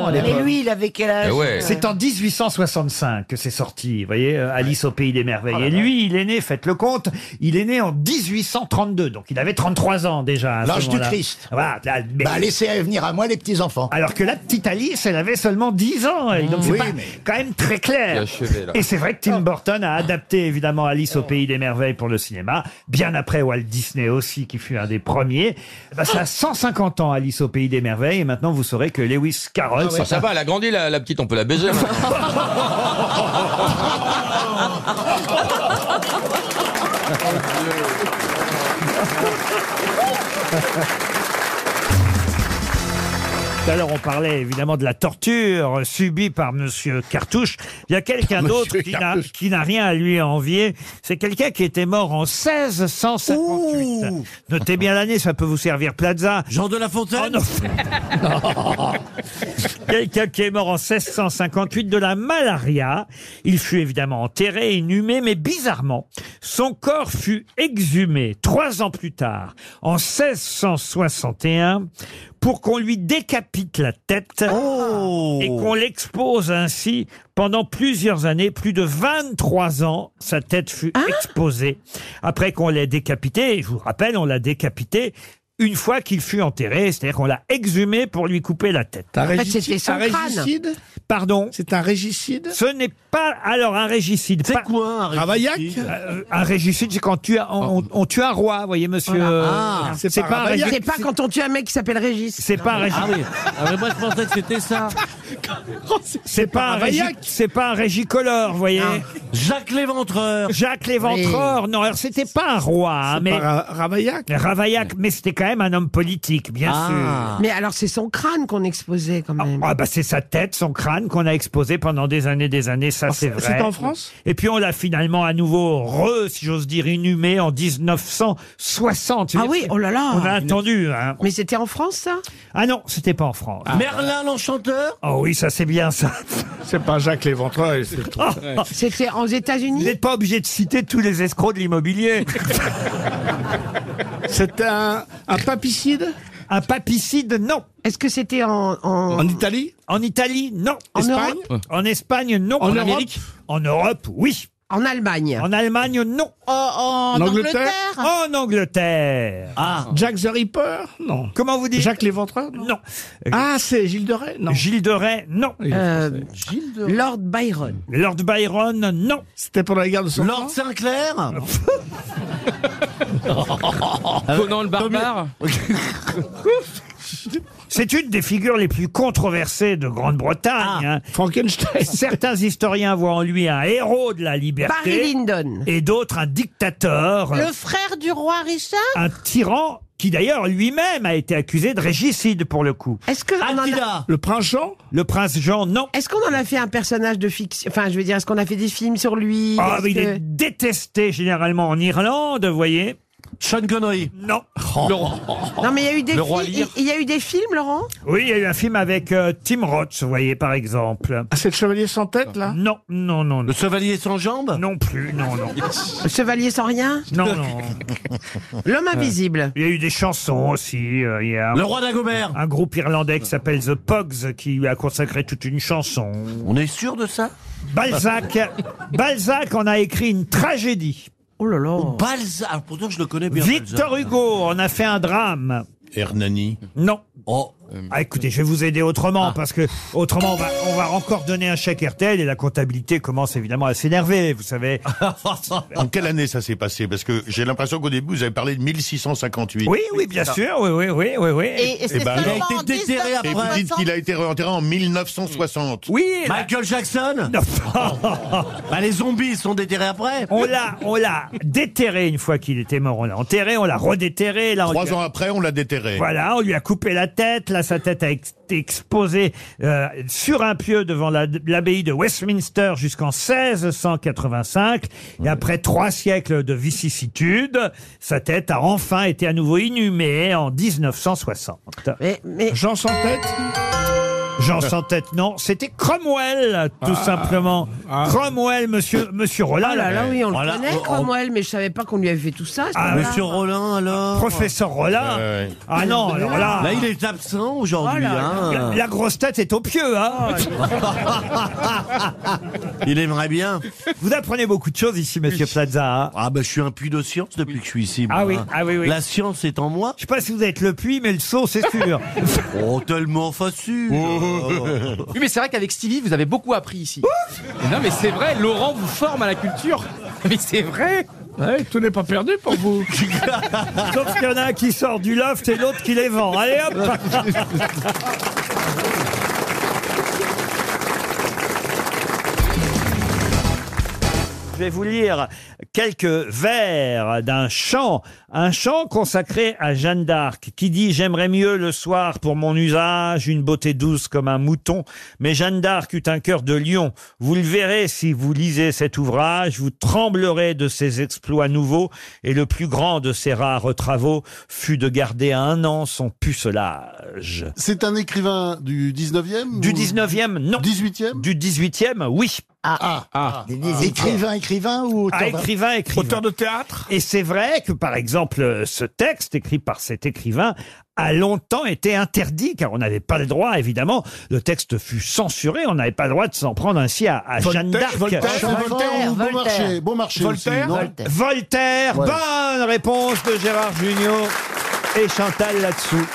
[SPEAKER 1] Ah. à
[SPEAKER 7] Mais
[SPEAKER 1] l'époque.
[SPEAKER 7] lui, il avait quel
[SPEAKER 1] Eh
[SPEAKER 7] âge
[SPEAKER 5] Eh
[SPEAKER 1] C'est en 1865 que c'est sorti, vous voyez, euh, Alice au pays des
[SPEAKER 5] Oh
[SPEAKER 1] merveilles. Et lui, il est né, faites le compte, il est né en 1832, donc il avait 33 ans déjà. à ce
[SPEAKER 5] L'âge du
[SPEAKER 1] moment-là.
[SPEAKER 5] Christ.
[SPEAKER 1] Voilà, là, mais-
[SPEAKER 5] Bah, laissez venir à moi les petits enfants.
[SPEAKER 1] Alors que la petite Alice, elle avait seulement 10 ans, elle. donc c'est
[SPEAKER 5] Oui,
[SPEAKER 1] pas
[SPEAKER 5] mais-
[SPEAKER 1] quand même très clair.
[SPEAKER 5] Il a achevé, là. Oh.
[SPEAKER 1] Et c'est vrai que Tim Burton a adapté évidemment Alice au pays des merveilles pour le cinéma, bien après Walt Disney aussi, qui fut un des premiers. Bah, ça a 150 ans Alice au pays des merveilles, et maintenant vous saurez que Lewis
[SPEAKER 5] Ah
[SPEAKER 1] Carroll...
[SPEAKER 11] ça, ça va, elle a grandi, la, la petite, on peut la baiser. maintenant.
[SPEAKER 1] Tout à l'heure, on parlait évidemment de la torture subie par Monsieur Cartouche. Il y a quelqu'un
[SPEAKER 2] Monsieur
[SPEAKER 1] d'autre qui n'a-
[SPEAKER 2] Cartouche.
[SPEAKER 1] qui n'a rien à lui envier. C'est quelqu'un qui était mort en 1658. Notez bien l'année, ça peut vous servir Plaza. Oh, Jean de la Fontaine Quelqu'un qui est mort en 1658 de la malaria. Il fut évidemment enterré, et inhumé, mais bizarrement, son corps fut exhumé trois ans plus tard, en 1661, pour qu'on lui décapite la tête et qu'on l'expose ainsi pendant plusieurs années, plus de 23 ans, sa tête fut exposée. Après qu'on l'ait décapité, je vous rappelle, on l'a décapité une fois qu'il fut enterré, c'est-à-dire qu'on l'a exhumé pour lui couper la tête.
[SPEAKER 23] En fait, c'était son crâne.
[SPEAKER 1] Pardon
[SPEAKER 23] C'est un régicide
[SPEAKER 1] Ce n'est pas. Alors, un régicide. Ah, bah, C'est quoi
[SPEAKER 23] un régicide Ravaillac
[SPEAKER 1] euh, Un régicide, c'est quand tu as, on, on- on tue un roi, vous voyez, monsieur. euh,
[SPEAKER 15] Ah,
[SPEAKER 1] c'est pas, un
[SPEAKER 15] Ravaillac. C'est
[SPEAKER 1] régicide.
[SPEAKER 15] pas quand on tue un mec qui s'appelle Régis.
[SPEAKER 1] C'est pas un Régis.
[SPEAKER 15] Ah oui. Ah oui, moi je pensais que c'était ça.
[SPEAKER 1] Oh, C'est pas, un régi-
[SPEAKER 15] Ravaillac.
[SPEAKER 1] c'est pas un régicolore, vous voyez.
[SPEAKER 15] Ah. Jacques Léventreur.
[SPEAKER 1] Jacques Léventreur, non, alors c'était pas un roi, hein, mais.
[SPEAKER 23] pas
[SPEAKER 1] Ravaillac Ravaillac, mais c'était quand même un homme politique, bien
[SPEAKER 3] Ah.
[SPEAKER 1] sûr.
[SPEAKER 15] Mais alors c'est son crâne qu'on exposait quand même.
[SPEAKER 1] Ah bah c'est sa tête, son crâne qu'on a exposé pendant des années, des années, ça c'est vrai.
[SPEAKER 15] Ah, c'est en France
[SPEAKER 1] Et puis on l'a finalement à nouveau re, si j'ose dire, inhumé en 1960.
[SPEAKER 15] Ah oui, oh là là.
[SPEAKER 1] On a attendu. Hein.
[SPEAKER 15] Mais c'était en France ça
[SPEAKER 1] Ah non, c'était pas en France.
[SPEAKER 10] Ah.
[SPEAKER 15] Merlin l'enchanteur
[SPEAKER 1] Oh oui, ça c'est bien ça.
[SPEAKER 21] C'est pas Jacques Léventreuil, c'est
[SPEAKER 15] C'était aux
[SPEAKER 1] Ah, Vous
[SPEAKER 15] États-Unis
[SPEAKER 1] n'êtes pas obligé de citer tous les escrocs de l'immobilier.
[SPEAKER 23] C'était un, un papicide
[SPEAKER 1] Un papicide, non.
[SPEAKER 15] Est-ce que c'était en, en...
[SPEAKER 23] Italie
[SPEAKER 1] En Italie, non.
[SPEAKER 15] En
[SPEAKER 1] Espagne
[SPEAKER 15] Europe
[SPEAKER 1] En Espagne, non.
[SPEAKER 15] En En Europe Amérique
[SPEAKER 1] En Europe, oui.
[SPEAKER 15] En Allemagne Oh,
[SPEAKER 1] En Allemagne, non.
[SPEAKER 15] En,
[SPEAKER 1] En Angleterre. Ah.
[SPEAKER 23] Jack the Ripper Non.
[SPEAKER 1] Comment vous dites
[SPEAKER 23] Jacques Léventreur Non.
[SPEAKER 1] Non.
[SPEAKER 23] Ah, c'est Gilles de Rais Non.
[SPEAKER 1] Gilles de Rais, non.
[SPEAKER 15] Euh, Lord Byron.
[SPEAKER 1] Lord Byron, non.
[SPEAKER 23] C'était pendant la guerre de Cent Ans
[SPEAKER 15] Lord Sinclair
[SPEAKER 23] Euh,
[SPEAKER 1] Conan le barbare C'est une des figures les plus controversées de Grande-Bretagne. hein.
[SPEAKER 23] Ah. Frankenstein
[SPEAKER 1] Certains historiens voient en lui un héros de la liberté.
[SPEAKER 15] Barry Lyndon.
[SPEAKER 1] Et d'autres un dictateur.
[SPEAKER 14] Le frère du roi Richard
[SPEAKER 1] un tyran qui d'ailleurs lui-même a été accusé de régicide pour le coup.
[SPEAKER 15] Est-ce que on en a-
[SPEAKER 1] Le prince Jean Le prince Jean, non.
[SPEAKER 15] Est-ce qu'on en a fait un personnage de fiction Enfin, je veux dire, est-ce qu'on a fait des films sur lui
[SPEAKER 1] Ah,
[SPEAKER 15] Est-ce
[SPEAKER 1] mais il
[SPEAKER 15] que-
[SPEAKER 1] est détesté généralement en Irlande, vous voyez. Sean Connery Non.
[SPEAKER 15] Non, mais il y a eu des
[SPEAKER 1] Oh. Le roi
[SPEAKER 15] films.
[SPEAKER 1] Lear.
[SPEAKER 15] Il il y a eu des films, Laurent.
[SPEAKER 1] Oui, il y a eu un film avec euh, Tim Roth, vous voyez, par exemple.
[SPEAKER 23] Ah, c'est le chevalier sans tête, là
[SPEAKER 1] Non, non, non. Le
[SPEAKER 23] chevalier sans jambes
[SPEAKER 1] Non plus, non, non.
[SPEAKER 15] Le chevalier sans rien.
[SPEAKER 1] Non, non. Euh,
[SPEAKER 15] L'homme invisible.
[SPEAKER 1] Il y a eu des chansons aussi. euh, il y a
[SPEAKER 15] Le roi d'Agobert.
[SPEAKER 1] Un groupe irlandais qui s'appelle The Pogs qui lui a consacré toute une chanson.
[SPEAKER 10] On est sûr de ça
[SPEAKER 1] Balzac. Balzac en a écrit une tragédie.
[SPEAKER 15] Oh là là.
[SPEAKER 10] Balzac. Alors, Pourtant, je le connais bien.
[SPEAKER 1] Victor
[SPEAKER 10] Balzac.
[SPEAKER 1] Hugo en a fait un drame.
[SPEAKER 10] Hernani.
[SPEAKER 1] Non.
[SPEAKER 10] Oh.
[SPEAKER 1] Ah, écoutez, je vais vous aider
[SPEAKER 10] Ah.
[SPEAKER 1] autrement parce que autrement on va, on va encore donner un chèque RTL et la comptabilité commence évidemment à s'énerver, vous savez.
[SPEAKER 24] En quelle année ça s'est passé Parce que j'ai l'impression qu'au début, vous avez parlé de 1658.
[SPEAKER 1] Oui, oui, bien sûr, oui, oui, oui, oui, oui.
[SPEAKER 24] Et, ben
[SPEAKER 10] il a
[SPEAKER 24] alors.
[SPEAKER 10] été déterré
[SPEAKER 24] Et vous
[SPEAKER 10] après.
[SPEAKER 24] dites qu'il a été enterré en 1960.
[SPEAKER 1] Oui.
[SPEAKER 10] Michael Jackson Bah, Les zombies ils sont déterrés après.
[SPEAKER 1] On l'a, on l'a déterré une fois qu'il était mort, on l'a enterré, on l'a redéterré. Là, on
[SPEAKER 24] Trois
[SPEAKER 1] lui a-
[SPEAKER 24] ans après, on l'a déterré.
[SPEAKER 1] Voilà, on lui a coupé la tête. Là, sa tête a ex- été exposée euh, sur un pieu devant la- l'abbaye de Westminster jusqu'en 1685. Et après trois siècles de vicissitudes, sa tête a enfin été à nouveau inhumée en 1960.
[SPEAKER 15] Mais,
[SPEAKER 1] Jean sans tête Jean sans tête, non. C'était Cromwell, tout simplement. Cromwell, monsieur, monsieur Roland.
[SPEAKER 15] Oh là là, oui, on le
[SPEAKER 1] Voilà,
[SPEAKER 15] connaît,
[SPEAKER 1] on-
[SPEAKER 15] Cromwell, mais je savais pas qu'on lui avait fait tout ça. ce
[SPEAKER 1] Ah,
[SPEAKER 15] gars-là.
[SPEAKER 1] monsieur
[SPEAKER 10] Rollin, alors
[SPEAKER 1] Professeur Rollin. Ah non, alors là.
[SPEAKER 10] Là, il est absent
[SPEAKER 1] Oh
[SPEAKER 10] aujourd'hui.
[SPEAKER 1] là là.
[SPEAKER 10] hein.
[SPEAKER 1] La, la grosse tête est au pieu, hein
[SPEAKER 10] Il aimerait bien.
[SPEAKER 1] Vous apprenez beaucoup de choses ici, monsieur Plaza. hein.
[SPEAKER 10] Ah ben, je suis un puits de science depuis que je suis ici.
[SPEAKER 1] Ah
[SPEAKER 10] moi,
[SPEAKER 1] oui,
[SPEAKER 10] hein.
[SPEAKER 1] ah oui, oui.
[SPEAKER 10] La science est en moi.
[SPEAKER 1] Je sais pas si vous êtes le puits, mais le saut, c'est sûr.
[SPEAKER 10] Oh, tellement facile.
[SPEAKER 17] Oh. Oui, mais c'est vrai qu'avec Stevie, vous avez beaucoup appris ici. non, mais c'est vrai, Laurent vous forme à la culture. Mais c'est vrai.
[SPEAKER 23] tout n'est pas perdu pour vous.
[SPEAKER 1] Sauf qu'il y en a un qui sort du loft et l'autre qui les vend. Allez hop Je vais vous lire quelques vers d'un chant, un chant consacré à Jeanne d'Arc, qui dit J'aimerais mieux le soir pour mon usage, une beauté douce comme un mouton, mais Jeanne d'Arc eut un cœur de lion. Vous le verrez si vous lisez cet ouvrage, vous tremblerez de ses exploits nouveaux, et le plus grand de ses rares travaux fut de garder à un an son pucelage.
[SPEAKER 24] C'est un écrivain du 19e
[SPEAKER 1] Du 19e, non.
[SPEAKER 24] 18e
[SPEAKER 1] Du 18e, oui.
[SPEAKER 24] Ah, ah, Écrivain, écrivain ou
[SPEAKER 1] Ah, écrivain, écrivain. Auteur de théâtre. Et c'est vrai que, par exemple, euh, ce texte écrit par cet écrivain a longtemps été interdit, car on n'avait pas le droit, évidemment. Le texte fut censuré, on n'avait pas le droit de s'en prendre ainsi à, à Jeanne
[SPEAKER 24] Ah,
[SPEAKER 1] d'Arc.
[SPEAKER 24] Voltaire ou Beaumarchais Beaumarchais aussi, non
[SPEAKER 1] Voltaire,
[SPEAKER 24] Ouais.
[SPEAKER 1] bonne réponse de Gérard Junior et Chantal là-dessous.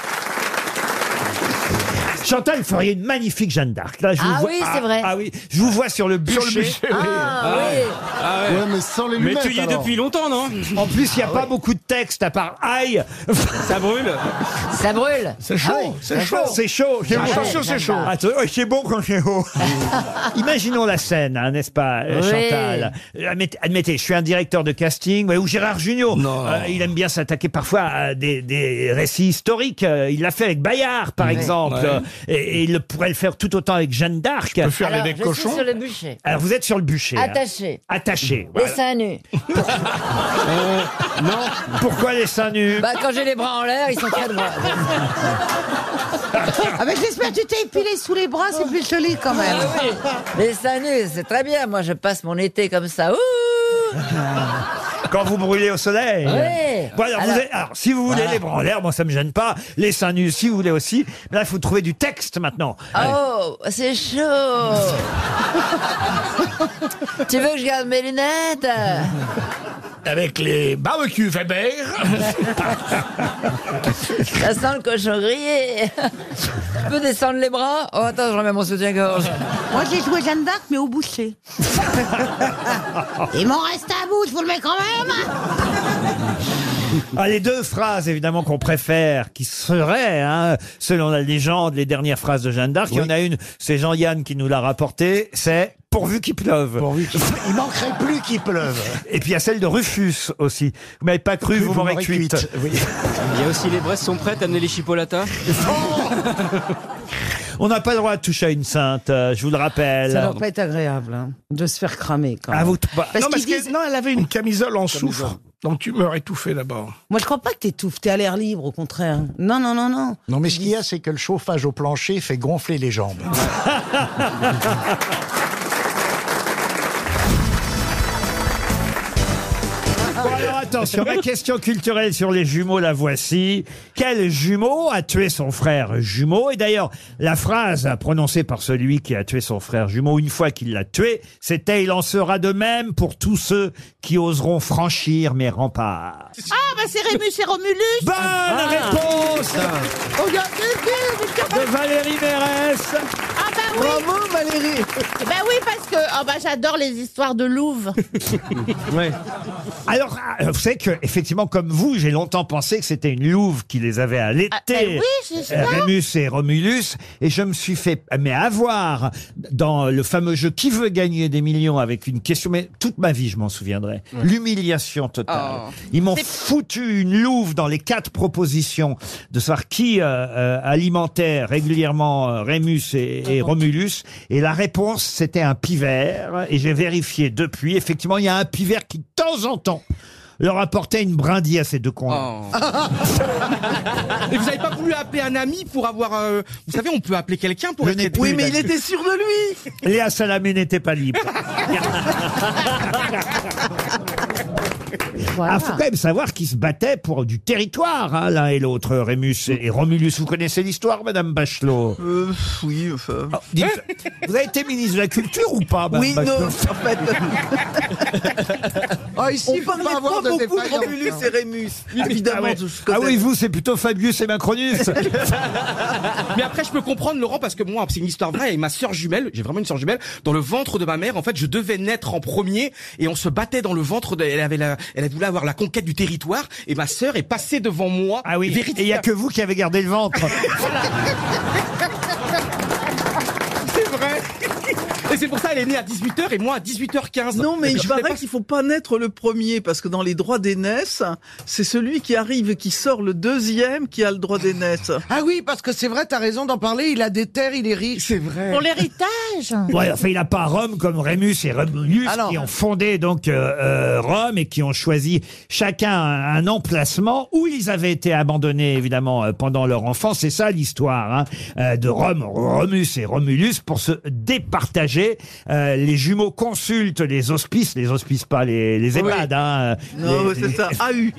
[SPEAKER 1] Chantal, vous feriez une magnifique Jeanne d'Arc. Là, je vous
[SPEAKER 16] Ah
[SPEAKER 1] vois-
[SPEAKER 16] oui, c'est vrai.
[SPEAKER 1] Ah oui, je vous vois sur le bûcher.
[SPEAKER 16] Sur le bûcher, oui. Ah, oui.
[SPEAKER 17] Ah ouais. Ouais, mais sans les Mais lunettes, tu y es alors. depuis longtemps, non
[SPEAKER 1] En plus, il n'y a
[SPEAKER 17] Ah
[SPEAKER 1] pas
[SPEAKER 17] ouais.
[SPEAKER 1] beaucoup de texte à part aïe. Ça brûle.
[SPEAKER 16] Ça brûle.
[SPEAKER 1] C'est chaud, c'est chaud. C'est chaud.
[SPEAKER 16] Ah ouais, Jeanne d'Arc.
[SPEAKER 1] Ah, c'est- ouais, c'est bon quand c'est haut. Imaginons la scène, hein, n'est-ce pas, euh,
[SPEAKER 16] Oui.
[SPEAKER 1] Chantal Admettez, admettez, je suis un directeur de casting, ouais, ou Gérard Junior. Euh, il aime bien s'attaquer parfois à des, des récits historiques. Euh, Il l'a fait avec Bayard, par
[SPEAKER 16] Ouais.
[SPEAKER 1] exemple.
[SPEAKER 16] Ouais.
[SPEAKER 1] Euh, Et, et il le- pourrait le faire tout autant avec Jeanne d'Arc.
[SPEAKER 16] Alors, je suis sur le bûcher.
[SPEAKER 1] Alors, vous êtes sur le bûcher. hein.
[SPEAKER 16] Attaché.
[SPEAKER 1] Attaché.
[SPEAKER 16] Les
[SPEAKER 1] voilà.
[SPEAKER 16] seins nus.
[SPEAKER 1] Euh, non. Pourquoi les seins nus
[SPEAKER 16] Bah, quand j'ai les bras en l'air, ils sont très droits.
[SPEAKER 9] Ah ben j'espère que tu t'es épilé sous les bras, c'est plus joli quand même.
[SPEAKER 16] Ah Les seins nus, c'est très bien. Moi, je passe mon été comme ça. Ouh
[SPEAKER 1] Quand vous brûlez au soleil.
[SPEAKER 16] Ouais.
[SPEAKER 1] Bon, alors, vous
[SPEAKER 16] Alors-
[SPEAKER 1] êtes- alors, si vous voulez
[SPEAKER 16] Voilà.
[SPEAKER 1] les bras en l'air, moi ça me gêne pas. Les seins nus, si vous voulez aussi. Mais là, il faut trouver du texte maintenant.
[SPEAKER 6] Ah.
[SPEAKER 16] Oh, c'est chaud. tu veux que je garde mes lunettes
[SPEAKER 10] Avec les barbecues Weber.
[SPEAKER 16] Ça sent le cochon grillé. tu peux descendre les bras Oh, attends, je remets mon soutien-gorge.
[SPEAKER 9] Moi j'ai joué Jeanne d'Arc mais au boucher. Il m'en reste à bout, je vous le mets quand même.
[SPEAKER 1] Ah, les deux phrases, évidemment, qu'on préfère, qui seraient, hein, selon la légende, les dernières phrases de Jeanne d'Arc. Il y en a une, c'est Jean-Yann qui nous l'a rapportée, c'est « Pourvu qu'il pleuve
[SPEAKER 5] Il manquerait plus qu'il pleuve.
[SPEAKER 1] Et puis il y a celle de Rufus aussi. Vous m'avez pas cru, vous, m'aurez cuite.
[SPEAKER 4] Il y a aussi les Bresses sont prêtes à amener les chipolatas.
[SPEAKER 1] On n'a pas le droit de toucher à une sainte, euh, je vous le rappelle.
[SPEAKER 20] Ça doit pas être agréable hein, de se faire cramer quand même.
[SPEAKER 1] Ah, vous t- bah,
[SPEAKER 20] parce
[SPEAKER 1] non,
[SPEAKER 20] qu'ils
[SPEAKER 1] parce que-
[SPEAKER 20] disent-
[SPEAKER 10] Non, elle avait une camisole en
[SPEAKER 20] Camisole.
[SPEAKER 10] soufre. Donc tu meurs étouffé d'abord.
[SPEAKER 20] Moi je crois pas que t'étouffes, t'es à l'air libre au contraire. Non, non, non, non.
[SPEAKER 5] Non, mais ce qu'il y a, c'est que le chauffage au plancher fait gonfler les jambes.
[SPEAKER 1] Bon, alors attention, ma question culturelle sur les jumeaux, la voici. Quel jumeau a tué son frère jumeau Et d'ailleurs, la phrase prononcée par celui qui a tué son frère jumeau une fois qu'il l'a tué, c'était « Il en sera de même pour tous ceux qui oseront franchir mes remparts
[SPEAKER 9] Ah bah c'est Rémus et Romulus. Oh,
[SPEAKER 1] Bonne
[SPEAKER 6] Ah.
[SPEAKER 1] réponse de Valérie Mérès.
[SPEAKER 9] Ah bah oui. Bravo Valérie. Bah oui parce que ah bah j'adore les histoires de Louvre.
[SPEAKER 1] Alors, ah, vous savez que, effectivement, comme vous, j'ai longtemps pensé que c'était une louve qui les avait Euh, à l'été.
[SPEAKER 9] Ah, ben oui, c'est ça.
[SPEAKER 1] Rémus et Romulus. Et je me suis fait, mais avoir, dans le fameux jeu Qui veut gagner des millions avec une question, mais toute ma vie, je m'en souviendrai. L'humiliation totale.
[SPEAKER 25] Oh.
[SPEAKER 1] Ils m'ont foutu une louve dans les quatre propositions de savoir qui euh, euh, alimentait régulièrement euh, Rémus et, et Romulus. Et la réponse, c'était un pivert. Et j'ai vérifié depuis. Effectivement, il y a un pivert qui, de temps en temps, leur apportait une brindille à ces deux cons.
[SPEAKER 17] Et vous n'avez pas voulu appeler un ami pour avoir. euh, Vous savez, on peut appeler quelqu'un pour.
[SPEAKER 1] Je
[SPEAKER 17] être
[SPEAKER 1] n'ai
[SPEAKER 17] aidé.
[SPEAKER 1] plus d'amis.
[SPEAKER 17] sûr de lui.
[SPEAKER 1] Léa Salamé n'était pas libre. Il Ah, faut quand même savoir qu'ils se battaient pour du territoire, hein, l'un et l'autre, Rémus et et Romulus. Vous connaissez l'histoire, Madame Bachelot
[SPEAKER 2] Euh, oui,
[SPEAKER 1] Oh, dites- Vous avez été ministre de la Culture ou pas Madame
[SPEAKER 2] Oui, non,
[SPEAKER 1] Bachelot
[SPEAKER 2] en fait.
[SPEAKER 3] Ah, ici, il faut pas avoir de défaillance.
[SPEAKER 2] et Rémus.
[SPEAKER 1] ah, ouais. Ah oui, vous, c'est plutôt Fabius et Macronus.
[SPEAKER 17] Mais après, je peux comprendre Laurent parce que moi, c'est une histoire vraie. Et ma sœur jumelle, j'ai vraiment une sœur jumelle, dans le ventre de ma mère, en fait, je devais naître en premier et on se battait dans le ventre. De, elle avait, la, elle voulait avoir la conquête du territoire et ma sœur est passée devant moi. Ah oui.
[SPEAKER 1] Et il n'y a que vous qui avez gardé le ventre.
[SPEAKER 17] C'est vrai. Et c'est pour ça, elle est née à 18h et moi à 18h15.
[SPEAKER 22] Non, mais
[SPEAKER 17] Et puis,
[SPEAKER 22] il
[SPEAKER 17] je savais
[SPEAKER 22] paraît qu'il faut pas naître le premier, parce que dans les droits d'aînesse, c'est celui qui arrive et qui sort le deuxième qui a le droit d'aînesse.
[SPEAKER 3] Ah oui, parce que c'est vrai, t'as raison d'en parler, il a des terres, il est riche.
[SPEAKER 17] C'est vrai.
[SPEAKER 9] Pour l'héritage.
[SPEAKER 1] Ouais, enfin, il n'a pas Rome comme Rémus et Romulus
[SPEAKER 22] Ah
[SPEAKER 1] qui ont fondé donc euh, euh, Rome et qui ont choisi chacun un, un emplacement où ils avaient été abandonnés évidemment euh, pendant leur enfance. C'est ça l'histoire hein, euh, de Rome, Romus et Romulus pour se départager voyez, euh, les jumeaux consultent les hospices, les hospices pas les, les
[SPEAKER 22] Oui.
[SPEAKER 1] EHPAD. hein, euh,
[SPEAKER 22] Non,
[SPEAKER 1] les-
[SPEAKER 22] mais c'est ça. AU.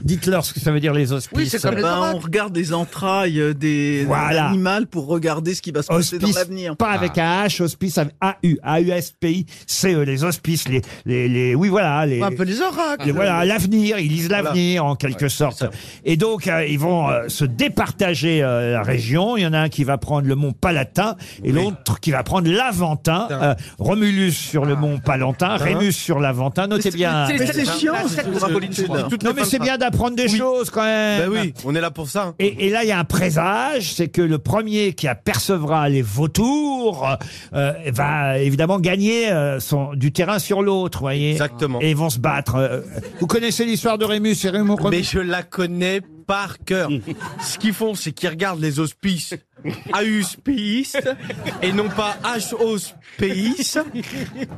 [SPEAKER 1] Dites-leur ce que ça veut dire les hospices.
[SPEAKER 22] Oui, c'est comme
[SPEAKER 10] Bah,
[SPEAKER 1] Ben,
[SPEAKER 22] on regarde des entrailles euh, des
[SPEAKER 1] Voilà.
[SPEAKER 22] animaux pour regarder ce qui va se passer
[SPEAKER 1] Hospice,
[SPEAKER 22] dans l'avenir.
[SPEAKER 1] pas avec
[SPEAKER 22] Ah.
[SPEAKER 1] un H, hospice avec AU, AUSPI, c'est euh, les hospices, les, les, les- oui voilà,
[SPEAKER 22] Bah,
[SPEAKER 1] les,
[SPEAKER 3] Un peu les oracles.
[SPEAKER 1] les- voilà, l'avenir, ils lisent l'avenir en quelque sorte. Et donc euh, ils vont euh, se départager euh, la région. Il y en a un qui va prendre le mont Palatin et l'autre qui va prendre l'Aventin. Euh, Romulus sur le mont Palatin, Rémus sur l'Aventin. Notez bien.
[SPEAKER 22] c'est- Ah. c'est chiant, cette
[SPEAKER 1] Non, mais c'est bien d'apprendre des choses quand même.
[SPEAKER 2] Ben oui, on est là pour ça.
[SPEAKER 1] Et, et là, il y a un présage, c'est que le premier qui apercevra les vautours euh, va évidemment gagner euh, son, du terrain sur l'autre, voyez.
[SPEAKER 2] Exactement.
[SPEAKER 1] Et ils vont se battre. euh. Vous connaissez l'histoire de Rémus et Rémus
[SPEAKER 6] Ah.
[SPEAKER 1] Mmh.
[SPEAKER 6] Mais je la connais par cœur. Ce qu'ils font, c'est qu'ils regardent les hospices auspices et non pas H-hospices.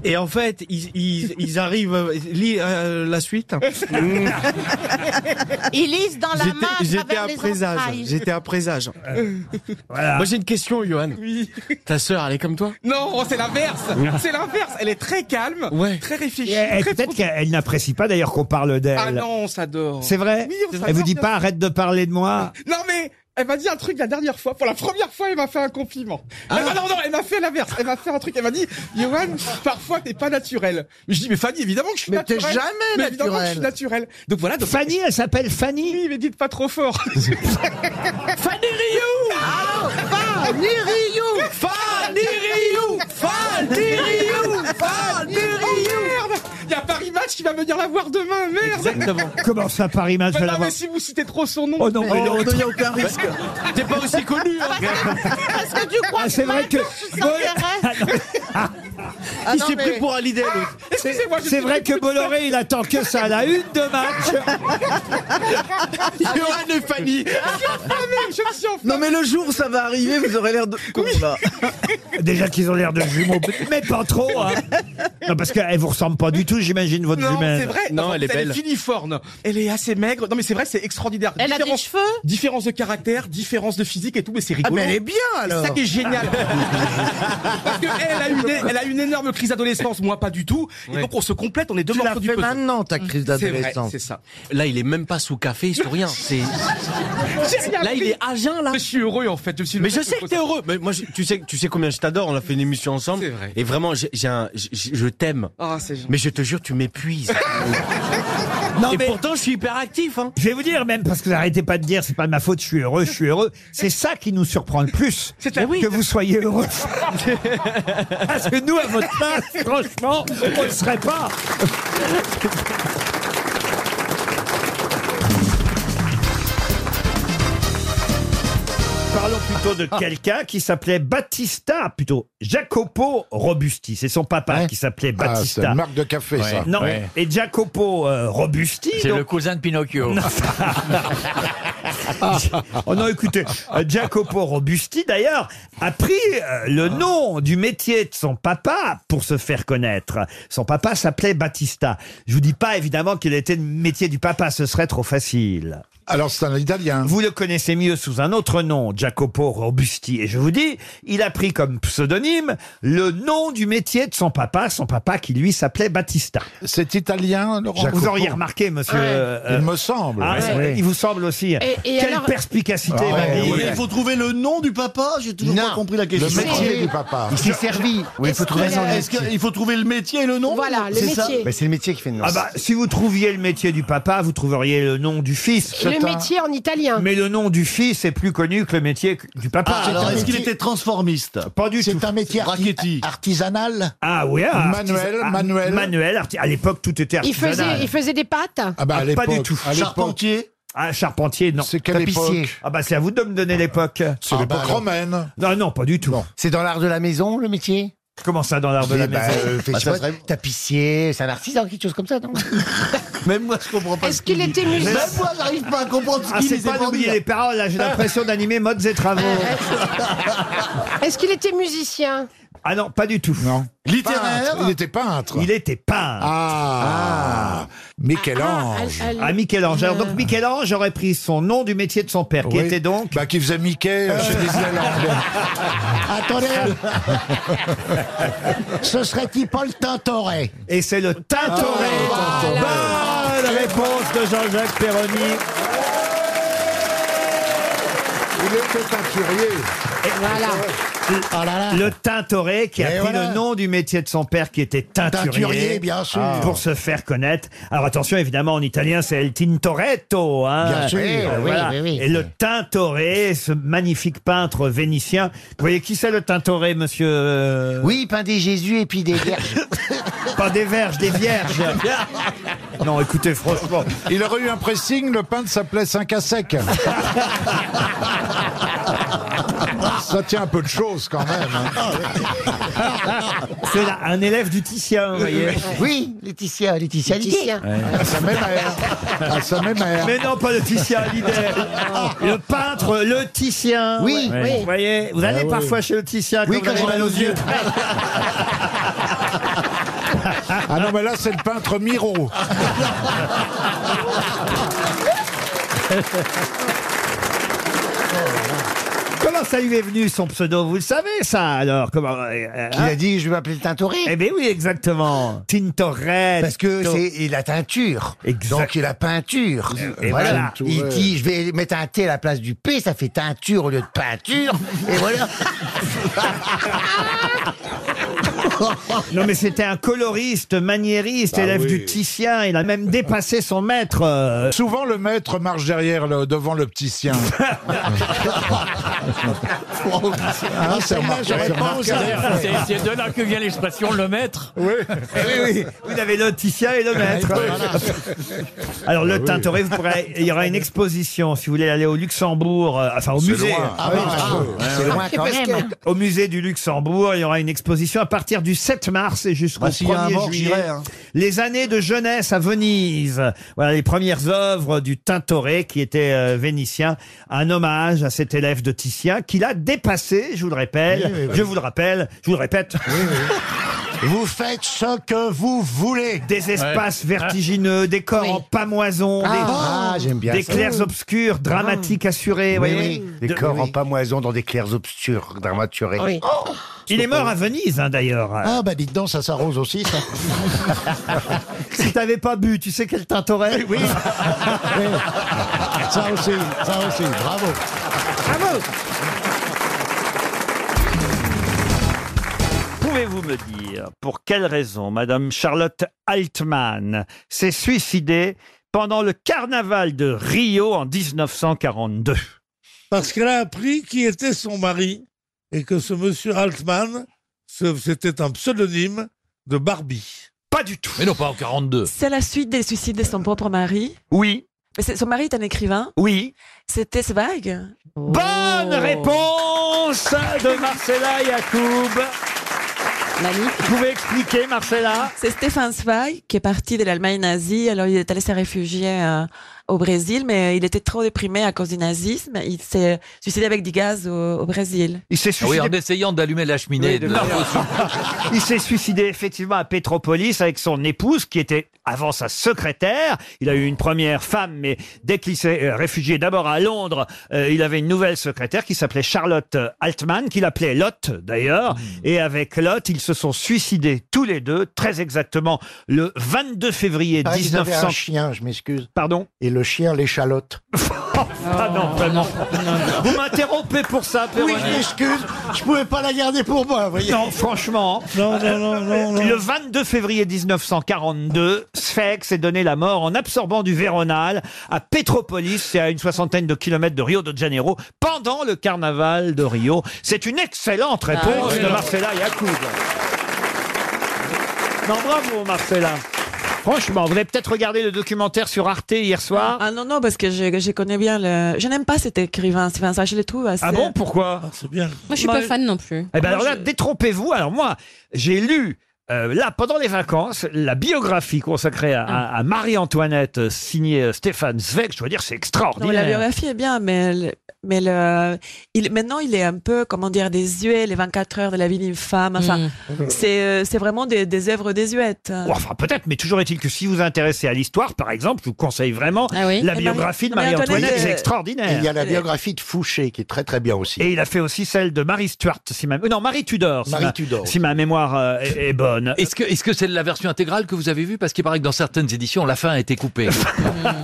[SPEAKER 6] Et en fait, ils, ils- ils arrivent. euh, Lis euh, la suite. Mmh.
[SPEAKER 9] Ils lisent dans la main à
[SPEAKER 6] J'étais
[SPEAKER 9] travers
[SPEAKER 6] un
[SPEAKER 9] les
[SPEAKER 6] présage.
[SPEAKER 9] entrailles.
[SPEAKER 6] J'étais un présage.
[SPEAKER 1] Voilà.
[SPEAKER 6] Moi j'ai une question, Johan. Ta sœur, elle est comme toi
[SPEAKER 17] Non, oh, c'est l'inverse. C'est l'inverse. Elle est très calme, très réfléchie.
[SPEAKER 1] Et elle-
[SPEAKER 17] très
[SPEAKER 1] Peut-être qu'elle n'apprécie pas d'ailleurs qu'on parle d'elle.
[SPEAKER 17] Ah non, on s'adore.
[SPEAKER 1] C'est vrai
[SPEAKER 17] Oui, on
[SPEAKER 1] Elle vous
[SPEAKER 17] s'adore,
[SPEAKER 1] dit
[SPEAKER 17] bien
[SPEAKER 1] pas
[SPEAKER 17] sûr.
[SPEAKER 1] arrête de parler de moi
[SPEAKER 17] Non mais elle m'a dit un truc la dernière fois. Pour la première fois, elle m'a fait un compliment. Elle m'a- non non, elle m'a fait l'inverse. Elle m'a fait un truc. Elle m'a dit, Johan, parfois t'es pas naturel. Mais je dis, mais Fanny, évidemment que je suis
[SPEAKER 3] Mais t'es
[SPEAKER 17] naturel.
[SPEAKER 3] jamais
[SPEAKER 17] mais évidemment que je
[SPEAKER 3] naturel.
[SPEAKER 17] suis naturel. Donc voilà. Donc...
[SPEAKER 1] Fanny, elle s'appelle Fanny.
[SPEAKER 17] Oui, mais dites pas trop fort.
[SPEAKER 6] Fanny
[SPEAKER 9] Ah,
[SPEAKER 6] Rio
[SPEAKER 3] Fanny Rio
[SPEAKER 6] Fanny Rio Fanny Rio Fanny Rio
[SPEAKER 17] Oh, Merde Il y a Paris Match qui va venir la voir demain. Merde.
[SPEAKER 1] Comment ça, Paris Match
[SPEAKER 17] Bah
[SPEAKER 1] va
[SPEAKER 17] non, mais
[SPEAKER 1] l'avoir
[SPEAKER 17] si vous citez trop son nom.
[SPEAKER 1] Oh non, mais l'autre.
[SPEAKER 22] Il n'y a aucun risque.
[SPEAKER 6] T'es pas aussi connu, hein
[SPEAKER 9] Parce que tu crois
[SPEAKER 17] bah,
[SPEAKER 1] Ah, c'est vrai que.
[SPEAKER 9] hein.
[SPEAKER 1] Ah,
[SPEAKER 6] Ah,
[SPEAKER 9] Ah,
[SPEAKER 6] Il s'est pris pour un leader. l'autre.
[SPEAKER 17] Excusez-moi, je
[SPEAKER 1] C'est
[SPEAKER 17] suis-
[SPEAKER 1] vrai que Bolloré, il attend que ça, la une de match.
[SPEAKER 6] Johan et Fanny
[SPEAKER 17] Je suis enflammé, je me suis enflammé.
[SPEAKER 22] Non, mais le jour où ça va arriver, vous aurez l'air de con, là.
[SPEAKER 1] Déjà qu'ils ont l'air de jumeaux, mais pas trop. Hein. Non, parce qu'elle vous ressemble pas du tout, j'imagine, votre
[SPEAKER 17] Non,
[SPEAKER 1] jumelle.
[SPEAKER 17] c'est vrai.
[SPEAKER 6] Non,
[SPEAKER 17] Enfin,
[SPEAKER 6] elle est belle.
[SPEAKER 17] filiforme. Elle est assez maigre. Non, mais c'est vrai, c'est extraordinaire.
[SPEAKER 9] Elle a des
[SPEAKER 17] Différence-
[SPEAKER 9] cheveux
[SPEAKER 17] Différence de caractère, différence de physique et tout, mais c'est
[SPEAKER 3] Ah,
[SPEAKER 17] rigolo.
[SPEAKER 3] mais elle est bien alors
[SPEAKER 17] C'est ça qui est génial. Parce que elle a, une, elle a une énorme crise d'adolescence, moi pas du tout. Et donc on se complète, on est deux
[SPEAKER 3] Tu l'as
[SPEAKER 17] morceaux du
[SPEAKER 3] fait
[SPEAKER 17] puzzle.
[SPEAKER 3] maintenant, ta crise
[SPEAKER 17] C'est vrai,
[SPEAKER 3] d'adolescence.
[SPEAKER 17] c'est ça.
[SPEAKER 6] Là, il est même pas sous café, sous rien. C'est. Là, il est à jeun, là.
[SPEAKER 17] Je suis heureux en fait. Je suis le
[SPEAKER 6] Mais je
[SPEAKER 17] mec
[SPEAKER 6] sais
[SPEAKER 17] qui
[SPEAKER 6] que
[SPEAKER 17] pose
[SPEAKER 6] t'es
[SPEAKER 17] ça.
[SPEAKER 6] heureux. Mais moi, je- tu sais, tu sais combien je t'adore. On a fait une émission ensemble.
[SPEAKER 17] C'est vrai.
[SPEAKER 6] Et vraiment, j'ai, j'ai un- j'- j'- je t'aime.
[SPEAKER 1] Oh.
[SPEAKER 17] Ah, c'est gentil.
[SPEAKER 6] Mais je te jure, tu m'épuises.
[SPEAKER 1] Non,
[SPEAKER 6] et
[SPEAKER 1] mais-
[SPEAKER 6] pourtant, je suis hyper actif. Hein.
[SPEAKER 1] Je vais vous dire même, parce que vous arrêtez pas de dire, c'est pas de ma faute, je suis heureux, je suis heureux. C'est ça qui nous surprend le plus.
[SPEAKER 17] C'est
[SPEAKER 1] que
[SPEAKER 17] la- oui.
[SPEAKER 1] vous soyez heureux. parce que nous, à votre place, franchement, on ne serait pas. Parlons plutôt de quelqu'un qui s'appelait Battista, plutôt Jacopo Robusti. C'est son papa qui s'appelait
[SPEAKER 8] Ah, c'est
[SPEAKER 1] Battista.
[SPEAKER 8] une marque de café, ça.
[SPEAKER 1] Non,
[SPEAKER 8] Ouais.
[SPEAKER 1] et Jacopo euh, Robusti.
[SPEAKER 12] C'est
[SPEAKER 1] donc-
[SPEAKER 12] le cousin de Pinocchio.
[SPEAKER 1] Oh non, écoutez, euh, Jacopo Robusti, d'ailleurs, a pris euh, le
[SPEAKER 8] Ah.
[SPEAKER 1] nom du métier de son papa pour se faire connaître. Son papa s'appelait Battista. Je vous dis pas, évidemment, qu'il était le métier du papa, ce serait trop facile.
[SPEAKER 8] Alors, c'est un Italien.
[SPEAKER 1] Vous le connaissez mieux sous un autre nom, Jacopo Robusti. Et je vous dis, il a pris comme pseudonyme le nom du métier de son papa, son papa qui lui s'appelait Battista.
[SPEAKER 8] C'est italien, Laurent
[SPEAKER 1] Vous auriez remarqué, monsieur.
[SPEAKER 8] Ouais.
[SPEAKER 1] euh,
[SPEAKER 8] Il me semble.
[SPEAKER 1] Ah, c'est
[SPEAKER 8] Ouais.
[SPEAKER 1] vrai, Il vous semble aussi.
[SPEAKER 8] Et- et
[SPEAKER 1] Quelle
[SPEAKER 8] alors-
[SPEAKER 1] perspicacité,
[SPEAKER 8] Ah,
[SPEAKER 1] ma
[SPEAKER 8] ouais,
[SPEAKER 1] vie.
[SPEAKER 8] ouais.
[SPEAKER 6] Il faut trouver le nom du papa. J'ai toujours
[SPEAKER 8] Non,
[SPEAKER 6] pas compris la question.
[SPEAKER 8] Le métier du papa.
[SPEAKER 6] Il s'est servi.
[SPEAKER 8] Oui, il faut trouver son
[SPEAKER 6] Est-ce qu'il faut trouver le métier et le nom
[SPEAKER 9] Voilà,
[SPEAKER 15] Ah,
[SPEAKER 9] le
[SPEAKER 6] C'est ça.
[SPEAKER 9] métier.
[SPEAKER 8] c'est le métier qui fait une
[SPEAKER 1] Ah bah, si vous trouviez le métier du papa, vous trouveriez le nom du fils.
[SPEAKER 8] C'est
[SPEAKER 15] Le
[SPEAKER 8] un-
[SPEAKER 15] métier en italien.
[SPEAKER 1] Mais le nom du fils est plus connu que le métier du papa.
[SPEAKER 8] Ah, alors, est-ce qu'il était
[SPEAKER 6] transformiste
[SPEAKER 1] Pas du tout.
[SPEAKER 8] C'est un métier arti- artisanal.
[SPEAKER 1] Ah oui, ah,
[SPEAKER 8] Manuel,
[SPEAKER 1] artisan- ah,
[SPEAKER 8] manuel.
[SPEAKER 1] Manuel, arti- à l'époque tout était
[SPEAKER 15] Il
[SPEAKER 1] artisanal.
[SPEAKER 15] faisait, il faisait des pâtes.
[SPEAKER 8] Ah bah, à
[SPEAKER 1] Ah, pas
[SPEAKER 8] l'époque.
[SPEAKER 1] du tout.
[SPEAKER 8] à l'époque.
[SPEAKER 1] Ah, charpentier, non.
[SPEAKER 8] C'est quelle
[SPEAKER 1] Tapissier.
[SPEAKER 8] époque
[SPEAKER 1] Ah bah c'est à vous de me donner l'époque.
[SPEAKER 8] C'est
[SPEAKER 1] Ah,
[SPEAKER 8] l'époque
[SPEAKER 1] bah, alors.
[SPEAKER 8] romaine.
[SPEAKER 1] Non, non, pas du tout.
[SPEAKER 12] C'est dans l'art de la maison, le métier
[SPEAKER 1] Comment ça dans l'art de la
[SPEAKER 8] Eh ben,
[SPEAKER 1] maison
[SPEAKER 8] euh, fais
[SPEAKER 12] Bah,
[SPEAKER 8] chier.
[SPEAKER 12] ça serait- Tapissier, c'est un artisan, quelque chose comme ça, non
[SPEAKER 6] Même moi, je comprends pas.
[SPEAKER 15] Est-ce qu'il était
[SPEAKER 6] Même
[SPEAKER 15] musulman
[SPEAKER 6] moi, j'arrive pas à comprendre ce
[SPEAKER 1] Ah,
[SPEAKER 6] qu'il
[SPEAKER 1] c'est
[SPEAKER 6] disait
[SPEAKER 1] pas
[SPEAKER 6] pour
[SPEAKER 1] d'oublier
[SPEAKER 6] dire.
[SPEAKER 1] les paroles, là, j'ai l'impression d'animer modes et travaux.
[SPEAKER 15] Est-ce qu'il était musicien
[SPEAKER 1] Ah non, pas du tout. Ah,
[SPEAKER 8] Non.
[SPEAKER 6] Littéraire
[SPEAKER 8] Peintre. Il était peintre.
[SPEAKER 1] Il était peintre.
[SPEAKER 8] Ah.
[SPEAKER 7] Michel-Ange.
[SPEAKER 1] Ah, Michel-Ange. Alors donc Michel-Ange aurait pris son nom du métier de son père, qui
[SPEAKER 7] Oui.
[SPEAKER 1] était donc...
[SPEAKER 7] Bah, qui faisait Mickey euh, chez
[SPEAKER 8] Attendez, ce serait-il pas le Tintoret
[SPEAKER 1] Et c'est le Tintoret
[SPEAKER 7] Ah,
[SPEAKER 1] Bonne réponse de Jean-Jacques Perroni
[SPEAKER 7] Il était teinturier.
[SPEAKER 1] Voilà. Oh Le Tintoret qui a
[SPEAKER 7] Ah. Et
[SPEAKER 1] pris
[SPEAKER 7] voilà.
[SPEAKER 1] le nom du métier de son père qui était teinturier, Ah.
[SPEAKER 7] Teinturier, bien sûr.
[SPEAKER 1] pour se faire connaître. Alors attention, évidemment, en italien, c'est El Tintoretto. hein.
[SPEAKER 7] Bien sûr,
[SPEAKER 1] Euh,
[SPEAKER 7] oui, oui, oui.
[SPEAKER 1] Et le Tintoret, ce magnifique peintre vénitien. Vous voyez qui c'est le Tintoret, monsieur euh,
[SPEAKER 8] Oui, il peint des Jésus et puis des vierges.
[SPEAKER 1] Pas des verges, des vierges. non, écoutez, franchement.
[SPEAKER 7] Il aurait eu un pressing, le peintre s'appelait 5 à sec. Ça tient un peu de choses quand même. hein.
[SPEAKER 1] C'est là, un élève du Titien, vous voyez.
[SPEAKER 8] Oui, Laetitia, Laetitia, Laetitia.
[SPEAKER 7] À sa même aire. À sa même aire.
[SPEAKER 1] Mais non, pas le Titien Hallyday. Le peintre, le Titien.
[SPEAKER 7] Oui,
[SPEAKER 1] Ouais.
[SPEAKER 7] oui.
[SPEAKER 1] Vous voyez, vous
[SPEAKER 7] Ah
[SPEAKER 1] allez
[SPEAKER 7] oui.
[SPEAKER 1] parfois chez le Titien.
[SPEAKER 7] Oui,
[SPEAKER 1] vous
[SPEAKER 7] quand
[SPEAKER 1] avez
[SPEAKER 7] j'ai mal aux yeux. Ah non, mais là, c'est le peintre Miro.
[SPEAKER 1] Comment ça lui est venu son pseudo Vous le savez ça alors Comment Il
[SPEAKER 7] a dit je vais m'appeler le Tintoret.
[SPEAKER 1] Eh bien oui, exactement. Tintoret.
[SPEAKER 7] Parce que
[SPEAKER 1] Tinto-
[SPEAKER 7] c'est la teinture. Donc il a peinture. Euh,
[SPEAKER 1] Et voilà.
[SPEAKER 7] Il dit je vais mettre un T à la place du P, ça fait teinture au lieu de peinture. Et voilà.
[SPEAKER 1] Non mais c'était un coloriste, maniériste,
[SPEAKER 7] Bah
[SPEAKER 1] élève
[SPEAKER 7] oui.
[SPEAKER 1] du Titien. Il a même dépassé son maître. euh,
[SPEAKER 7] Souvent le maître marche derrière le- devant le petit sien. Ah, c'est remarqué, c'est remarqué.
[SPEAKER 13] C'est c'est de là que vient l'expression le maître.
[SPEAKER 7] Oui.
[SPEAKER 1] oui, oui. Vous avez le Titien et le maître. Alors le
[SPEAKER 7] Bah
[SPEAKER 13] oui.
[SPEAKER 1] Tintoret, vous pourrez- il y aura une exposition si vous voulez aller au Luxembourg, euh, enfin au
[SPEAKER 7] C'est
[SPEAKER 1] musée.
[SPEAKER 7] loin. Ah oui, Ah, c'est loin. c'est loin quand Parce même. que-
[SPEAKER 1] Au musée du Luxembourg, il y aura une exposition à partir du 7 mars et jusqu'au
[SPEAKER 7] Bah, s'il y a un
[SPEAKER 1] 1er
[SPEAKER 7] mort,
[SPEAKER 1] juillet.
[SPEAKER 7] j'irai, hein.
[SPEAKER 1] Les années de jeunesse à Venise. Voilà les premières œuvres du Tintoret qui était euh, vénitien. Un hommage à cet élève de Titien qui l'a dépassé, je vous le répète.
[SPEAKER 7] Oui, oui, oui.
[SPEAKER 1] Je vous le rappelle, je vous le répète.
[SPEAKER 7] Vous faites ce que vous voulez.
[SPEAKER 1] Des espaces vertigineux, des corps en pamoison,
[SPEAKER 7] Ah,
[SPEAKER 1] des,
[SPEAKER 7] ah, j'aime bien
[SPEAKER 1] des
[SPEAKER 7] ça. Ah.
[SPEAKER 1] clairs obscurs, dramatiques assurés, vous voyez.
[SPEAKER 7] Des
[SPEAKER 1] De-
[SPEAKER 7] corps en pamoison dans des clairs obscurs, dramaturés.
[SPEAKER 1] Oui. Il est mort à Venise, hein, d'ailleurs.
[SPEAKER 7] Ah bah dites donc, ça s'arrose aussi, ça.
[SPEAKER 1] si t'avais pas bu, tu sais quel teint t'aurais Oui.
[SPEAKER 8] Ah,
[SPEAKER 7] ça aussi, ça aussi, bravo.
[SPEAKER 1] Bravo Pouvez-vous me dire pour quelle raison Madame Charlotte Altman s'est suicidée pendant le carnaval de Rio en 1942
[SPEAKER 21] Parce qu'elle a appris qui était son mari et que ce monsieur Altman, ce- c'était un pseudonyme de Barbie.
[SPEAKER 1] Pas du tout.
[SPEAKER 13] Mais non, pas en 42.
[SPEAKER 18] C'est la suite des suicides de son propre mari.
[SPEAKER 1] Oui.
[SPEAKER 18] Mais c'est- son mari est un écrivain.
[SPEAKER 1] Oui.
[SPEAKER 18] C'était Zweig.
[SPEAKER 8] Oh.
[SPEAKER 1] Bonne
[SPEAKER 7] Ah.
[SPEAKER 1] réponse de Marcella Yacoub. Vous pouvez expliquer, Marcella
[SPEAKER 18] C'est Stéphane Zweig qui est parti de l'Allemagne nazie. Alors, il est allé se réfugier euh, au Brésil, mais il était trop déprimé à cause du nazisme. Il s'est suicidé avec du gaz au, au Brésil.
[SPEAKER 1] Il s'est
[SPEAKER 13] Ah oui,
[SPEAKER 1] suicidé.
[SPEAKER 13] en essayant d'allumer la cheminée. de-
[SPEAKER 1] Il s'est suicidé effectivement à Pétropolis avec son épouse qui était avant sa secrétaire. Il a eu une première femme, mais dès qu'il s'est euh, réfugié d'abord à Londres, euh, il avait une nouvelle secrétaire qui s'appelait Charlotte euh, Altman, qu'il appelait Lotte d'ailleurs. Et avec Lotte, ils se sont suicidés tous les deux, très exactement le 22 février
[SPEAKER 8] Ah, ils avaient
[SPEAKER 1] 1900.
[SPEAKER 8] un chien, je m'excuse.
[SPEAKER 1] Pardon
[SPEAKER 8] Et le chien, l'échalote.
[SPEAKER 1] Ah non, vraiment. Vous m'interrompez pour ça,
[SPEAKER 8] Oui,
[SPEAKER 1] Perroni.
[SPEAKER 8] je m'excuse. Je pouvais pas la garder pour moi, vous voyez.
[SPEAKER 1] Non, franchement. Le 22 février 1942, Sfex s'est donné la mort en absorbant du Véronal à Petropolis, c'est à une soixantaine de kilomètres de Rio de Janeiro, pendant le carnaval de Rio. C'est une excellente réponse
[SPEAKER 13] Ah oui.
[SPEAKER 1] de Marcella Yacoub. Non, bravo, Marcella. Franchement, vous avez peut-être regardé le documentaire sur Arte hier soir.
[SPEAKER 18] Ah non, non, parce que je, je connais bien le. Je n'aime pas cet écrivain, Stéphane Zweig. Je le trouve assez.
[SPEAKER 1] Ah bon, pourquoi
[SPEAKER 21] C'est bien.
[SPEAKER 18] Moi, je suis pas fan non plus.
[SPEAKER 1] Eh ben alors là, détrompez-vous. Alors moi, j'ai lu euh, là, pendant les vacances, la biographie consacrée à,
[SPEAKER 18] Ah.
[SPEAKER 1] à- à Marie-Antoinette, euh, signée euh, Stéphane Zweig, je dois dire, c'est
[SPEAKER 18] Non, la
[SPEAKER 1] extraordinaire.
[SPEAKER 18] biographie est bien, mais, le- mais le, il, maintenant, il est un peu, comment dire, désuet, les 24 heures de la vie d'une femme. Enfin,
[SPEAKER 1] Mm.
[SPEAKER 18] c'est euh, c'est vraiment des, des œuvres désuètes.
[SPEAKER 1] Ou enfin, peut-être, mais toujours est-il que si vous vous intéressez à l'histoire, par exemple, je vous conseille vraiment
[SPEAKER 18] Ah
[SPEAKER 1] la biographie de Marie-Antoinette,
[SPEAKER 18] euh,
[SPEAKER 1] euh, c'est extraordinaire.
[SPEAKER 8] Et Il y a la biographie de Fouché qui est très très bien aussi.
[SPEAKER 1] Et il a fait aussi celle de Marie Stuart, si ma... euh, non Marie Tudor, si
[SPEAKER 8] Marie
[SPEAKER 1] ma-
[SPEAKER 8] Tudor.
[SPEAKER 1] si ma mémoire euh, est, est bonne.
[SPEAKER 13] Est-ce que est-ce que c'est la version intégrale que vous avez vue Parce qu'il paraît que dans certaines éditions, la fin a été coupée.
[SPEAKER 1] Alors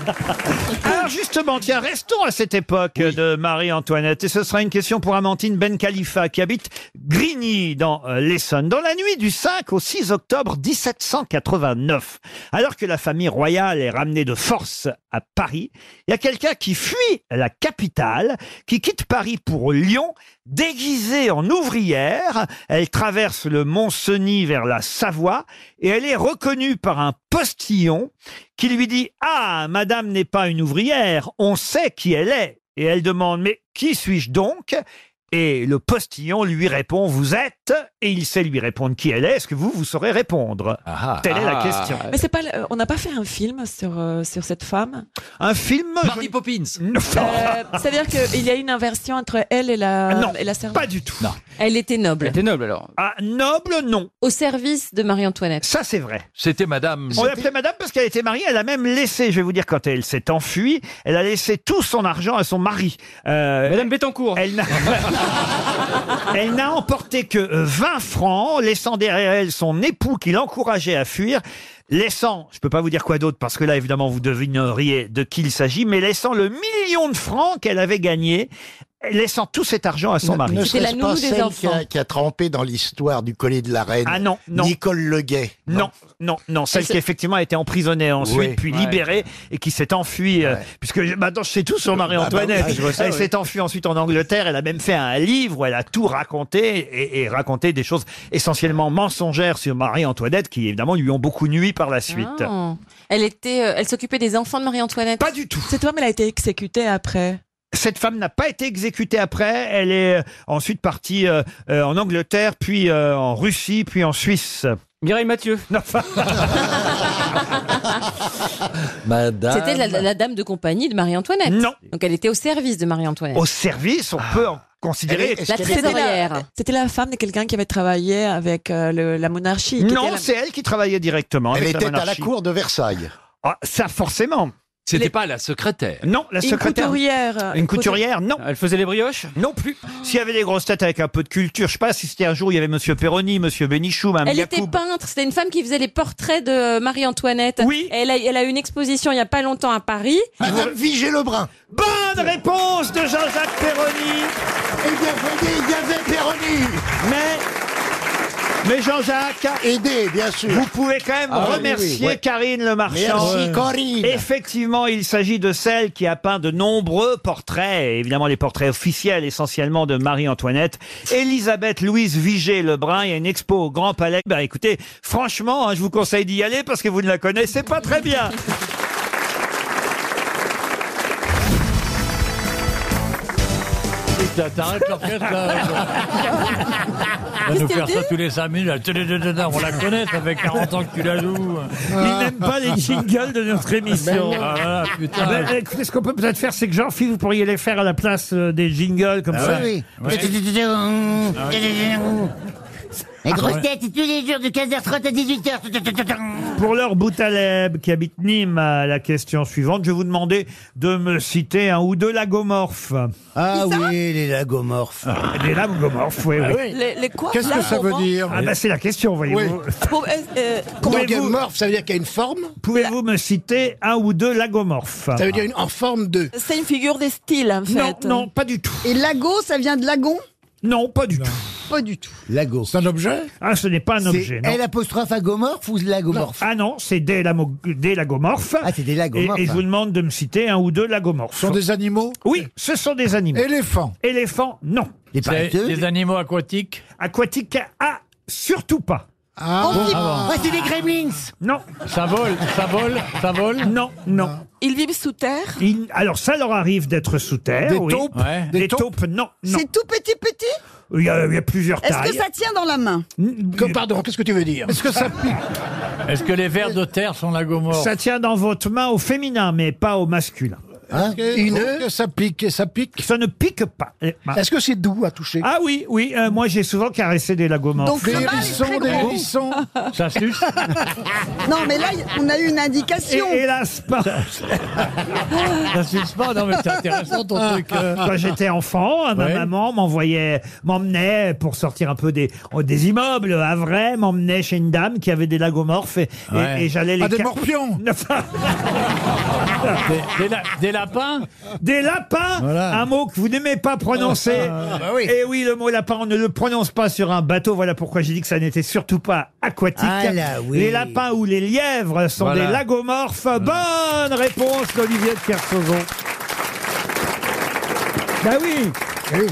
[SPEAKER 1] Ah, justement, tiens, restons à cette époque de Marie-Antoinette. Et ce sera une question pour Amantine Ben Khalifa, qui habite Grigny, dans euh, l'Essonne. Dans la nuit du 5 au 6 octobre 1789, alors que la famille royale est ramenée de force à Paris, il y a quelqu'un qui fuit la capitale, qui quitte Paris pour Lyon, déguisée en ouvrière. Elle traverse le Mont-Cenis vers la Savoie et elle est reconnue par un postillon qui lui dit Ah, madame n'est pas une ouvrière, on sait qui elle est. Et elle demande Mais qui suis-je donc Et le postillon lui répond Vous êtes. Et il sait lui répondre qui elle est. Est-ce que vous, vous saurez répondre
[SPEAKER 13] Ah,
[SPEAKER 1] Telle est la question.
[SPEAKER 18] Mais c'est pas, le- on n'a pas fait un film sur, euh, sur cette femme.
[SPEAKER 1] Un film Mary
[SPEAKER 13] Poppins
[SPEAKER 18] Euh, C'est-à-dire qu'il y a une inversion entre elle et la,
[SPEAKER 1] Ah Non,
[SPEAKER 18] et la servante.
[SPEAKER 1] Pas du tout.
[SPEAKER 11] Elle était noble.
[SPEAKER 13] était noble alors.
[SPEAKER 1] Ah, noble, non.
[SPEAKER 11] Au service de Marie-Antoinette.
[SPEAKER 1] Ça, c'est vrai.
[SPEAKER 13] C'était Madame.
[SPEAKER 23] Hmm.
[SPEAKER 1] On l'appelait madame parce qu'elle était mariée. Elle a même laissé, je vais vous dire, quand elle s'est enfuie, elle a laissé tout son argent à son mari. madame Bettencourt. Elle n'a, elle n'a emporté que euh, 20 francs, laissant derrière elle son époux qui l'encourageait à fuir. Laissant, je peux pas vous dire quoi d'autre parce que là évidemment vous devineriez de qui il s'agit, mais laissant le million de francs qu'elle avait gagné, laissant tout cet argent à son
[SPEAKER 8] Ne-
[SPEAKER 1] mari.
[SPEAKER 8] Ne serait-ce pas celle qui a, qui a trempé dans l'histoire du collier de la reine.
[SPEAKER 1] Ah non, non.
[SPEAKER 8] Nicole Leguet.
[SPEAKER 1] Non, non, non, celle
[SPEAKER 8] Elle s'est-
[SPEAKER 1] qui effectivement a été emprisonnée ensuite,
[SPEAKER 8] Oui.
[SPEAKER 1] puis
[SPEAKER 8] Ouais.
[SPEAKER 1] libérée, et qui s'est enfuie, euh, puisque je- maintenant je sais tout sur Marie-Antoinette.
[SPEAKER 8] Ah bah oui, je vois ça,
[SPEAKER 1] elle
[SPEAKER 8] oui.
[SPEAKER 1] s'est enfuie ensuite en Angleterre, elle a même fait un livre où elle a tout raconté, et, et raconté des choses essentiellement mensongères sur Marie-Antoinette, qui évidemment lui ont beaucoup nui par la suite.
[SPEAKER 11] Ah. Elle était, euh, elle s'occupait des enfants de Marie-Antoinette.
[SPEAKER 1] Pas du tout.
[SPEAKER 11] C'est toi, mais elle a été exécutée après.
[SPEAKER 1] Cette femme n'a pas été exécutée après, elle est euh, ensuite partie euh, euh, en Angleterre, puis euh, en Russie, puis en Suisse. Mireille Mathieu. Madame.
[SPEAKER 11] C'était la, la dame de compagnie de Marie-Antoinette.
[SPEAKER 1] Non.
[SPEAKER 11] Donc elle était au service de Marie-Antoinette.
[SPEAKER 1] Au service, on peut en considérer.
[SPEAKER 11] La trésorière.
[SPEAKER 18] C'était la femme de quelqu'un qui avait travaillé avec euh, le- la monarchie. qui était
[SPEAKER 1] Non,
[SPEAKER 18] la-
[SPEAKER 1] c'est elle qui travaillait directement.
[SPEAKER 8] Elle
[SPEAKER 1] avec
[SPEAKER 8] était à la
[SPEAKER 1] monarchie.
[SPEAKER 8] cour de Versailles.
[SPEAKER 1] Ah, ça, forcément.
[SPEAKER 13] C'était pas la secrétaire.
[SPEAKER 1] Non, la
[SPEAKER 13] Une
[SPEAKER 1] secrétaire.
[SPEAKER 13] couturière. euh,
[SPEAKER 1] Une couturière, non.
[SPEAKER 13] Elle faisait les brioches
[SPEAKER 1] Non plus. S'il y avait des grosses têtes avec un peu de culture, je sais pas si c'était un jour où il y avait Monsieur Perroni, Monsieur Bénichou, Mme
[SPEAKER 11] Elle était peintre, c'était une femme qui faisait les portraits de euh, Marie-Antoinette. Oui. Elle a, elle a eu une exposition il y a pas longtemps à Paris.
[SPEAKER 8] Madame Vigée Lebrun.
[SPEAKER 1] Bonne réponse de Jean-Jacques Perroni.
[SPEAKER 8] Eh bien, voyez, il y avait Perroni.
[SPEAKER 1] Mais. Mais Jean-Jacques,
[SPEAKER 8] aidez, bien sûr.
[SPEAKER 1] Vous pouvez quand même
[SPEAKER 8] Ah oui,
[SPEAKER 1] remercier
[SPEAKER 8] oui, oui.
[SPEAKER 1] Karine Le Marchand.
[SPEAKER 8] Merci, Corinne.
[SPEAKER 1] Effectivement, il s'agit de celle qui a peint de nombreux portraits, et évidemment les portraits officiels essentiellement de Marie-Antoinette. Elisabeth Louise Vigée Lebrun, il y a une expo au Grand Palais. Bah écoutez, franchement, hein, je vous conseille d'y aller parce que vous ne la connaissez pas très bien.
[SPEAKER 13] Putain, t'arrêtes l'orchestre là. On va nous faire ça tous les 5 minutes. On la connaît, ça fait 40 ans que tu la joues.
[SPEAKER 1] Il n'aime pas les jingles de notre émission.
[SPEAKER 13] Ah, voilà, putain.
[SPEAKER 1] Ah ben, écoutez, ce qu'on peut peut-être faire, c'est que Jean-Philippe, vous pourriez les faire à la place euh, des jingles
[SPEAKER 8] Ah
[SPEAKER 1] comme ça.
[SPEAKER 12] Les grosses
[SPEAKER 1] Ah Ouais.
[SPEAKER 12] têtes, tous les jours de 15h30 à 18h.
[SPEAKER 1] Pour leur Boutaleb, qui habite Nîmes, à la question suivante, je vais vous demander de me citer un ou deux lagomorphes. Ah oui, les lagomorphes. les lagomorphes, oui.
[SPEAKER 8] Ah
[SPEAKER 1] oui.
[SPEAKER 8] oui.
[SPEAKER 11] Les, les quoi
[SPEAKER 8] Qu'est-ce que ça veut dire
[SPEAKER 1] Ah bah c'est la question, voyez-vous.
[SPEAKER 11] Pour- euh, euh,
[SPEAKER 8] Donc,
[SPEAKER 1] Pouvez-vous-
[SPEAKER 8] morphe, ça veut dire qu'il y a une forme
[SPEAKER 1] Pouvez-vous me citer un ou deux lagomorphes
[SPEAKER 8] Ça veut dire une- en forme de.
[SPEAKER 11] C'est une figure des styles, en fait.
[SPEAKER 1] Non, non, pas du tout.
[SPEAKER 14] Et Lago, ça vient de Lagon
[SPEAKER 1] Non, pas du tout.
[SPEAKER 14] Pas du tout.
[SPEAKER 1] Lago. C'est un objet Ah, ce n'est pas un
[SPEAKER 12] C'est
[SPEAKER 1] objet. non.
[SPEAKER 12] L apostrophe agomorphe ou lagomorphe
[SPEAKER 1] Ah non, c'est des, lamo- des lagomorphes. Ah, c'est des
[SPEAKER 12] lagomorphes,
[SPEAKER 1] Et, et je
[SPEAKER 12] hein.
[SPEAKER 1] vous demande de me citer un ou deux lagomorphes. Ce sont des animaux Oui, ce sont des animaux. Éléphants Éléphants, non. Des
[SPEAKER 13] C'est des animaux aquatiques
[SPEAKER 1] Aquatiques, ah, surtout pas.
[SPEAKER 13] Ah, bon. Ah bon.
[SPEAKER 12] c'est des gremlins
[SPEAKER 1] Non.
[SPEAKER 13] Ça vole, ça vole, ça vole
[SPEAKER 1] Non, non.
[SPEAKER 11] Ils vivent sous terre.
[SPEAKER 1] Il- alors ça leur arrive d'être sous terre.
[SPEAKER 13] Des
[SPEAKER 1] oui.
[SPEAKER 13] taupes Ouais.
[SPEAKER 1] Des, taupes, non. non.
[SPEAKER 14] C'est tout petit petit
[SPEAKER 1] Il y, a, il y a plusieurs
[SPEAKER 14] Est-ce
[SPEAKER 1] tailles.
[SPEAKER 14] que ça tient dans la main
[SPEAKER 1] pardon, qu'est-ce que tu veux dire Est-ce que ça
[SPEAKER 13] Est-ce que les vers de terre sont la gomorre
[SPEAKER 1] Ça tient dans votre main au féminin, mais pas au masculin.
[SPEAKER 13] Une-
[SPEAKER 1] ça pique, ça pique. Ça ne pique pas.
[SPEAKER 13] Est-ce
[SPEAKER 1] que c'est doux à toucher Ah oui, oui. euh, moi, j'ai souvent caressé des lagomorphes.
[SPEAKER 14] Donc, le Des mâle est hérissons, très des gros. hérissons.
[SPEAKER 13] Ça suce
[SPEAKER 14] Non, mais là, on a eu une indication.
[SPEAKER 1] Et- hélas, pas.
[SPEAKER 13] Ça suce pas Non, mais c'est intéressant ton truc. euh.
[SPEAKER 1] Quand j'étais enfant, hein, ma
[SPEAKER 13] Ouais.
[SPEAKER 1] maman m'envoyait, m'emmenait pour sortir un peu des, oh, des immeubles à vrai, m'emmenait chez une dame qui avait des lagomorphes et, et-
[SPEAKER 13] Ouais.
[SPEAKER 1] et j'allais les
[SPEAKER 13] Ah, des
[SPEAKER 1] ca-
[SPEAKER 13] morpions Des, des la- des lapins
[SPEAKER 1] Des lapins Un mot que vous n'aimez pas prononcer.
[SPEAKER 13] Ah, bah oui.
[SPEAKER 1] Et oui, le mot lapin, on ne le prononce pas sur un bateau. Voilà pourquoi j'ai dit que ça n'était surtout pas aquatique.
[SPEAKER 7] Ah là, oui.
[SPEAKER 1] Les lapins ou les lièvres sont
[SPEAKER 7] Voilà.
[SPEAKER 1] des lagomorphes. Bonne réponse d'Olivier de Kersauzon. Bah oui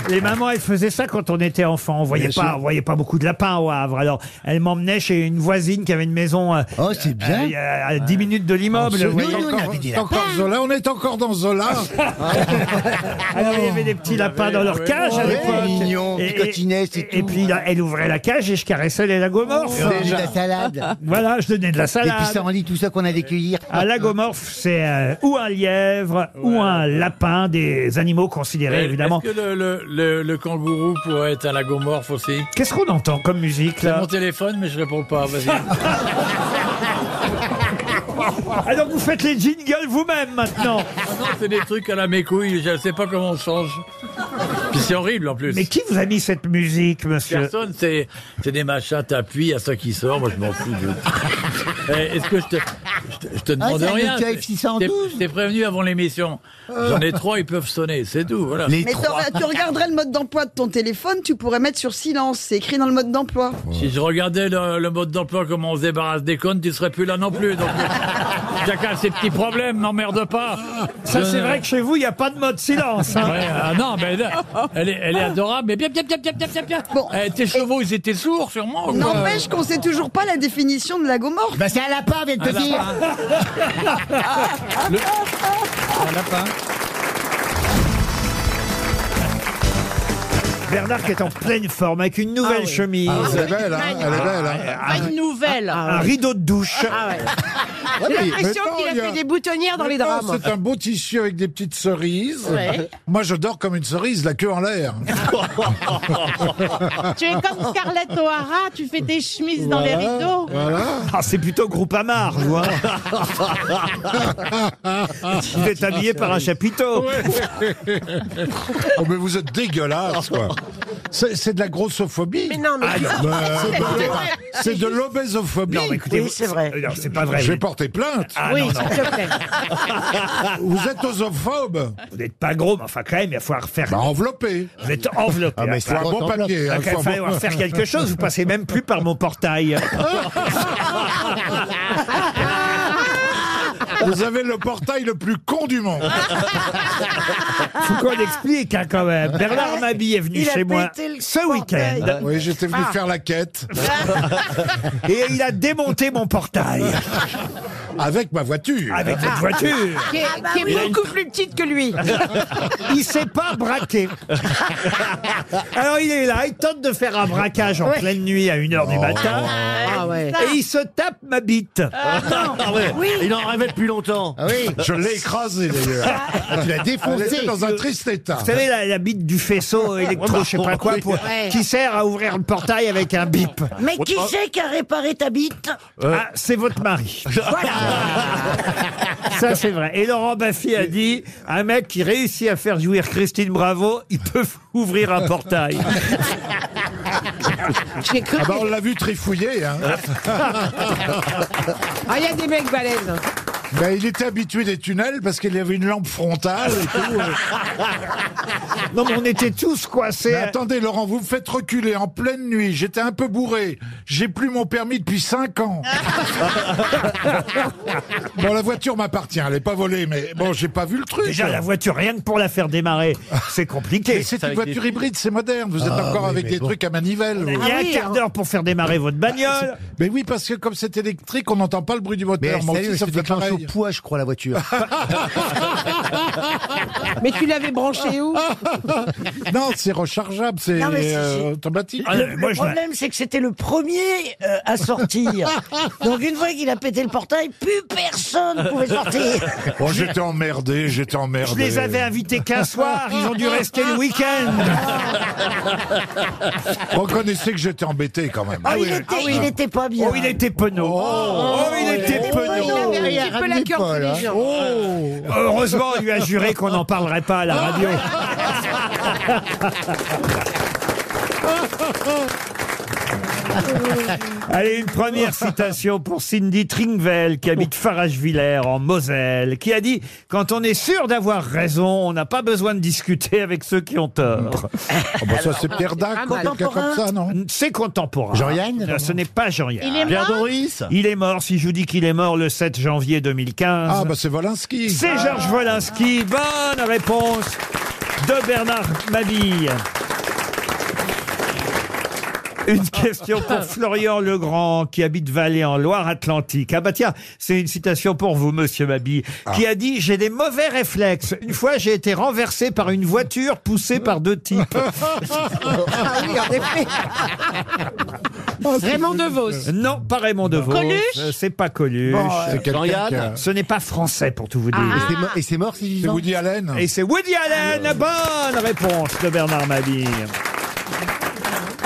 [SPEAKER 1] les mamans, elles faisaient ça quand on était enfant. On voyait
[SPEAKER 7] Bien
[SPEAKER 1] pas,
[SPEAKER 7] sûr.
[SPEAKER 1] on voyait pas beaucoup de lapins au Havre. Alors, elles m'emmenaient chez une voisine qui avait une maison. oh, c'est
[SPEAKER 7] bien.
[SPEAKER 1] à 10 minutes de l'immeuble.
[SPEAKER 7] Nous,
[SPEAKER 1] vous voyez.
[SPEAKER 7] nous, on avait des
[SPEAKER 1] Encore-
[SPEAKER 7] lapins.
[SPEAKER 1] Zola, on est encore dans Zola. Alors, Ah, il y avait des petits lapins dans leur cage à
[SPEAKER 7] Ouais,
[SPEAKER 1] l'époque.
[SPEAKER 7] mignon,
[SPEAKER 1] Et-
[SPEAKER 7] ils cochinaient, c'est
[SPEAKER 1] et- Et puis, là, elle ouvrait la cage et je caressais les lagomorphes.
[SPEAKER 7] On donnait de la salade.
[SPEAKER 1] Voilà, je donnais de la salade.
[SPEAKER 7] Et puis ça en dit tout ça qu'on a vécu hier.
[SPEAKER 1] Un lagomorphe, c'est euh, ou un lièvre ou un lapin, des animaux considérés
[SPEAKER 13] Ouais,
[SPEAKER 1] évidemment.
[SPEAKER 13] Est-ce que le, le- le- le kangourou pourrait être un lagomorphe aussi
[SPEAKER 1] Qu'est-ce qu'on entend comme musique
[SPEAKER 13] C'est
[SPEAKER 1] là
[SPEAKER 13] mon téléphone, mais je réponds pas. Vas-y.
[SPEAKER 1] Alors Ah, vous faites les jingles vous-même maintenant.
[SPEAKER 13] Ah non, c'est des trucs à la mécouille. Je sais pas comment on change. Puis c'est horrible en plus.
[SPEAKER 1] Mais qui vous a mis cette musique, monsieur
[SPEAKER 13] Personne, c'est c'est des machins, t'appuies à ça qui sort, moi je m'en fous. je- Eh, Est-ce que je te, je te, je te demande
[SPEAKER 7] Ah, c'est un
[SPEAKER 13] rien
[SPEAKER 7] Nokia
[SPEAKER 13] je t'ai- Je t'ai prévenu avant l'émission. J'en ai trois, ils peuvent sonner, c'est tout. Voilà.
[SPEAKER 14] mais t'aurais- tu regarderais le mode d'emploi de ton téléphone, tu pourrais mettre sur silence. C'est écrit dans le mode d'emploi.
[SPEAKER 13] Si je regardais le, le mode d'emploi, comment on se débarrasse des connes, tu serais plus là non plus. Donc, chacun ses petits problèmes, n'emmerde pas.
[SPEAKER 1] Ça, c'est vrai que chez vous, il n'y a pas de mode silence. hein.
[SPEAKER 13] Ouais, ah non, mais elle, elle est, elle est adorable. Mais bien, bien, bien, bien, bien, bien, bien. Eh, tes chevaux, ils étaient sourds, sûrement. ou quoi
[SPEAKER 14] N'empêche qu'on sait toujours pas la définition de lagomorphe.
[SPEAKER 7] Bah c'est un lapin, vient
[SPEAKER 13] de te Un dire.
[SPEAKER 11] Ah,
[SPEAKER 13] Le- Un lapin.
[SPEAKER 1] Bernard qui est en pleine forme avec une nouvelle chemise.
[SPEAKER 8] Ah, elle est belle, hein, elle est belle, hein.
[SPEAKER 1] Ah,
[SPEAKER 16] Pas une nouvelle.
[SPEAKER 1] Un rideau de douche.
[SPEAKER 16] J'ai
[SPEAKER 8] Ouais, mais-
[SPEAKER 16] l'impression
[SPEAKER 8] mais non,
[SPEAKER 16] qu'il a
[SPEAKER 8] il y
[SPEAKER 16] fait des boutonnières dans
[SPEAKER 8] Mais
[SPEAKER 16] les
[SPEAKER 8] non,
[SPEAKER 16] drames.
[SPEAKER 8] C'est un beau tissu avec des petites cerises.
[SPEAKER 16] Ouais.
[SPEAKER 8] Moi, je dors comme une cerise, la queue en l'air.
[SPEAKER 16] Tu es comme Scarlett O'Hara, tu fais tes chemises dans les rideaux.
[SPEAKER 1] Ah, c'est plutôt groupe Amar, hein. je vois.
[SPEAKER 11] ah,
[SPEAKER 1] Vous êtes habillé par un chapiteau.
[SPEAKER 8] Oh, mais vous êtes dégueulasse, quoi. C'est c'est de la grossophobie.
[SPEAKER 1] Mais non, mais-
[SPEAKER 8] Ah, bah,
[SPEAKER 1] C'est
[SPEAKER 8] bah,
[SPEAKER 1] vrai.
[SPEAKER 8] c'est de l'obésophobie.
[SPEAKER 1] Non, mais écoutez, vous- Euh, Non, c'est pas vrai.
[SPEAKER 8] Je vais porter plainte.
[SPEAKER 1] Ah, non, non.
[SPEAKER 8] Vous êtes osophobe.
[SPEAKER 1] Vous n'êtes pas gros, mais enfin, quand même, il va falloir faire.
[SPEAKER 8] Bah, enveloppé.
[SPEAKER 1] Vous êtes enveloppé.
[SPEAKER 8] Ah, mais c'est un
[SPEAKER 1] Enfin,
[SPEAKER 8] bon papier, hein,
[SPEAKER 1] Il va
[SPEAKER 8] faut un
[SPEAKER 1] falloir
[SPEAKER 8] bon-
[SPEAKER 1] faire quelque chose. Vous passez même plus par mon portail.
[SPEAKER 8] Vous avez le portail le plus con du monde.
[SPEAKER 1] Faut qu'on explique hein, quand même. Bernard Mabille est venu
[SPEAKER 8] Il a
[SPEAKER 1] chez moi
[SPEAKER 8] pété le
[SPEAKER 1] ce week-end.
[SPEAKER 8] Oui, j'étais venu
[SPEAKER 1] Ah.
[SPEAKER 8] faire la quête.
[SPEAKER 1] Et il a démonté mon portail.
[SPEAKER 8] Avec ma voiture.
[SPEAKER 1] Avec votre voiture.
[SPEAKER 3] Ah,
[SPEAKER 16] Qui
[SPEAKER 8] Ah,
[SPEAKER 16] est,
[SPEAKER 8] bah
[SPEAKER 16] qui est beaucoup plus petite que lui.
[SPEAKER 1] Il s'est pas braqué. Alors il est là, il tente de faire un braquage en pleine nuit à 1h
[SPEAKER 10] Oh.
[SPEAKER 1] du matin.
[SPEAKER 16] Ah ouais.
[SPEAKER 1] Et il se tape ma bite.
[SPEAKER 10] Ah ouais, Il en rêvait depuis longtemps.
[SPEAKER 6] Ah
[SPEAKER 8] Je l'ai écrasé d'ailleurs.
[SPEAKER 10] Ah, tu l'as défoncé.
[SPEAKER 8] Elle était dans un triste état. bah,
[SPEAKER 1] Vous savez, la, la bite du faisceau électro, je sais pas quoi, pour-
[SPEAKER 10] Ouais.
[SPEAKER 1] qui sert à ouvrir le portail avec un bip.
[SPEAKER 10] Mais qui Oh.
[SPEAKER 1] c'est qui a réparé ta bite ah, C'est votre mari. Ça, c'est vrai. Et Laurent Baffy a dit un mec qui réussit à faire jouir Christine Bravo, il peut ouvrir un portail.
[SPEAKER 8] Ah bah, on l'a vu trifouiller. Hein.
[SPEAKER 16] Ah, il y a des mecs balèzes.
[SPEAKER 8] Bah, il était habitué des tunnels parce qu'il y avait une lampe frontale et Ah, tout. euh.
[SPEAKER 1] Non, mais on était tous coincés.
[SPEAKER 8] Mais attendez, Laurent, vous me faites reculer en pleine nuit. J'étais un peu bourré. J'ai plus mon permis depuis 5 ans. bon, la voiture m'appartient. Elle est pas volée, mais bon, j'ai pas vu le truc.
[SPEAKER 1] Déjà, la voiture, rien que pour la faire démarrer, c'est compliqué.
[SPEAKER 8] Mais c'est une voiture hybride, c'est moderne. Vous êtes
[SPEAKER 1] Ah,
[SPEAKER 8] encore
[SPEAKER 1] oui,
[SPEAKER 8] avec
[SPEAKER 1] mais
[SPEAKER 8] des
[SPEAKER 1] bon.
[SPEAKER 8] trucs à manivelle. Ah,
[SPEAKER 1] Il y a un quart d'heure pour faire démarrer votre bagnole.
[SPEAKER 8] Mais oui, parce que comme c'est électrique, on n'entend pas le bruit du moteur.
[SPEAKER 1] Mais
[SPEAKER 8] Moi
[SPEAKER 1] sérieux,
[SPEAKER 8] aussi, ça me
[SPEAKER 1] je te
[SPEAKER 8] fait
[SPEAKER 1] déclenche
[SPEAKER 8] pareil.
[SPEAKER 1] au
[SPEAKER 21] poids, je crois, la voiture.
[SPEAKER 26] Mais tu l'avais branché où
[SPEAKER 8] Non, c'est rechargeable, c'est
[SPEAKER 3] Non, mais si, si.
[SPEAKER 8] euh, automatique.
[SPEAKER 1] Ah,
[SPEAKER 3] Le, le problème, c'est que c'était le premier euh, à sortir. Donc une fois qu'il a pété le portail, plus personne pouvait sortir.
[SPEAKER 8] Oh, j'étais emmerdé, j'étais emmerdé.
[SPEAKER 1] Je les avais invités qu'un soir, ils ont dû rester le week-end.
[SPEAKER 8] Reconnaissez que j'étais embêté quand même.
[SPEAKER 1] Ah
[SPEAKER 8] Ah
[SPEAKER 3] Oh,
[SPEAKER 6] Ah,
[SPEAKER 3] il, était, il était pas bien.
[SPEAKER 1] Oh, il était penaud. Oh, il était penaud.
[SPEAKER 3] avait
[SPEAKER 8] Il
[SPEAKER 3] un petit peu la cœur
[SPEAKER 8] Paul, hein.
[SPEAKER 3] intelligent.
[SPEAKER 1] Heureusement, on lui a juré qu'on n'en parlerait pas à la radio.
[SPEAKER 8] Oh.
[SPEAKER 3] Ah
[SPEAKER 1] Allez, une première citation pour Cindy Tringvel, qui habite Farage-Villers, en Moselle, qui a dit « Quand on est sûr d'avoir raison, on n'a pas besoin de discuter avec ceux qui ont tort.
[SPEAKER 8] bah ça, c'est Perdac, quoi, quelqu'un comme ça, non
[SPEAKER 1] C'est contemporain. Jean-Yann Ce n'est pas Jean-Yann.
[SPEAKER 8] Il est Pierre mort Doris
[SPEAKER 1] Il est mort, si je vous dis qu'il est mort le 7 janvier 2015.
[SPEAKER 8] Ah, bah c'est Volinsky.
[SPEAKER 1] C'est
[SPEAKER 8] Ah.
[SPEAKER 1] Georges Wolinski. Bonne réponse de Bernard Mabille. Une question pour Florian Legrand, qui habite Vallée en Loire-Atlantique. Ah bah tiens, c'est une citation pour vous, monsieur Mabille, qui a dit « J'ai des mauvais réflexes. Une fois, j'ai été renversé par une voiture poussée par deux types.
[SPEAKER 6] Raymond DeVos. »
[SPEAKER 1] Non, pas Raymond DeVos. Euh,
[SPEAKER 6] Coluche
[SPEAKER 1] C'est pas Coluche.
[SPEAKER 6] Bon, euh, C'est quelqu'un
[SPEAKER 8] Jean-Yann qui a-
[SPEAKER 1] Ce n'est pas français, pour tout vous dire.
[SPEAKER 8] Ah. Et c'est
[SPEAKER 1] Et c'est mort, c'est
[SPEAKER 8] C'est Woody Allen Ah.
[SPEAKER 1] Et c'est Woody Allen, la bonne réponse de Bernard Mabille.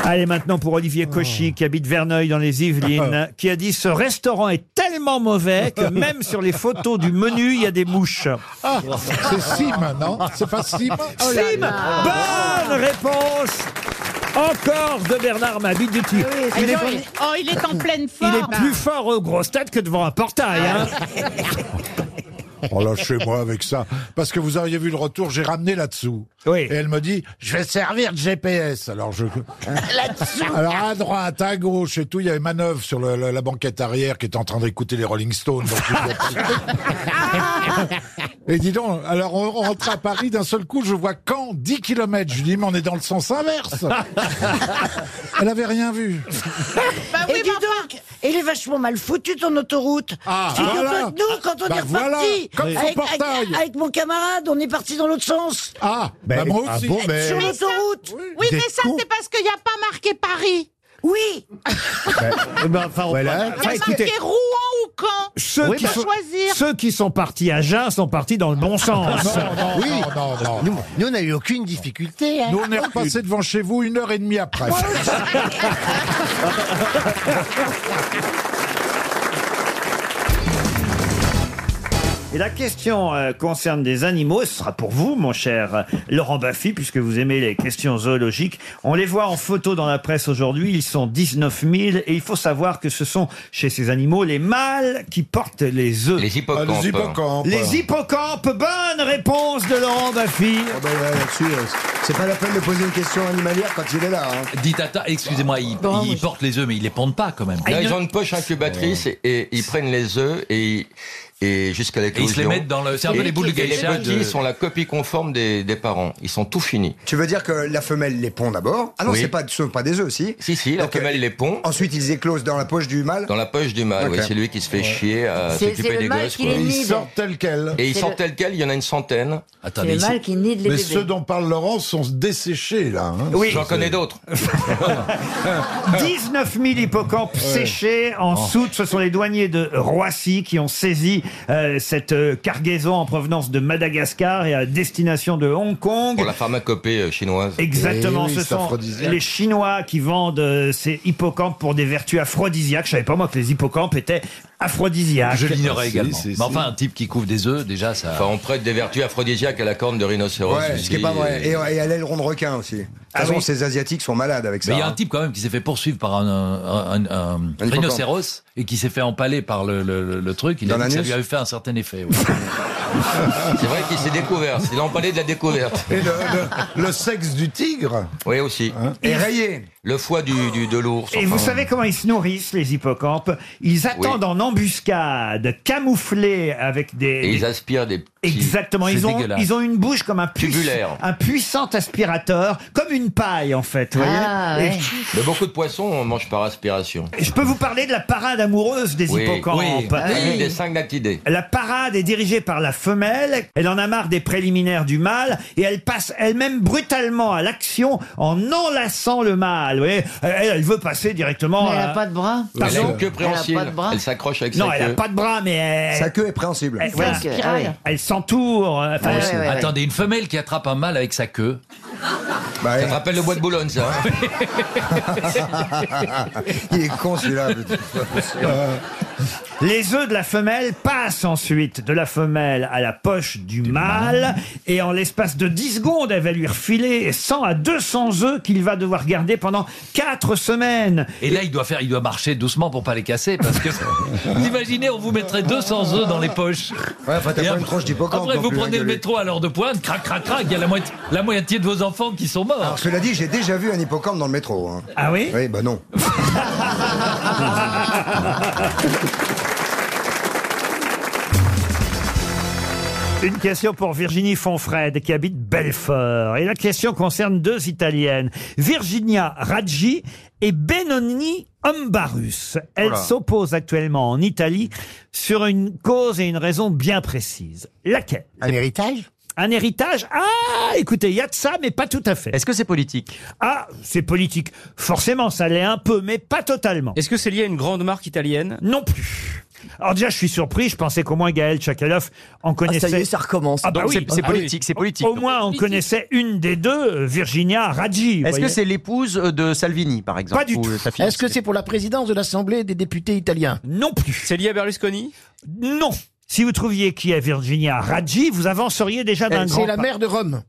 [SPEAKER 1] Allez, maintenant pour Olivier
[SPEAKER 8] Oh.
[SPEAKER 1] Cauchy, qui habite Verneuil dans les Yvelines, qui a dit Ce restaurant est tellement mauvais que même sur les photos du menu, il y a des mouches.
[SPEAKER 8] Ah, c'est Sim, non C'est pas Sim Bah
[SPEAKER 1] Oh là Sim là. Bonne réponse Encore de Bernard Mabille. dites
[SPEAKER 7] Ah, non, il- Oh, il est en pleine
[SPEAKER 1] il
[SPEAKER 7] forme.
[SPEAKER 1] est plus fort au gros stade que devant un portail. hein.
[SPEAKER 8] Oh là, chez moi avec ça. Parce que vous auriez vu le retour, j'ai ramené là-dessous.
[SPEAKER 1] Oui.
[SPEAKER 8] Et elle me dit, je vais servir de GPS. Alors je.
[SPEAKER 3] Là-dessous.
[SPEAKER 8] Alors à droite, à gauche et tout, il y avait manœuvre sur le- le- la banquette arrière qui était en train d'écouter les Rolling Stones. Donc, je- et dis donc, alors on rentre à Paris, d'un seul coup, je vois Caen, 10 km. Je lui dis, mais on est dans le sens inverse. elle avait rien vu.
[SPEAKER 7] Bah
[SPEAKER 3] et dis donc, il est vachement mal foutu ton autoroute.
[SPEAKER 8] Ah,
[SPEAKER 3] Dis donc,
[SPEAKER 8] voilà.
[SPEAKER 3] quand- nous, quand on
[SPEAKER 8] Bah
[SPEAKER 3] est
[SPEAKER 8] voilà,
[SPEAKER 3] reparti,
[SPEAKER 8] comme son
[SPEAKER 3] avec, avec-
[SPEAKER 8] portail.
[SPEAKER 3] avec mon camarade, on est parti dans l'autre sens.
[SPEAKER 8] Ah,
[SPEAKER 3] bah
[SPEAKER 8] moi aussi.
[SPEAKER 3] bon, mais- Sur l'autoroute.
[SPEAKER 7] Oui,
[SPEAKER 3] Vous
[SPEAKER 7] mais
[SPEAKER 3] êtes
[SPEAKER 7] ça,
[SPEAKER 3] con.
[SPEAKER 7] c'est parce qu'il n'y a pas marqué Paris.
[SPEAKER 3] Oui.
[SPEAKER 1] Bah, Eh ben,
[SPEAKER 3] Ah, bah,
[SPEAKER 7] Il y a marqué Rouen ou Caen. bah,
[SPEAKER 1] Ceux,
[SPEAKER 7] Faut
[SPEAKER 1] qui sont,
[SPEAKER 7] choisir.
[SPEAKER 1] ceux qui sont partis à Jeun sont partis dans le bon sens.
[SPEAKER 21] oui.
[SPEAKER 8] non, non.
[SPEAKER 21] Nous, nous, on n'a eu aucune difficulté. hein.
[SPEAKER 8] Nous, on est repassé devant chez vous une heure et demie après.
[SPEAKER 1] Et la question euh, concerne des animaux, ce sera pour vous, mon cher euh, Laurent Baffy, puisque vous aimez les questions zoologiques. On les voit en photo dans la presse aujourd'hui, ils sont 19 000, et il faut savoir que ce sont, chez ces animaux, les mâles qui portent les œufs. Les
[SPEAKER 8] hippocampes. Ah, les hippocampes.
[SPEAKER 1] Les hippocampes, bonne réponse de Laurent Baffy
[SPEAKER 5] Oh, ben, euh, c'est pas la peine de poser une question animalière quand il est là. hein.
[SPEAKER 23] Dit Tata, excusez-moi, il, il porte les œufs, mais il les pondent pas quand même.
[SPEAKER 11] Là, Ah, ils ont une poche incubatrice et, et ils prennent les œufs et, et jusqu'à l'éclosion.
[SPEAKER 23] Et ils se les mettent dans le- c'est un peu
[SPEAKER 11] Et-
[SPEAKER 23] les boules de
[SPEAKER 11] et
[SPEAKER 23] geisha
[SPEAKER 11] Les petits
[SPEAKER 23] de-
[SPEAKER 11] sont la copie conforme des, des parents. Ils sont tout finis.
[SPEAKER 5] Tu veux dire que la femelle les pond d'abord Ah non,
[SPEAKER 11] Oui.
[SPEAKER 5] c'est pas, ce sont pas des œufs, si
[SPEAKER 11] Si, si, la
[SPEAKER 5] Donc, euh,
[SPEAKER 11] femelle les pond.
[SPEAKER 5] Ensuite, ils éclosent dans la poche du mâle
[SPEAKER 11] Dans la poche du mâle,
[SPEAKER 5] Ok.
[SPEAKER 11] ouais, c'est lui qui se fait chier à
[SPEAKER 5] C'est- c'est
[SPEAKER 11] s'occuper
[SPEAKER 5] le
[SPEAKER 11] des
[SPEAKER 5] mâle
[SPEAKER 11] gosses.
[SPEAKER 5] qui
[SPEAKER 11] quoi.
[SPEAKER 5] les
[SPEAKER 11] Ils
[SPEAKER 5] nide.
[SPEAKER 11] sortent-
[SPEAKER 8] Tel quel.
[SPEAKER 11] Et ils
[SPEAKER 8] C'est
[SPEAKER 11] sortent
[SPEAKER 8] le-
[SPEAKER 11] tels quels, il y en a une centaine.
[SPEAKER 8] Attends, mais ils- Mais ceux dont parle Laurent sont desséchés, là. hein.
[SPEAKER 11] Oui.
[SPEAKER 8] C'est-
[SPEAKER 11] J'en connais d'autres.
[SPEAKER 1] 19 000 hippocampes séchés en
[SPEAKER 8] Oh.
[SPEAKER 1] soute. Ce sont les douaniers de Roissy qui ont saisi euh, cette euh, cargaison en provenance de Madagascar et à destination de Hong Kong.
[SPEAKER 11] Pour la pharmacopée euh, chinoise.
[SPEAKER 1] Exactement,
[SPEAKER 23] Eh
[SPEAKER 1] ce sont les Chinois qui vendent euh, ces hippocampes pour des vertus aphrodisiaques. Je savais pas moi que les hippocampes étaient aphrodisiaques.
[SPEAKER 5] Ah,
[SPEAKER 23] Je l'ignorais également. mais enfin, un type qui couvre des œufs, déjà, ça.
[SPEAKER 11] Enfin, on prête des vertus aphrodisiaques à la corne de rhinocéros.
[SPEAKER 5] Ouais, ce qui est pas vrai. Et, et à l'aileron de requin aussi. De toute façon,
[SPEAKER 23] Ah oui.
[SPEAKER 5] ces Asiatiques sont malades avec ça.
[SPEAKER 23] Mais il y a
[SPEAKER 5] hein.
[SPEAKER 23] un type quand même qui s'est fait poursuivre par un, un- un- un rhinocéros et qui s'est fait empaler par le, le- le- le truc. Il
[SPEAKER 11] Dans
[SPEAKER 23] a dit que ça
[SPEAKER 11] l'anus
[SPEAKER 23] lui avait fait un certain effet. oui.
[SPEAKER 11] C'est vrai qu'il s'est découvert. C'est l'empalé de la découverte.
[SPEAKER 5] Et le, sexe du tigre
[SPEAKER 11] Oui, aussi.
[SPEAKER 5] Et rayé.
[SPEAKER 11] Le foie du, du- de l'ours.
[SPEAKER 1] Et
[SPEAKER 11] enfin.
[SPEAKER 1] vous savez comment ils se nourrissent, les hippocampes Ils attendent en embuscade, camouflés avec des...
[SPEAKER 11] Et
[SPEAKER 1] des-
[SPEAKER 11] ils aspirent des petits...
[SPEAKER 1] Exactement, ils ont, ils ont une bouche comme un, puiss-
[SPEAKER 11] Tubulaire.
[SPEAKER 1] un puissant aspirateur, comme une une paille, en fait. vous
[SPEAKER 25] Ah,
[SPEAKER 1] voyez Et
[SPEAKER 25] ouais. Mais beaucoup de poissons, on mange par aspiration.
[SPEAKER 1] Je peux vous parler de la parade amoureuse des
[SPEAKER 25] oui,
[SPEAKER 1] hippocampes. Ah,
[SPEAKER 25] oui, Ah, oui, des sygnatidés.
[SPEAKER 1] La parade est dirigée par la femelle, elle en a marre des préliminaires du mâle et elle passe elle-même brutalement à l'action en enlaçant le mâle. Vous voyez, elle, elle veut passer directement.
[SPEAKER 3] Mais elle
[SPEAKER 1] à-
[SPEAKER 3] a pas de bras.
[SPEAKER 25] Elle a
[SPEAKER 1] Pardon
[SPEAKER 25] une queue préhensile. Elle s'accroche avec
[SPEAKER 1] Non,
[SPEAKER 25] sa queue.
[SPEAKER 1] elle a pas de bras, mais elle-
[SPEAKER 25] Sa queue est Ah préhensible.
[SPEAKER 1] Elle,
[SPEAKER 25] Sa
[SPEAKER 1] voilà.
[SPEAKER 25] queue, ah oui.
[SPEAKER 1] Elle s'entoure. euh, enfin, elle-
[SPEAKER 23] Attendez, une femelle qui attrape un mâle avec sa queue.
[SPEAKER 25] Ça te rappelle le bois de Boulogne, ça. hein
[SPEAKER 24] Il est con celui-là.
[SPEAKER 1] Euh, Les œufs de la femelle passent ensuite de la femelle à la poche du, mâle, et en l'espace de 10 secondes, elle va lui refiler 100 à 200 œufs qu'il va devoir garder pendant 4 semaines.
[SPEAKER 23] Et là, il doit faire, il doit marcher doucement pour pas les casser, parce que vous imaginez, on vous mettrait 200 œufs dans les poches.
[SPEAKER 24] Ouais, enfin, t'as
[SPEAKER 23] Et
[SPEAKER 24] pas
[SPEAKER 23] après-
[SPEAKER 24] une tranche d'hippocampe
[SPEAKER 23] Après,
[SPEAKER 24] non
[SPEAKER 23] vous
[SPEAKER 24] plus, hein,
[SPEAKER 23] prenez le
[SPEAKER 24] gueulé.
[SPEAKER 23] métro à l'heure de pointe, crac, crac, crac, il y a la moitié, la moitié de vos enfants qui sont morts.
[SPEAKER 24] Alors cela dit, j'ai déjà vu un hippocampe dans le métro. hein.
[SPEAKER 1] Ah oui
[SPEAKER 24] Oui, bah non.
[SPEAKER 1] Une question pour Virginie Fonfred qui habite Belfort. Et la question concerne deux Italiennes, Virginia Raggi et Benoni Ombarus. Elles
[SPEAKER 10] Oula.
[SPEAKER 1] s'opposent actuellement en Italie sur une cause et une raison bien précise. Laquelle Un héritage un héritage Ah, écoutez, il y a de ça, mais pas tout à fait. Est-ce que c'est politique Ah, c'est politique. Forcément, ça l'est un peu, mais pas totalement.
[SPEAKER 5] Est-ce que c'est lié à une grande marque italienne
[SPEAKER 1] Non plus. Alors déjà, je suis surpris. Je pensais qu'au moins Gaël Tchakaloff en connaissait.
[SPEAKER 5] Ah, ça y est, ça recommence.
[SPEAKER 1] Ah bah
[SPEAKER 5] Donc
[SPEAKER 1] oui.
[SPEAKER 5] c'est- c'est
[SPEAKER 1] Ah oui.
[SPEAKER 5] politique, c'est politique.
[SPEAKER 1] Au moins, on
[SPEAKER 5] Politique.
[SPEAKER 1] connaissait une des deux, euh, Virginia Raggi. vous
[SPEAKER 5] Est-ce que
[SPEAKER 1] voyez.
[SPEAKER 5] c'est l'épouse de Salvini, par exemple
[SPEAKER 1] Pas du
[SPEAKER 5] ou
[SPEAKER 1] tout.
[SPEAKER 5] sa fille
[SPEAKER 1] Est-ce que
[SPEAKER 5] c'est
[SPEAKER 3] pour la présidence de l'Assemblée des députés italiens
[SPEAKER 1] Non plus.
[SPEAKER 5] C'est lié à Berlusconi
[SPEAKER 1] Non. Si vous trouviez qui est Virginia Raggi, vous avanceriez déjà d'un
[SPEAKER 3] Elle-
[SPEAKER 1] grand
[SPEAKER 3] C'est la
[SPEAKER 1] pas.
[SPEAKER 3] mère de Rome.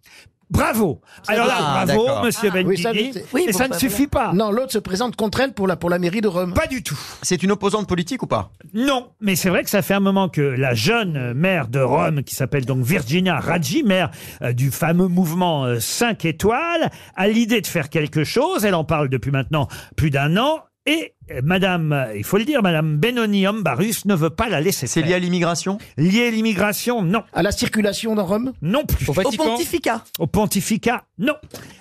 [SPEAKER 1] Bravo. Alors là,
[SPEAKER 3] Ah,
[SPEAKER 1] bravo,
[SPEAKER 3] d'accord.
[SPEAKER 1] Monsieur
[SPEAKER 3] Ah, oui, ça,
[SPEAKER 1] Benguigui.
[SPEAKER 3] c'est-
[SPEAKER 1] Mais
[SPEAKER 3] pour
[SPEAKER 1] ça ne
[SPEAKER 22] bah,
[SPEAKER 3] Pamela.
[SPEAKER 1] suffit pas.
[SPEAKER 3] Non, l'autre se présente contre elle pour la, pour la mairie de Rome.
[SPEAKER 1] Pas du tout.
[SPEAKER 5] C'est une opposante politique ou pas
[SPEAKER 1] Non, mais c'est vrai que ça fait un moment que la jeune maire de Rome, qui s'appelle donc Virginia Raggi, maire euh, du fameux mouvement 5 étoiles, a l'idée de faire quelque chose. Elle en parle depuis maintenant plus d'un an. Et euh, Madame, euh, il faut le dire, Madame Benoni Ambarus ne veut pas la laisser. C'est lié à l'immigration Lié à l'immigration, non. À la circulation dans Rome Non plus. Au,
[SPEAKER 5] Vatican pontificat
[SPEAKER 1] Au pontificat, non.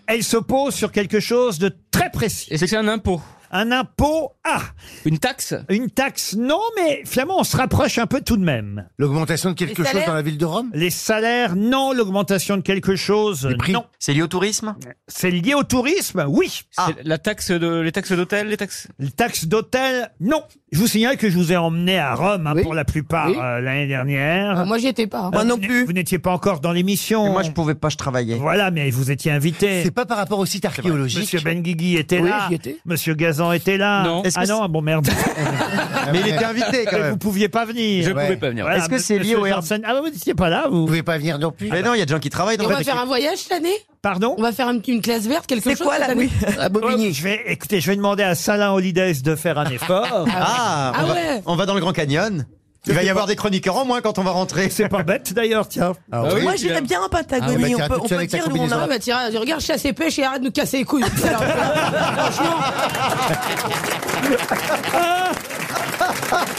[SPEAKER 1] Elle se pose sur quelque chose de très précis.
[SPEAKER 5] Et c'est un impôt
[SPEAKER 1] Un impôt Ah
[SPEAKER 5] Une taxe
[SPEAKER 1] Une taxe, non, mais finalement, on se rapproche un peu tout de même.
[SPEAKER 3] L'augmentation de
[SPEAKER 1] Les salaires
[SPEAKER 3] ville de Rome
[SPEAKER 1] Les salaires, non. L'augmentation de quelque chose, non.
[SPEAKER 5] C'est lié au tourisme
[SPEAKER 1] C'est lié au tourisme, oui.
[SPEAKER 3] Ah.
[SPEAKER 5] La taxe de, les taxes d'hôtel, les taxes.
[SPEAKER 1] Les taxes d'hôtel, non. Je vous signale que je vous ai emmené à Rome hein, pour la plupart
[SPEAKER 3] Oui.
[SPEAKER 1] euh, l'année dernière.
[SPEAKER 3] Moi, j'y étais
[SPEAKER 9] hein.
[SPEAKER 3] pas.
[SPEAKER 1] Euh, vous n'é- Vous n'étiez pas encore dans l'émission. Moi, je
[SPEAKER 5] pouvais pas, je travaillais.
[SPEAKER 1] Voilà, mais vous étiez invité.
[SPEAKER 3] C'est pas par rapport au site archéologique.
[SPEAKER 1] Monsieur Benguigui était
[SPEAKER 3] Oui,
[SPEAKER 1] là.
[SPEAKER 3] j'y étais.
[SPEAKER 1] Monsieur Gazan était là.
[SPEAKER 5] Non. Est-ce
[SPEAKER 1] Ah
[SPEAKER 5] que
[SPEAKER 1] non,
[SPEAKER 5] c'est-
[SPEAKER 1] ah bon merde.
[SPEAKER 3] Ah,
[SPEAKER 5] Mais il était invité, quand
[SPEAKER 1] Mais
[SPEAKER 5] même.
[SPEAKER 1] Vous pouviez pas venir.
[SPEAKER 5] Je pouvais pas venir. Est-ce que c'est lié
[SPEAKER 1] monsieur
[SPEAKER 5] au Air-
[SPEAKER 1] Janssen- Ah vous n'étiez pas là, vous. Vous
[SPEAKER 3] pouvez pas venir non plus.
[SPEAKER 5] Mais non, il y a des gens qui travaillent
[SPEAKER 9] Et
[SPEAKER 5] dans
[SPEAKER 9] on
[SPEAKER 5] les
[SPEAKER 9] va faire un voyage cette année
[SPEAKER 1] Pardon
[SPEAKER 9] On va faire une, une classe verte, quelque chose cette année
[SPEAKER 1] Ouais, Oh, je vais, écoutez, je vais demander à Salin Holidays de faire un effort.
[SPEAKER 5] Ah,
[SPEAKER 9] Ah
[SPEAKER 5] on,
[SPEAKER 9] ouais.
[SPEAKER 5] va, on va dans le Grand Canyon. Il va y avoir des chroniqueurs en moins quand on va rentrer.
[SPEAKER 1] C'est pas bête d'ailleurs, tiens.
[SPEAKER 5] Ah oui,
[SPEAKER 22] Moi,
[SPEAKER 5] tu
[SPEAKER 22] j'irais
[SPEAKER 5] vas-
[SPEAKER 22] bien en
[SPEAKER 5] Ah
[SPEAKER 22] Patagonie. on
[SPEAKER 5] ouais, t'iras
[SPEAKER 22] peut,
[SPEAKER 5] toute
[SPEAKER 22] on
[SPEAKER 5] seule
[SPEAKER 22] peut
[SPEAKER 5] avec ta
[SPEAKER 22] dire où on
[SPEAKER 5] combinaison.
[SPEAKER 22] a.
[SPEAKER 9] Ah bah tiens, regarde chasse et pêche et arrête de nous casser les couilles.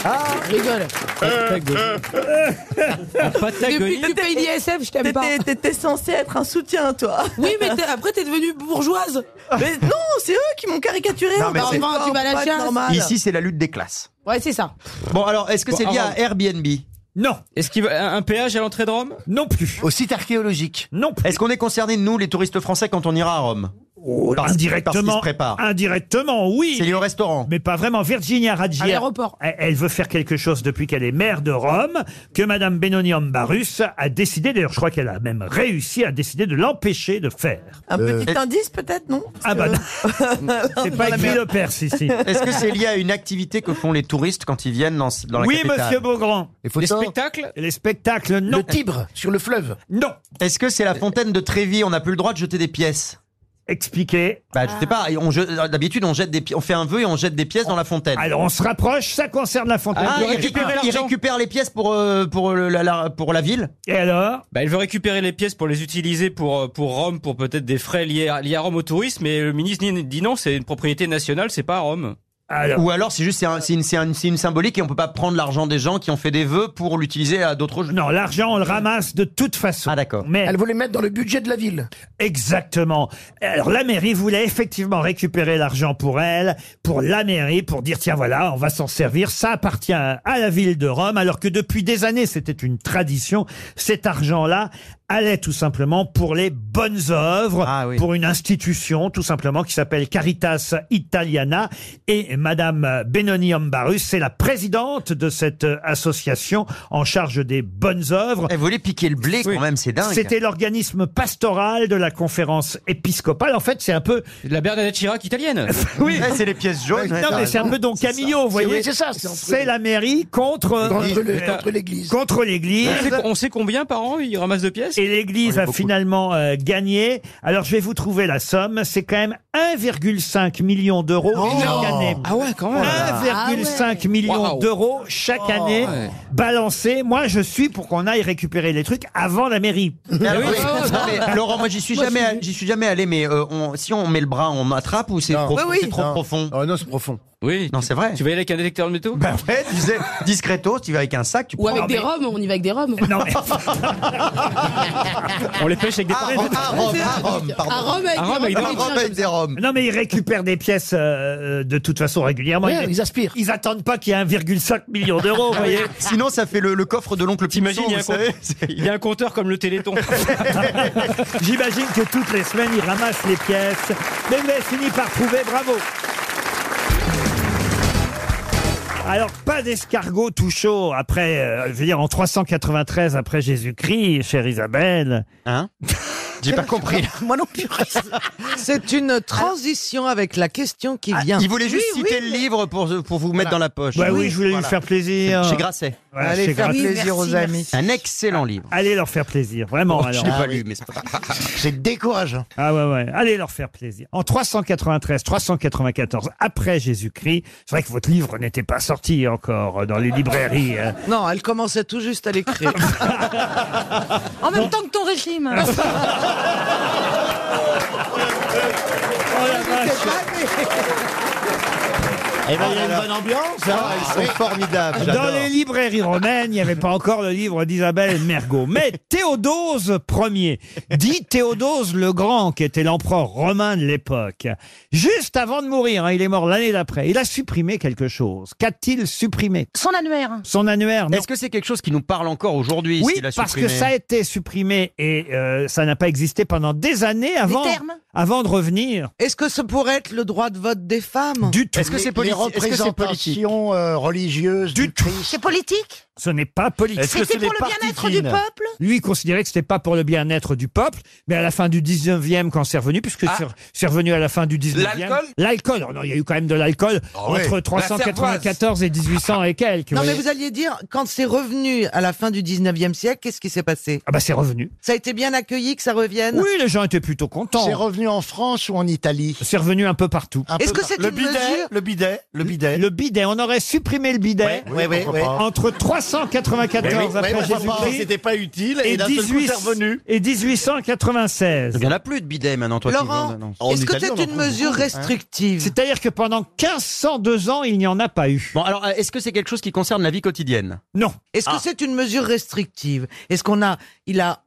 [SPEAKER 9] Je rigole. Depuis que tu payes l'ISF, je t'aime pas.
[SPEAKER 22] T'étais- T'étais censé être un soutien, toi.
[SPEAKER 9] Oui, mais t'es- après t'es devenue bourgeoise.
[SPEAKER 22] Mais non, c'est eux qui m'ont caricaturé.
[SPEAKER 5] Non,
[SPEAKER 22] on
[SPEAKER 5] mais
[SPEAKER 22] va
[SPEAKER 5] c'est-
[SPEAKER 22] encore,
[SPEAKER 9] Tu vas à la
[SPEAKER 22] pas
[SPEAKER 9] chasse.
[SPEAKER 22] normal.
[SPEAKER 5] Ici, c'est la lutte des classes.
[SPEAKER 9] Ouais, c'est ça.
[SPEAKER 5] Bon, alors, est-ce que
[SPEAKER 9] Bon,
[SPEAKER 5] c'est lié
[SPEAKER 9] avant-
[SPEAKER 5] à Airbnb
[SPEAKER 1] Non.
[SPEAKER 5] Est-ce qu'il va un, péage à l'entrée de Rome
[SPEAKER 1] Non plus.
[SPEAKER 5] Au site archéologique
[SPEAKER 1] Non plus.
[SPEAKER 5] Est-ce qu'on est concernés, nous, les touristes français, quand on ira à Rome Parce- Parce qu'ils se
[SPEAKER 1] Oh, indirectement,
[SPEAKER 5] préparent.
[SPEAKER 1] indirectement, oui.
[SPEAKER 5] C'est lié au restaurant.
[SPEAKER 1] Mais pas vraiment. Virginia Raggi.
[SPEAKER 5] À l'aéroport.
[SPEAKER 1] Elle, elle veut faire quelque chose depuis qu'elle est maire de Rome, que Madame Benoni Ambarus a décidé, d'ailleurs, je crois qu'elle a même réussi à décider de l'empêcher de faire.
[SPEAKER 22] Un petit indice, peut-être, non
[SPEAKER 1] Ah bah non. C'est pas écrit le Perse ici.
[SPEAKER 5] Est-ce que c'est lié à une activité que font les touristes quand ils viennent dans, dans la
[SPEAKER 1] Oui,
[SPEAKER 5] capitale
[SPEAKER 1] monsieur Beaugrand.
[SPEAKER 5] Les spectacles
[SPEAKER 1] Les spectacles, non.
[SPEAKER 5] Le Tibre,
[SPEAKER 3] sur le fleuve
[SPEAKER 1] Non.
[SPEAKER 5] Est-ce que c'est la fontaine de Trévis On n'a plus le droit de jeter des pièces
[SPEAKER 1] Expliquez.
[SPEAKER 5] Bah, je sais pas. on je- D'habitude, on jette des pi- on fait un vœu et on jette des pièces dans la fontaine.
[SPEAKER 1] Alors, on se rapproche, ça concerne la fontaine.
[SPEAKER 5] Ah,
[SPEAKER 1] de
[SPEAKER 5] il
[SPEAKER 1] Rome.
[SPEAKER 5] récupère, il récupère les pièces pour, euh, pour, le- la, la- pour la ville
[SPEAKER 1] Et alors
[SPEAKER 2] Bah, elle veut récupérer les pièces pour les utiliser pour, euh, pour Rome, pour peut-être des frais liés à, liés à Rome au tourisme, mais le ministre dit- dit non, c'est une propriété nationale, c'est pas à Rome.
[SPEAKER 1] Alors-
[SPEAKER 5] Ou alors c'est juste c'est un- c'est une, c'est un- c'est une symbolique et on peut pas prendre l'argent des gens qui ont fait des vœux pour l'utiliser à d'autres jeux.
[SPEAKER 1] Non, l'argent on le ramasse de toute façon. Ah d'accord. Mais
[SPEAKER 27] Elle voulait mettre dans le budget de la ville.
[SPEAKER 1] Exactement. Alors la mairie voulait effectivement récupérer l'argent pour elle, pour la mairie, pour dire tiens voilà, on va s'en servir, ça appartient à la ville de Rome, alors que depuis des années c'était une tradition, cet argent-là allait tout simplement pour les bonnes œuvres, pour une institution tout simplement qui s'appelle Caritas Italiana. Et Madame Benoni Ambarus, c'est la présidente de cette euh, association en charge des bonnes œuvres.
[SPEAKER 5] Elle voulait Eh, piquer le blé quand même, c'est dingue.
[SPEAKER 1] C'était l'organisme pastoral de la conférence épiscopale. En fait, c'est un peu... La Bernadette Chirac italienne. oui.
[SPEAKER 5] Ouais, c'est les pièces jaunes, ouais,
[SPEAKER 1] non,
[SPEAKER 5] t'as
[SPEAKER 1] mais c'est un
[SPEAKER 5] raison.
[SPEAKER 1] peu Don
[SPEAKER 5] C'est ça.
[SPEAKER 1] Camillo, vous
[SPEAKER 5] C'est-
[SPEAKER 1] voyez.
[SPEAKER 5] oui, c'est ça, c'est entre les-
[SPEAKER 1] C'est la mairie contre... euh,
[SPEAKER 17] Contre le-
[SPEAKER 1] euh,
[SPEAKER 17] contre
[SPEAKER 1] l'église. Contre l'église.
[SPEAKER 17] On sait- On sait combien par an ils ramassent de pièces
[SPEAKER 1] Et
[SPEAKER 5] Oh,
[SPEAKER 1] l'église a finalement euh, gagné. Alors, je vais vous trouver la somme. C'est quand même 1,5 million d'euros
[SPEAKER 5] Oh.
[SPEAKER 1] chaque année.
[SPEAKER 17] Ah ouais, quand même.
[SPEAKER 1] 1,5
[SPEAKER 5] Ah
[SPEAKER 1] million
[SPEAKER 17] Waouh.
[SPEAKER 1] d'euros chaque
[SPEAKER 17] Oh,
[SPEAKER 1] année
[SPEAKER 17] ouais.
[SPEAKER 1] balancés. Moi, je suis pour qu'on aille récupérer les trucs avant la mairie.
[SPEAKER 5] Ah oui, non, mais, Laurent, moi j'y suis jamais, allé- j'y suis jamais allé, mais euh, on- si on met le bras, on attrape ou c'est
[SPEAKER 17] Non.
[SPEAKER 5] pro-
[SPEAKER 17] Oui, oui.
[SPEAKER 5] c'est trop
[SPEAKER 17] Non.
[SPEAKER 5] profond
[SPEAKER 1] Oh,
[SPEAKER 17] non, c'est profond. Oui.
[SPEAKER 5] Non, c'est vrai.
[SPEAKER 17] Tu vas y aller avec un détecteur de métaux
[SPEAKER 5] Bah ouais, tu sais, discretos, tu vas avec un sac, tu
[SPEAKER 15] Ou avec
[SPEAKER 5] prends-
[SPEAKER 15] des roms, on y va avec des roms.
[SPEAKER 1] Non, mais...
[SPEAKER 17] On les pêche avec des
[SPEAKER 5] Ah, Rome, ah, Rome, ah, Rome, pardon.
[SPEAKER 15] À Rome avec
[SPEAKER 5] Ah, des
[SPEAKER 15] des roms, on y
[SPEAKER 5] Roms,
[SPEAKER 15] vient
[SPEAKER 5] avec
[SPEAKER 15] comme
[SPEAKER 5] des Roms.
[SPEAKER 1] Non, mais ils récupèrent des pièces euh, euh, de toute façon régulièrement.
[SPEAKER 5] Ouais,
[SPEAKER 1] ils aspirent. Ils attendent pas qu'il y ait 1,5 million d'euros, vous voyez.
[SPEAKER 5] Sinon, ça fait le, le coffre de l'oncle Pimson,
[SPEAKER 17] T'imagines, il y a
[SPEAKER 5] vous
[SPEAKER 17] un compte-
[SPEAKER 5] savez.
[SPEAKER 17] il y a un compteur comme le Téléthon.
[SPEAKER 1] J'imagine que toutes les semaines, ils ramassent les pièces. Mais vous avez fini par trouver, bravo alors, pas d'escargot tout chaud après, euh, je veux dire, en 393 après Jésus-Christ, chère Isabelle. Hein J'ai pas compris.
[SPEAKER 3] Moi non plus. C'est une transition avec la question qui vient.
[SPEAKER 5] Ah, Il voulait juste
[SPEAKER 3] Oui, oui,
[SPEAKER 5] citer
[SPEAKER 3] mais-
[SPEAKER 5] le livre pour, pour vous mettre
[SPEAKER 3] Voilà.
[SPEAKER 5] dans la poche.
[SPEAKER 1] Bah oui, je voulais lui
[SPEAKER 5] Voilà.
[SPEAKER 1] faire plaisir.
[SPEAKER 5] Chez Grasset.
[SPEAKER 1] Voilà,
[SPEAKER 3] Allez
[SPEAKER 1] chez
[SPEAKER 3] faire
[SPEAKER 1] Grasset.
[SPEAKER 3] plaisir aux amis.
[SPEAKER 5] Un excellent livre.
[SPEAKER 1] Allez leur faire plaisir, vraiment.
[SPEAKER 5] Bon,
[SPEAKER 1] alors. Ah
[SPEAKER 5] je l'ai pas lu, mais c'est pas
[SPEAKER 1] C'est décourageant. Ah ouais, ouais. Allez leur faire plaisir. En 393, 394, après Jésus-Christ, c'est vrai que votre livre n'était pas sorti encore euh, dans les librairies. euh.
[SPEAKER 3] Non, elle commençait tout juste à l'écrire.
[SPEAKER 15] En même temps que ton régime.
[SPEAKER 7] Eh ben, il y a une bonne ambiance. hein.
[SPEAKER 5] Ah, Ils sont formidables.
[SPEAKER 1] Ah, Dans les librairies romaines, il n'y avait pas encore le livre d'Isabelle Mergot. Mais Théodose Ier, dit Théodose le Grand, qui était l'empereur romain de l'époque, juste avant de mourir, hein, il est mort l'année d'après, il a supprimé quelque chose. Qu'a-t-il supprimé
[SPEAKER 15] Son annuaire.
[SPEAKER 1] Son annuaire, non.
[SPEAKER 5] Est-ce que c'est quelque chose qui nous parle encore aujourd'hui
[SPEAKER 1] Oui,
[SPEAKER 5] s'il a
[SPEAKER 1] parce que
[SPEAKER 5] supprimé
[SPEAKER 1] ça a été supprimé et euh, ça n'a pas existé pendant des années avant,
[SPEAKER 3] termes
[SPEAKER 1] avant de revenir.
[SPEAKER 3] Est-ce que ce pourrait être le droit de vote des femmes
[SPEAKER 1] Du tout.
[SPEAKER 3] Est-ce que c'est
[SPEAKER 1] Les- les
[SPEAKER 3] politique
[SPEAKER 1] représentations,
[SPEAKER 3] religieuses
[SPEAKER 1] du, tout.
[SPEAKER 15] C'est politique
[SPEAKER 1] Ce n'est pas politique.
[SPEAKER 15] Est-ce que C'était c'est pour les le bien-être partis du fines peuple
[SPEAKER 1] Lui il considérait que c'était pas pour le bien-être du peuple, mais à la fin du 19e quand c'est revenu, puisque c'est re- c'est revenu à la fin du 19e.
[SPEAKER 3] Ah. L'alcool
[SPEAKER 1] L'alcool. Oh non, il y a eu quand même de l'alcool
[SPEAKER 3] Ah ouais.
[SPEAKER 1] entre
[SPEAKER 3] La
[SPEAKER 1] 394 et 1800 et quelques.
[SPEAKER 3] Non, mais
[SPEAKER 1] voyez.
[SPEAKER 3] vous alliez dire, quand c'est revenu à la fin du 19e siècle, qu'est-ce qui s'est passé
[SPEAKER 1] Ah bah c'est revenu.
[SPEAKER 3] Ça a été bien accueilli que ça revienne
[SPEAKER 1] Oui, les gens étaient plutôt contents.
[SPEAKER 3] C'est
[SPEAKER 1] revenu en France ou en Italie C'est revenu un peu partout.
[SPEAKER 8] Ah,
[SPEAKER 3] Un Est-ce peu que c'est par-
[SPEAKER 1] le
[SPEAKER 3] une mesure
[SPEAKER 1] Le bidet, le bidet. Le bidet, on aurait supprimé le bidet.
[SPEAKER 7] Ouais, ouais, ouais, pourquoi ouais. pas.
[SPEAKER 1] Entre 394
[SPEAKER 7] Ouais, ouais,
[SPEAKER 1] après
[SPEAKER 7] pourquoi pas,
[SPEAKER 1] Jésus-Christ.
[SPEAKER 7] c'était pas utile, et d'un seul coup, c'est revenu.
[SPEAKER 1] et 1896.
[SPEAKER 5] Il n'y en a plus de bidet maintenant, Hein toi qui
[SPEAKER 3] Laurent,
[SPEAKER 5] viens de- non.
[SPEAKER 3] est-ce que c'est une mesure restrictive
[SPEAKER 1] C'est-à-dire que pendant 1502 ans, il n'y en a pas eu.
[SPEAKER 5] Bon, alors, euh, est-ce que c'est quelque chose qui concerne la vie quotidienne
[SPEAKER 1] Non.
[SPEAKER 3] Est-ce que
[SPEAKER 5] Ah.
[SPEAKER 3] c'est une mesure restrictive Est-ce qu'on a, il a,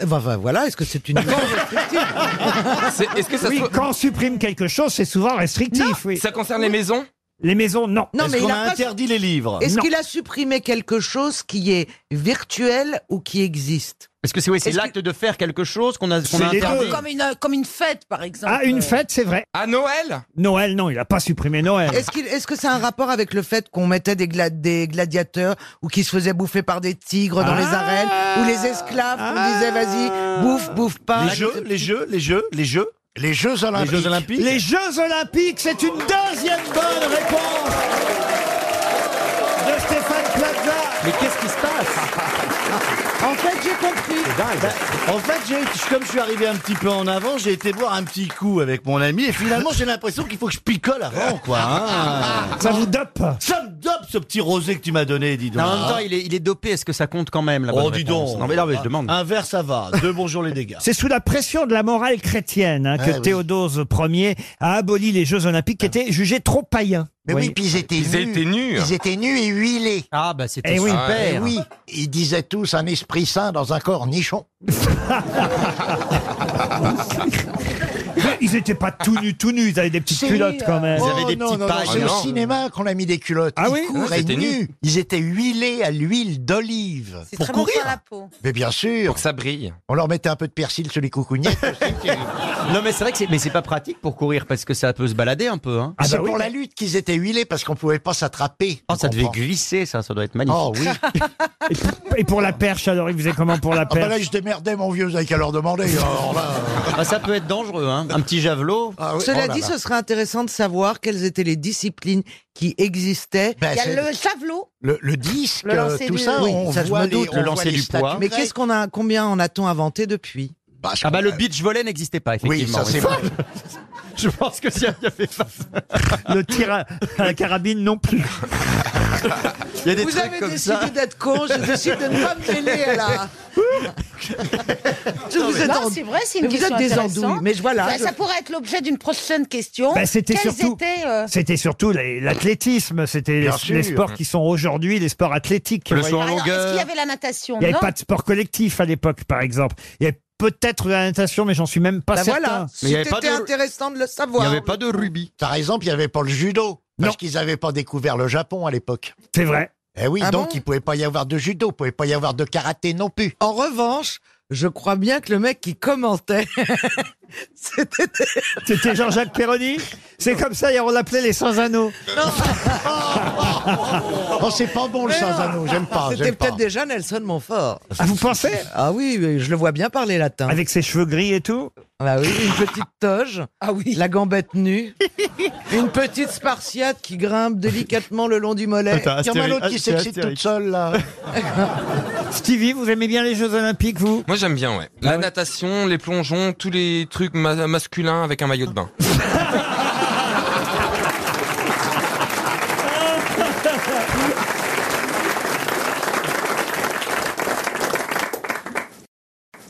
[SPEAKER 3] Eh ben, ben, voilà, est-ce que c'est une mesure
[SPEAKER 1] Hein C'est- est-ce que ça Oui, se- quand on supprime quelque chose, c'est souvent restrictif. oui.
[SPEAKER 17] Ça concerne les maisons
[SPEAKER 1] Les maisons, non.
[SPEAKER 3] Non, Est-ce mais qu'on il a a pas- interdit
[SPEAKER 1] les livres
[SPEAKER 3] Est-ce qu'il a supprimé quelque chose qui est virtuel ou qui existe
[SPEAKER 5] Est-ce que c'est oui, c'est l'acte de faire quelque chose qu'on a, qu'on a interdit
[SPEAKER 15] Comme une, comme une fête, par exemple.
[SPEAKER 1] Ah, une fête, c'est vrai.
[SPEAKER 17] À Noël
[SPEAKER 1] Noël, non, il n'a pas supprimé Noël.
[SPEAKER 3] Est-ce qu'il- est-ce que c'est un rapport avec le fait qu'on mettait des, gla- des gladiateurs ou qu'ils se faisaient bouffer par des tigres dans les arènes ou les esclaves on disait vas-y bouffe bouffe pas
[SPEAKER 7] Les jeux, les jeux, les jeux, les jeux. Les Jeux Olympiques. Les Jeux Olympiques.
[SPEAKER 1] Les Jeux Olympiques, c'est une deuxième bonne réponse de Stéphane Plaza.
[SPEAKER 7] Mais qu'est-ce qui se passe
[SPEAKER 3] En fait, j'ai compris.
[SPEAKER 5] Ben,
[SPEAKER 7] en fait, j'ai- comme je suis arrivé un petit peu en avant, j'ai été boire un petit coup avec mon ami et finalement, j'ai l'impression qu'il faut que je picole avant, quoi. hein.
[SPEAKER 1] Ça vous dope
[SPEAKER 7] Ça me dope,
[SPEAKER 28] ce petit rosé que tu m'as donné, dis donc.
[SPEAKER 5] Non, en même temps, il est, il est dopé. Est-ce que ça compte quand même la bonne
[SPEAKER 28] Oh, dis
[SPEAKER 5] réponse
[SPEAKER 28] donc.
[SPEAKER 5] Non, mais non, mais je demande.
[SPEAKER 28] Un verre, ça va. Deux bonjour les dégâts.
[SPEAKER 1] C'est sous la pression de la morale chrétienne hein, que
[SPEAKER 28] Ah, oui.
[SPEAKER 1] Théodose Ier a aboli les Jeux Olympiques qui étaient jugés trop païens.
[SPEAKER 7] Ah Mais oui, puis ils étaient nus. Ils étaient nus et huilés.
[SPEAKER 5] Ah, bah
[SPEAKER 1] Eh oui. super.
[SPEAKER 7] Eh oui, ils disaient tous un esprit saint dans un corps nichon.
[SPEAKER 1] Mais ils n'étaient pas tout nus, tout nus. Ils avaient des petites culottes quand même.
[SPEAKER 3] euh,
[SPEAKER 7] Ils avaient
[SPEAKER 3] oh,
[SPEAKER 7] des petits pailles. hein. C'est au cinéma qu'on a mis des culottes.
[SPEAKER 1] Ah
[SPEAKER 7] ils
[SPEAKER 1] oui
[SPEAKER 7] couraient
[SPEAKER 1] Ils étaient
[SPEAKER 7] nus.
[SPEAKER 1] nus.
[SPEAKER 7] Ils étaient huilés à l'huile d'olive. Pour courir. Mais bien sûr. Pour que ça brille. Ah On leur mettait un peu de persil sur les coucougnettes.
[SPEAKER 5] Non, mais c'est vrai que c'est, mais c'est pas pratique pour courir parce que ça peut se balader un peu. Hein.
[SPEAKER 7] Ah, c'est pour la lutte qu'ils étaient huilés parce qu'on pouvait pas s'attraper.
[SPEAKER 5] Oh,
[SPEAKER 7] tu
[SPEAKER 5] ça devait
[SPEAKER 7] comprends.
[SPEAKER 5] glisser, ça, ça doit être magnifique.
[SPEAKER 7] Oh oui.
[SPEAKER 1] Et pour la perche, alors, ils faisaient comment pour la
[SPEAKER 7] Ah bah là,
[SPEAKER 1] perche
[SPEAKER 7] ils se démerdaient, mon vieux, vous avez qu'à leur demander. Alors là,
[SPEAKER 5] Ah, ça peut être dangereux, hein. Un petit javelot.
[SPEAKER 7] Ah Oh
[SPEAKER 3] Cela dit, ce serait intéressant de savoir quelles étaient les disciplines qui existaient.
[SPEAKER 7] Ben, Il y a c'est- le
[SPEAKER 9] javelot.
[SPEAKER 7] le, le disque,
[SPEAKER 3] Le lancer
[SPEAKER 7] euh, tout
[SPEAKER 3] du-
[SPEAKER 7] ça,
[SPEAKER 3] Oui,
[SPEAKER 7] on
[SPEAKER 3] ça, je
[SPEAKER 7] voit
[SPEAKER 3] me doute,
[SPEAKER 7] les- on
[SPEAKER 3] le
[SPEAKER 7] voit
[SPEAKER 5] lancer
[SPEAKER 7] les
[SPEAKER 5] du
[SPEAKER 7] statues
[SPEAKER 5] poids.
[SPEAKER 3] Mais
[SPEAKER 7] grecques.
[SPEAKER 3] qu'est-ce qu'on a, combien en a-t-on inventé depuis
[SPEAKER 5] Ah bah le beach volley n'existait pas, effectivement.
[SPEAKER 7] ça, c'est vrai.
[SPEAKER 5] Je
[SPEAKER 3] Ben
[SPEAKER 5] pense que si il y avait pas
[SPEAKER 1] Le tir à, à la carabine non plus.
[SPEAKER 5] Il y a des
[SPEAKER 3] Vous
[SPEAKER 5] trucs
[SPEAKER 3] avez
[SPEAKER 5] comme
[SPEAKER 3] décidé
[SPEAKER 5] ça.
[SPEAKER 3] d'être con, je décide de ne pas me mêler à la.
[SPEAKER 9] Non,
[SPEAKER 3] vous êtes en-
[SPEAKER 9] c'est vrai, c'est
[SPEAKER 3] Mais
[SPEAKER 9] une
[SPEAKER 3] vous
[SPEAKER 9] question
[SPEAKER 3] êtes des
[SPEAKER 9] intéressante.
[SPEAKER 3] andouilles, mais je- voilà,
[SPEAKER 9] Ça,
[SPEAKER 3] je-
[SPEAKER 9] ça pourrait être l'objet d'une prochaine question.
[SPEAKER 1] Bah, c'était
[SPEAKER 9] Quels
[SPEAKER 1] surtout,
[SPEAKER 9] étaient, euh,
[SPEAKER 1] c'était surtout les- l'athlétisme, c'était les,
[SPEAKER 7] Bien
[SPEAKER 1] les
[SPEAKER 7] sûr.
[SPEAKER 1] sports qui sont aujourd'hui les sports athlétiques.
[SPEAKER 9] par
[SPEAKER 1] Vous
[SPEAKER 9] exemple,
[SPEAKER 1] voyez.
[SPEAKER 9] Est-ce qu'il y avait la natation
[SPEAKER 1] Il n'y avait
[SPEAKER 9] Non.
[SPEAKER 1] pas de sport collectif à l'époque, par exemple. Il y avait peut-être de la natation, mais j'en suis même pas
[SPEAKER 3] Bah
[SPEAKER 1] certain.
[SPEAKER 3] voilà, c'était intéressant de le savoir.
[SPEAKER 5] pas de rubis.
[SPEAKER 7] Par exemple, il n'y avait pas le judo. Parce qu'ils n'avaient pas découvert le Japon à l'époque.
[SPEAKER 1] C'est vrai.
[SPEAKER 7] Eh oui,
[SPEAKER 3] Ah
[SPEAKER 7] donc
[SPEAKER 3] bon
[SPEAKER 7] il ne pouvait pas y avoir de judo, il ne pouvait pas y avoir de karaté non plus.
[SPEAKER 3] En revanche, je crois bien que le mec qui commentait, c'était.
[SPEAKER 1] C'était Jean-Jacques Perroni. C'est comme ça, hier, on l'appelait les sans-anneaux.
[SPEAKER 7] Oh, c'est pas bon le
[SPEAKER 3] Mais non.
[SPEAKER 7] sans-anneau, j'aime pas.
[SPEAKER 3] C'était
[SPEAKER 7] j'aime pas.
[SPEAKER 3] peut-être déjà Nelson Montfort.
[SPEAKER 1] Ah, vous pensez
[SPEAKER 3] Ah oui, mais je le vois bien parler latin.
[SPEAKER 1] Avec ses cheveux gris et tout
[SPEAKER 3] Ah oui, une petite toge. Ah oui. La gambette nue. une petite spartiate qui grimpe délicatement le long du mollet.
[SPEAKER 7] Il y en a l'autre qui s'excite toute seule, là.
[SPEAKER 1] Stevie, vous aimez bien les Jeux Olympiques, vous
[SPEAKER 15] Moi j'aime bien, Ah ouais.
[SPEAKER 1] La
[SPEAKER 15] natation, les plongeons, tous les trucs masculins avec un maillot de bain.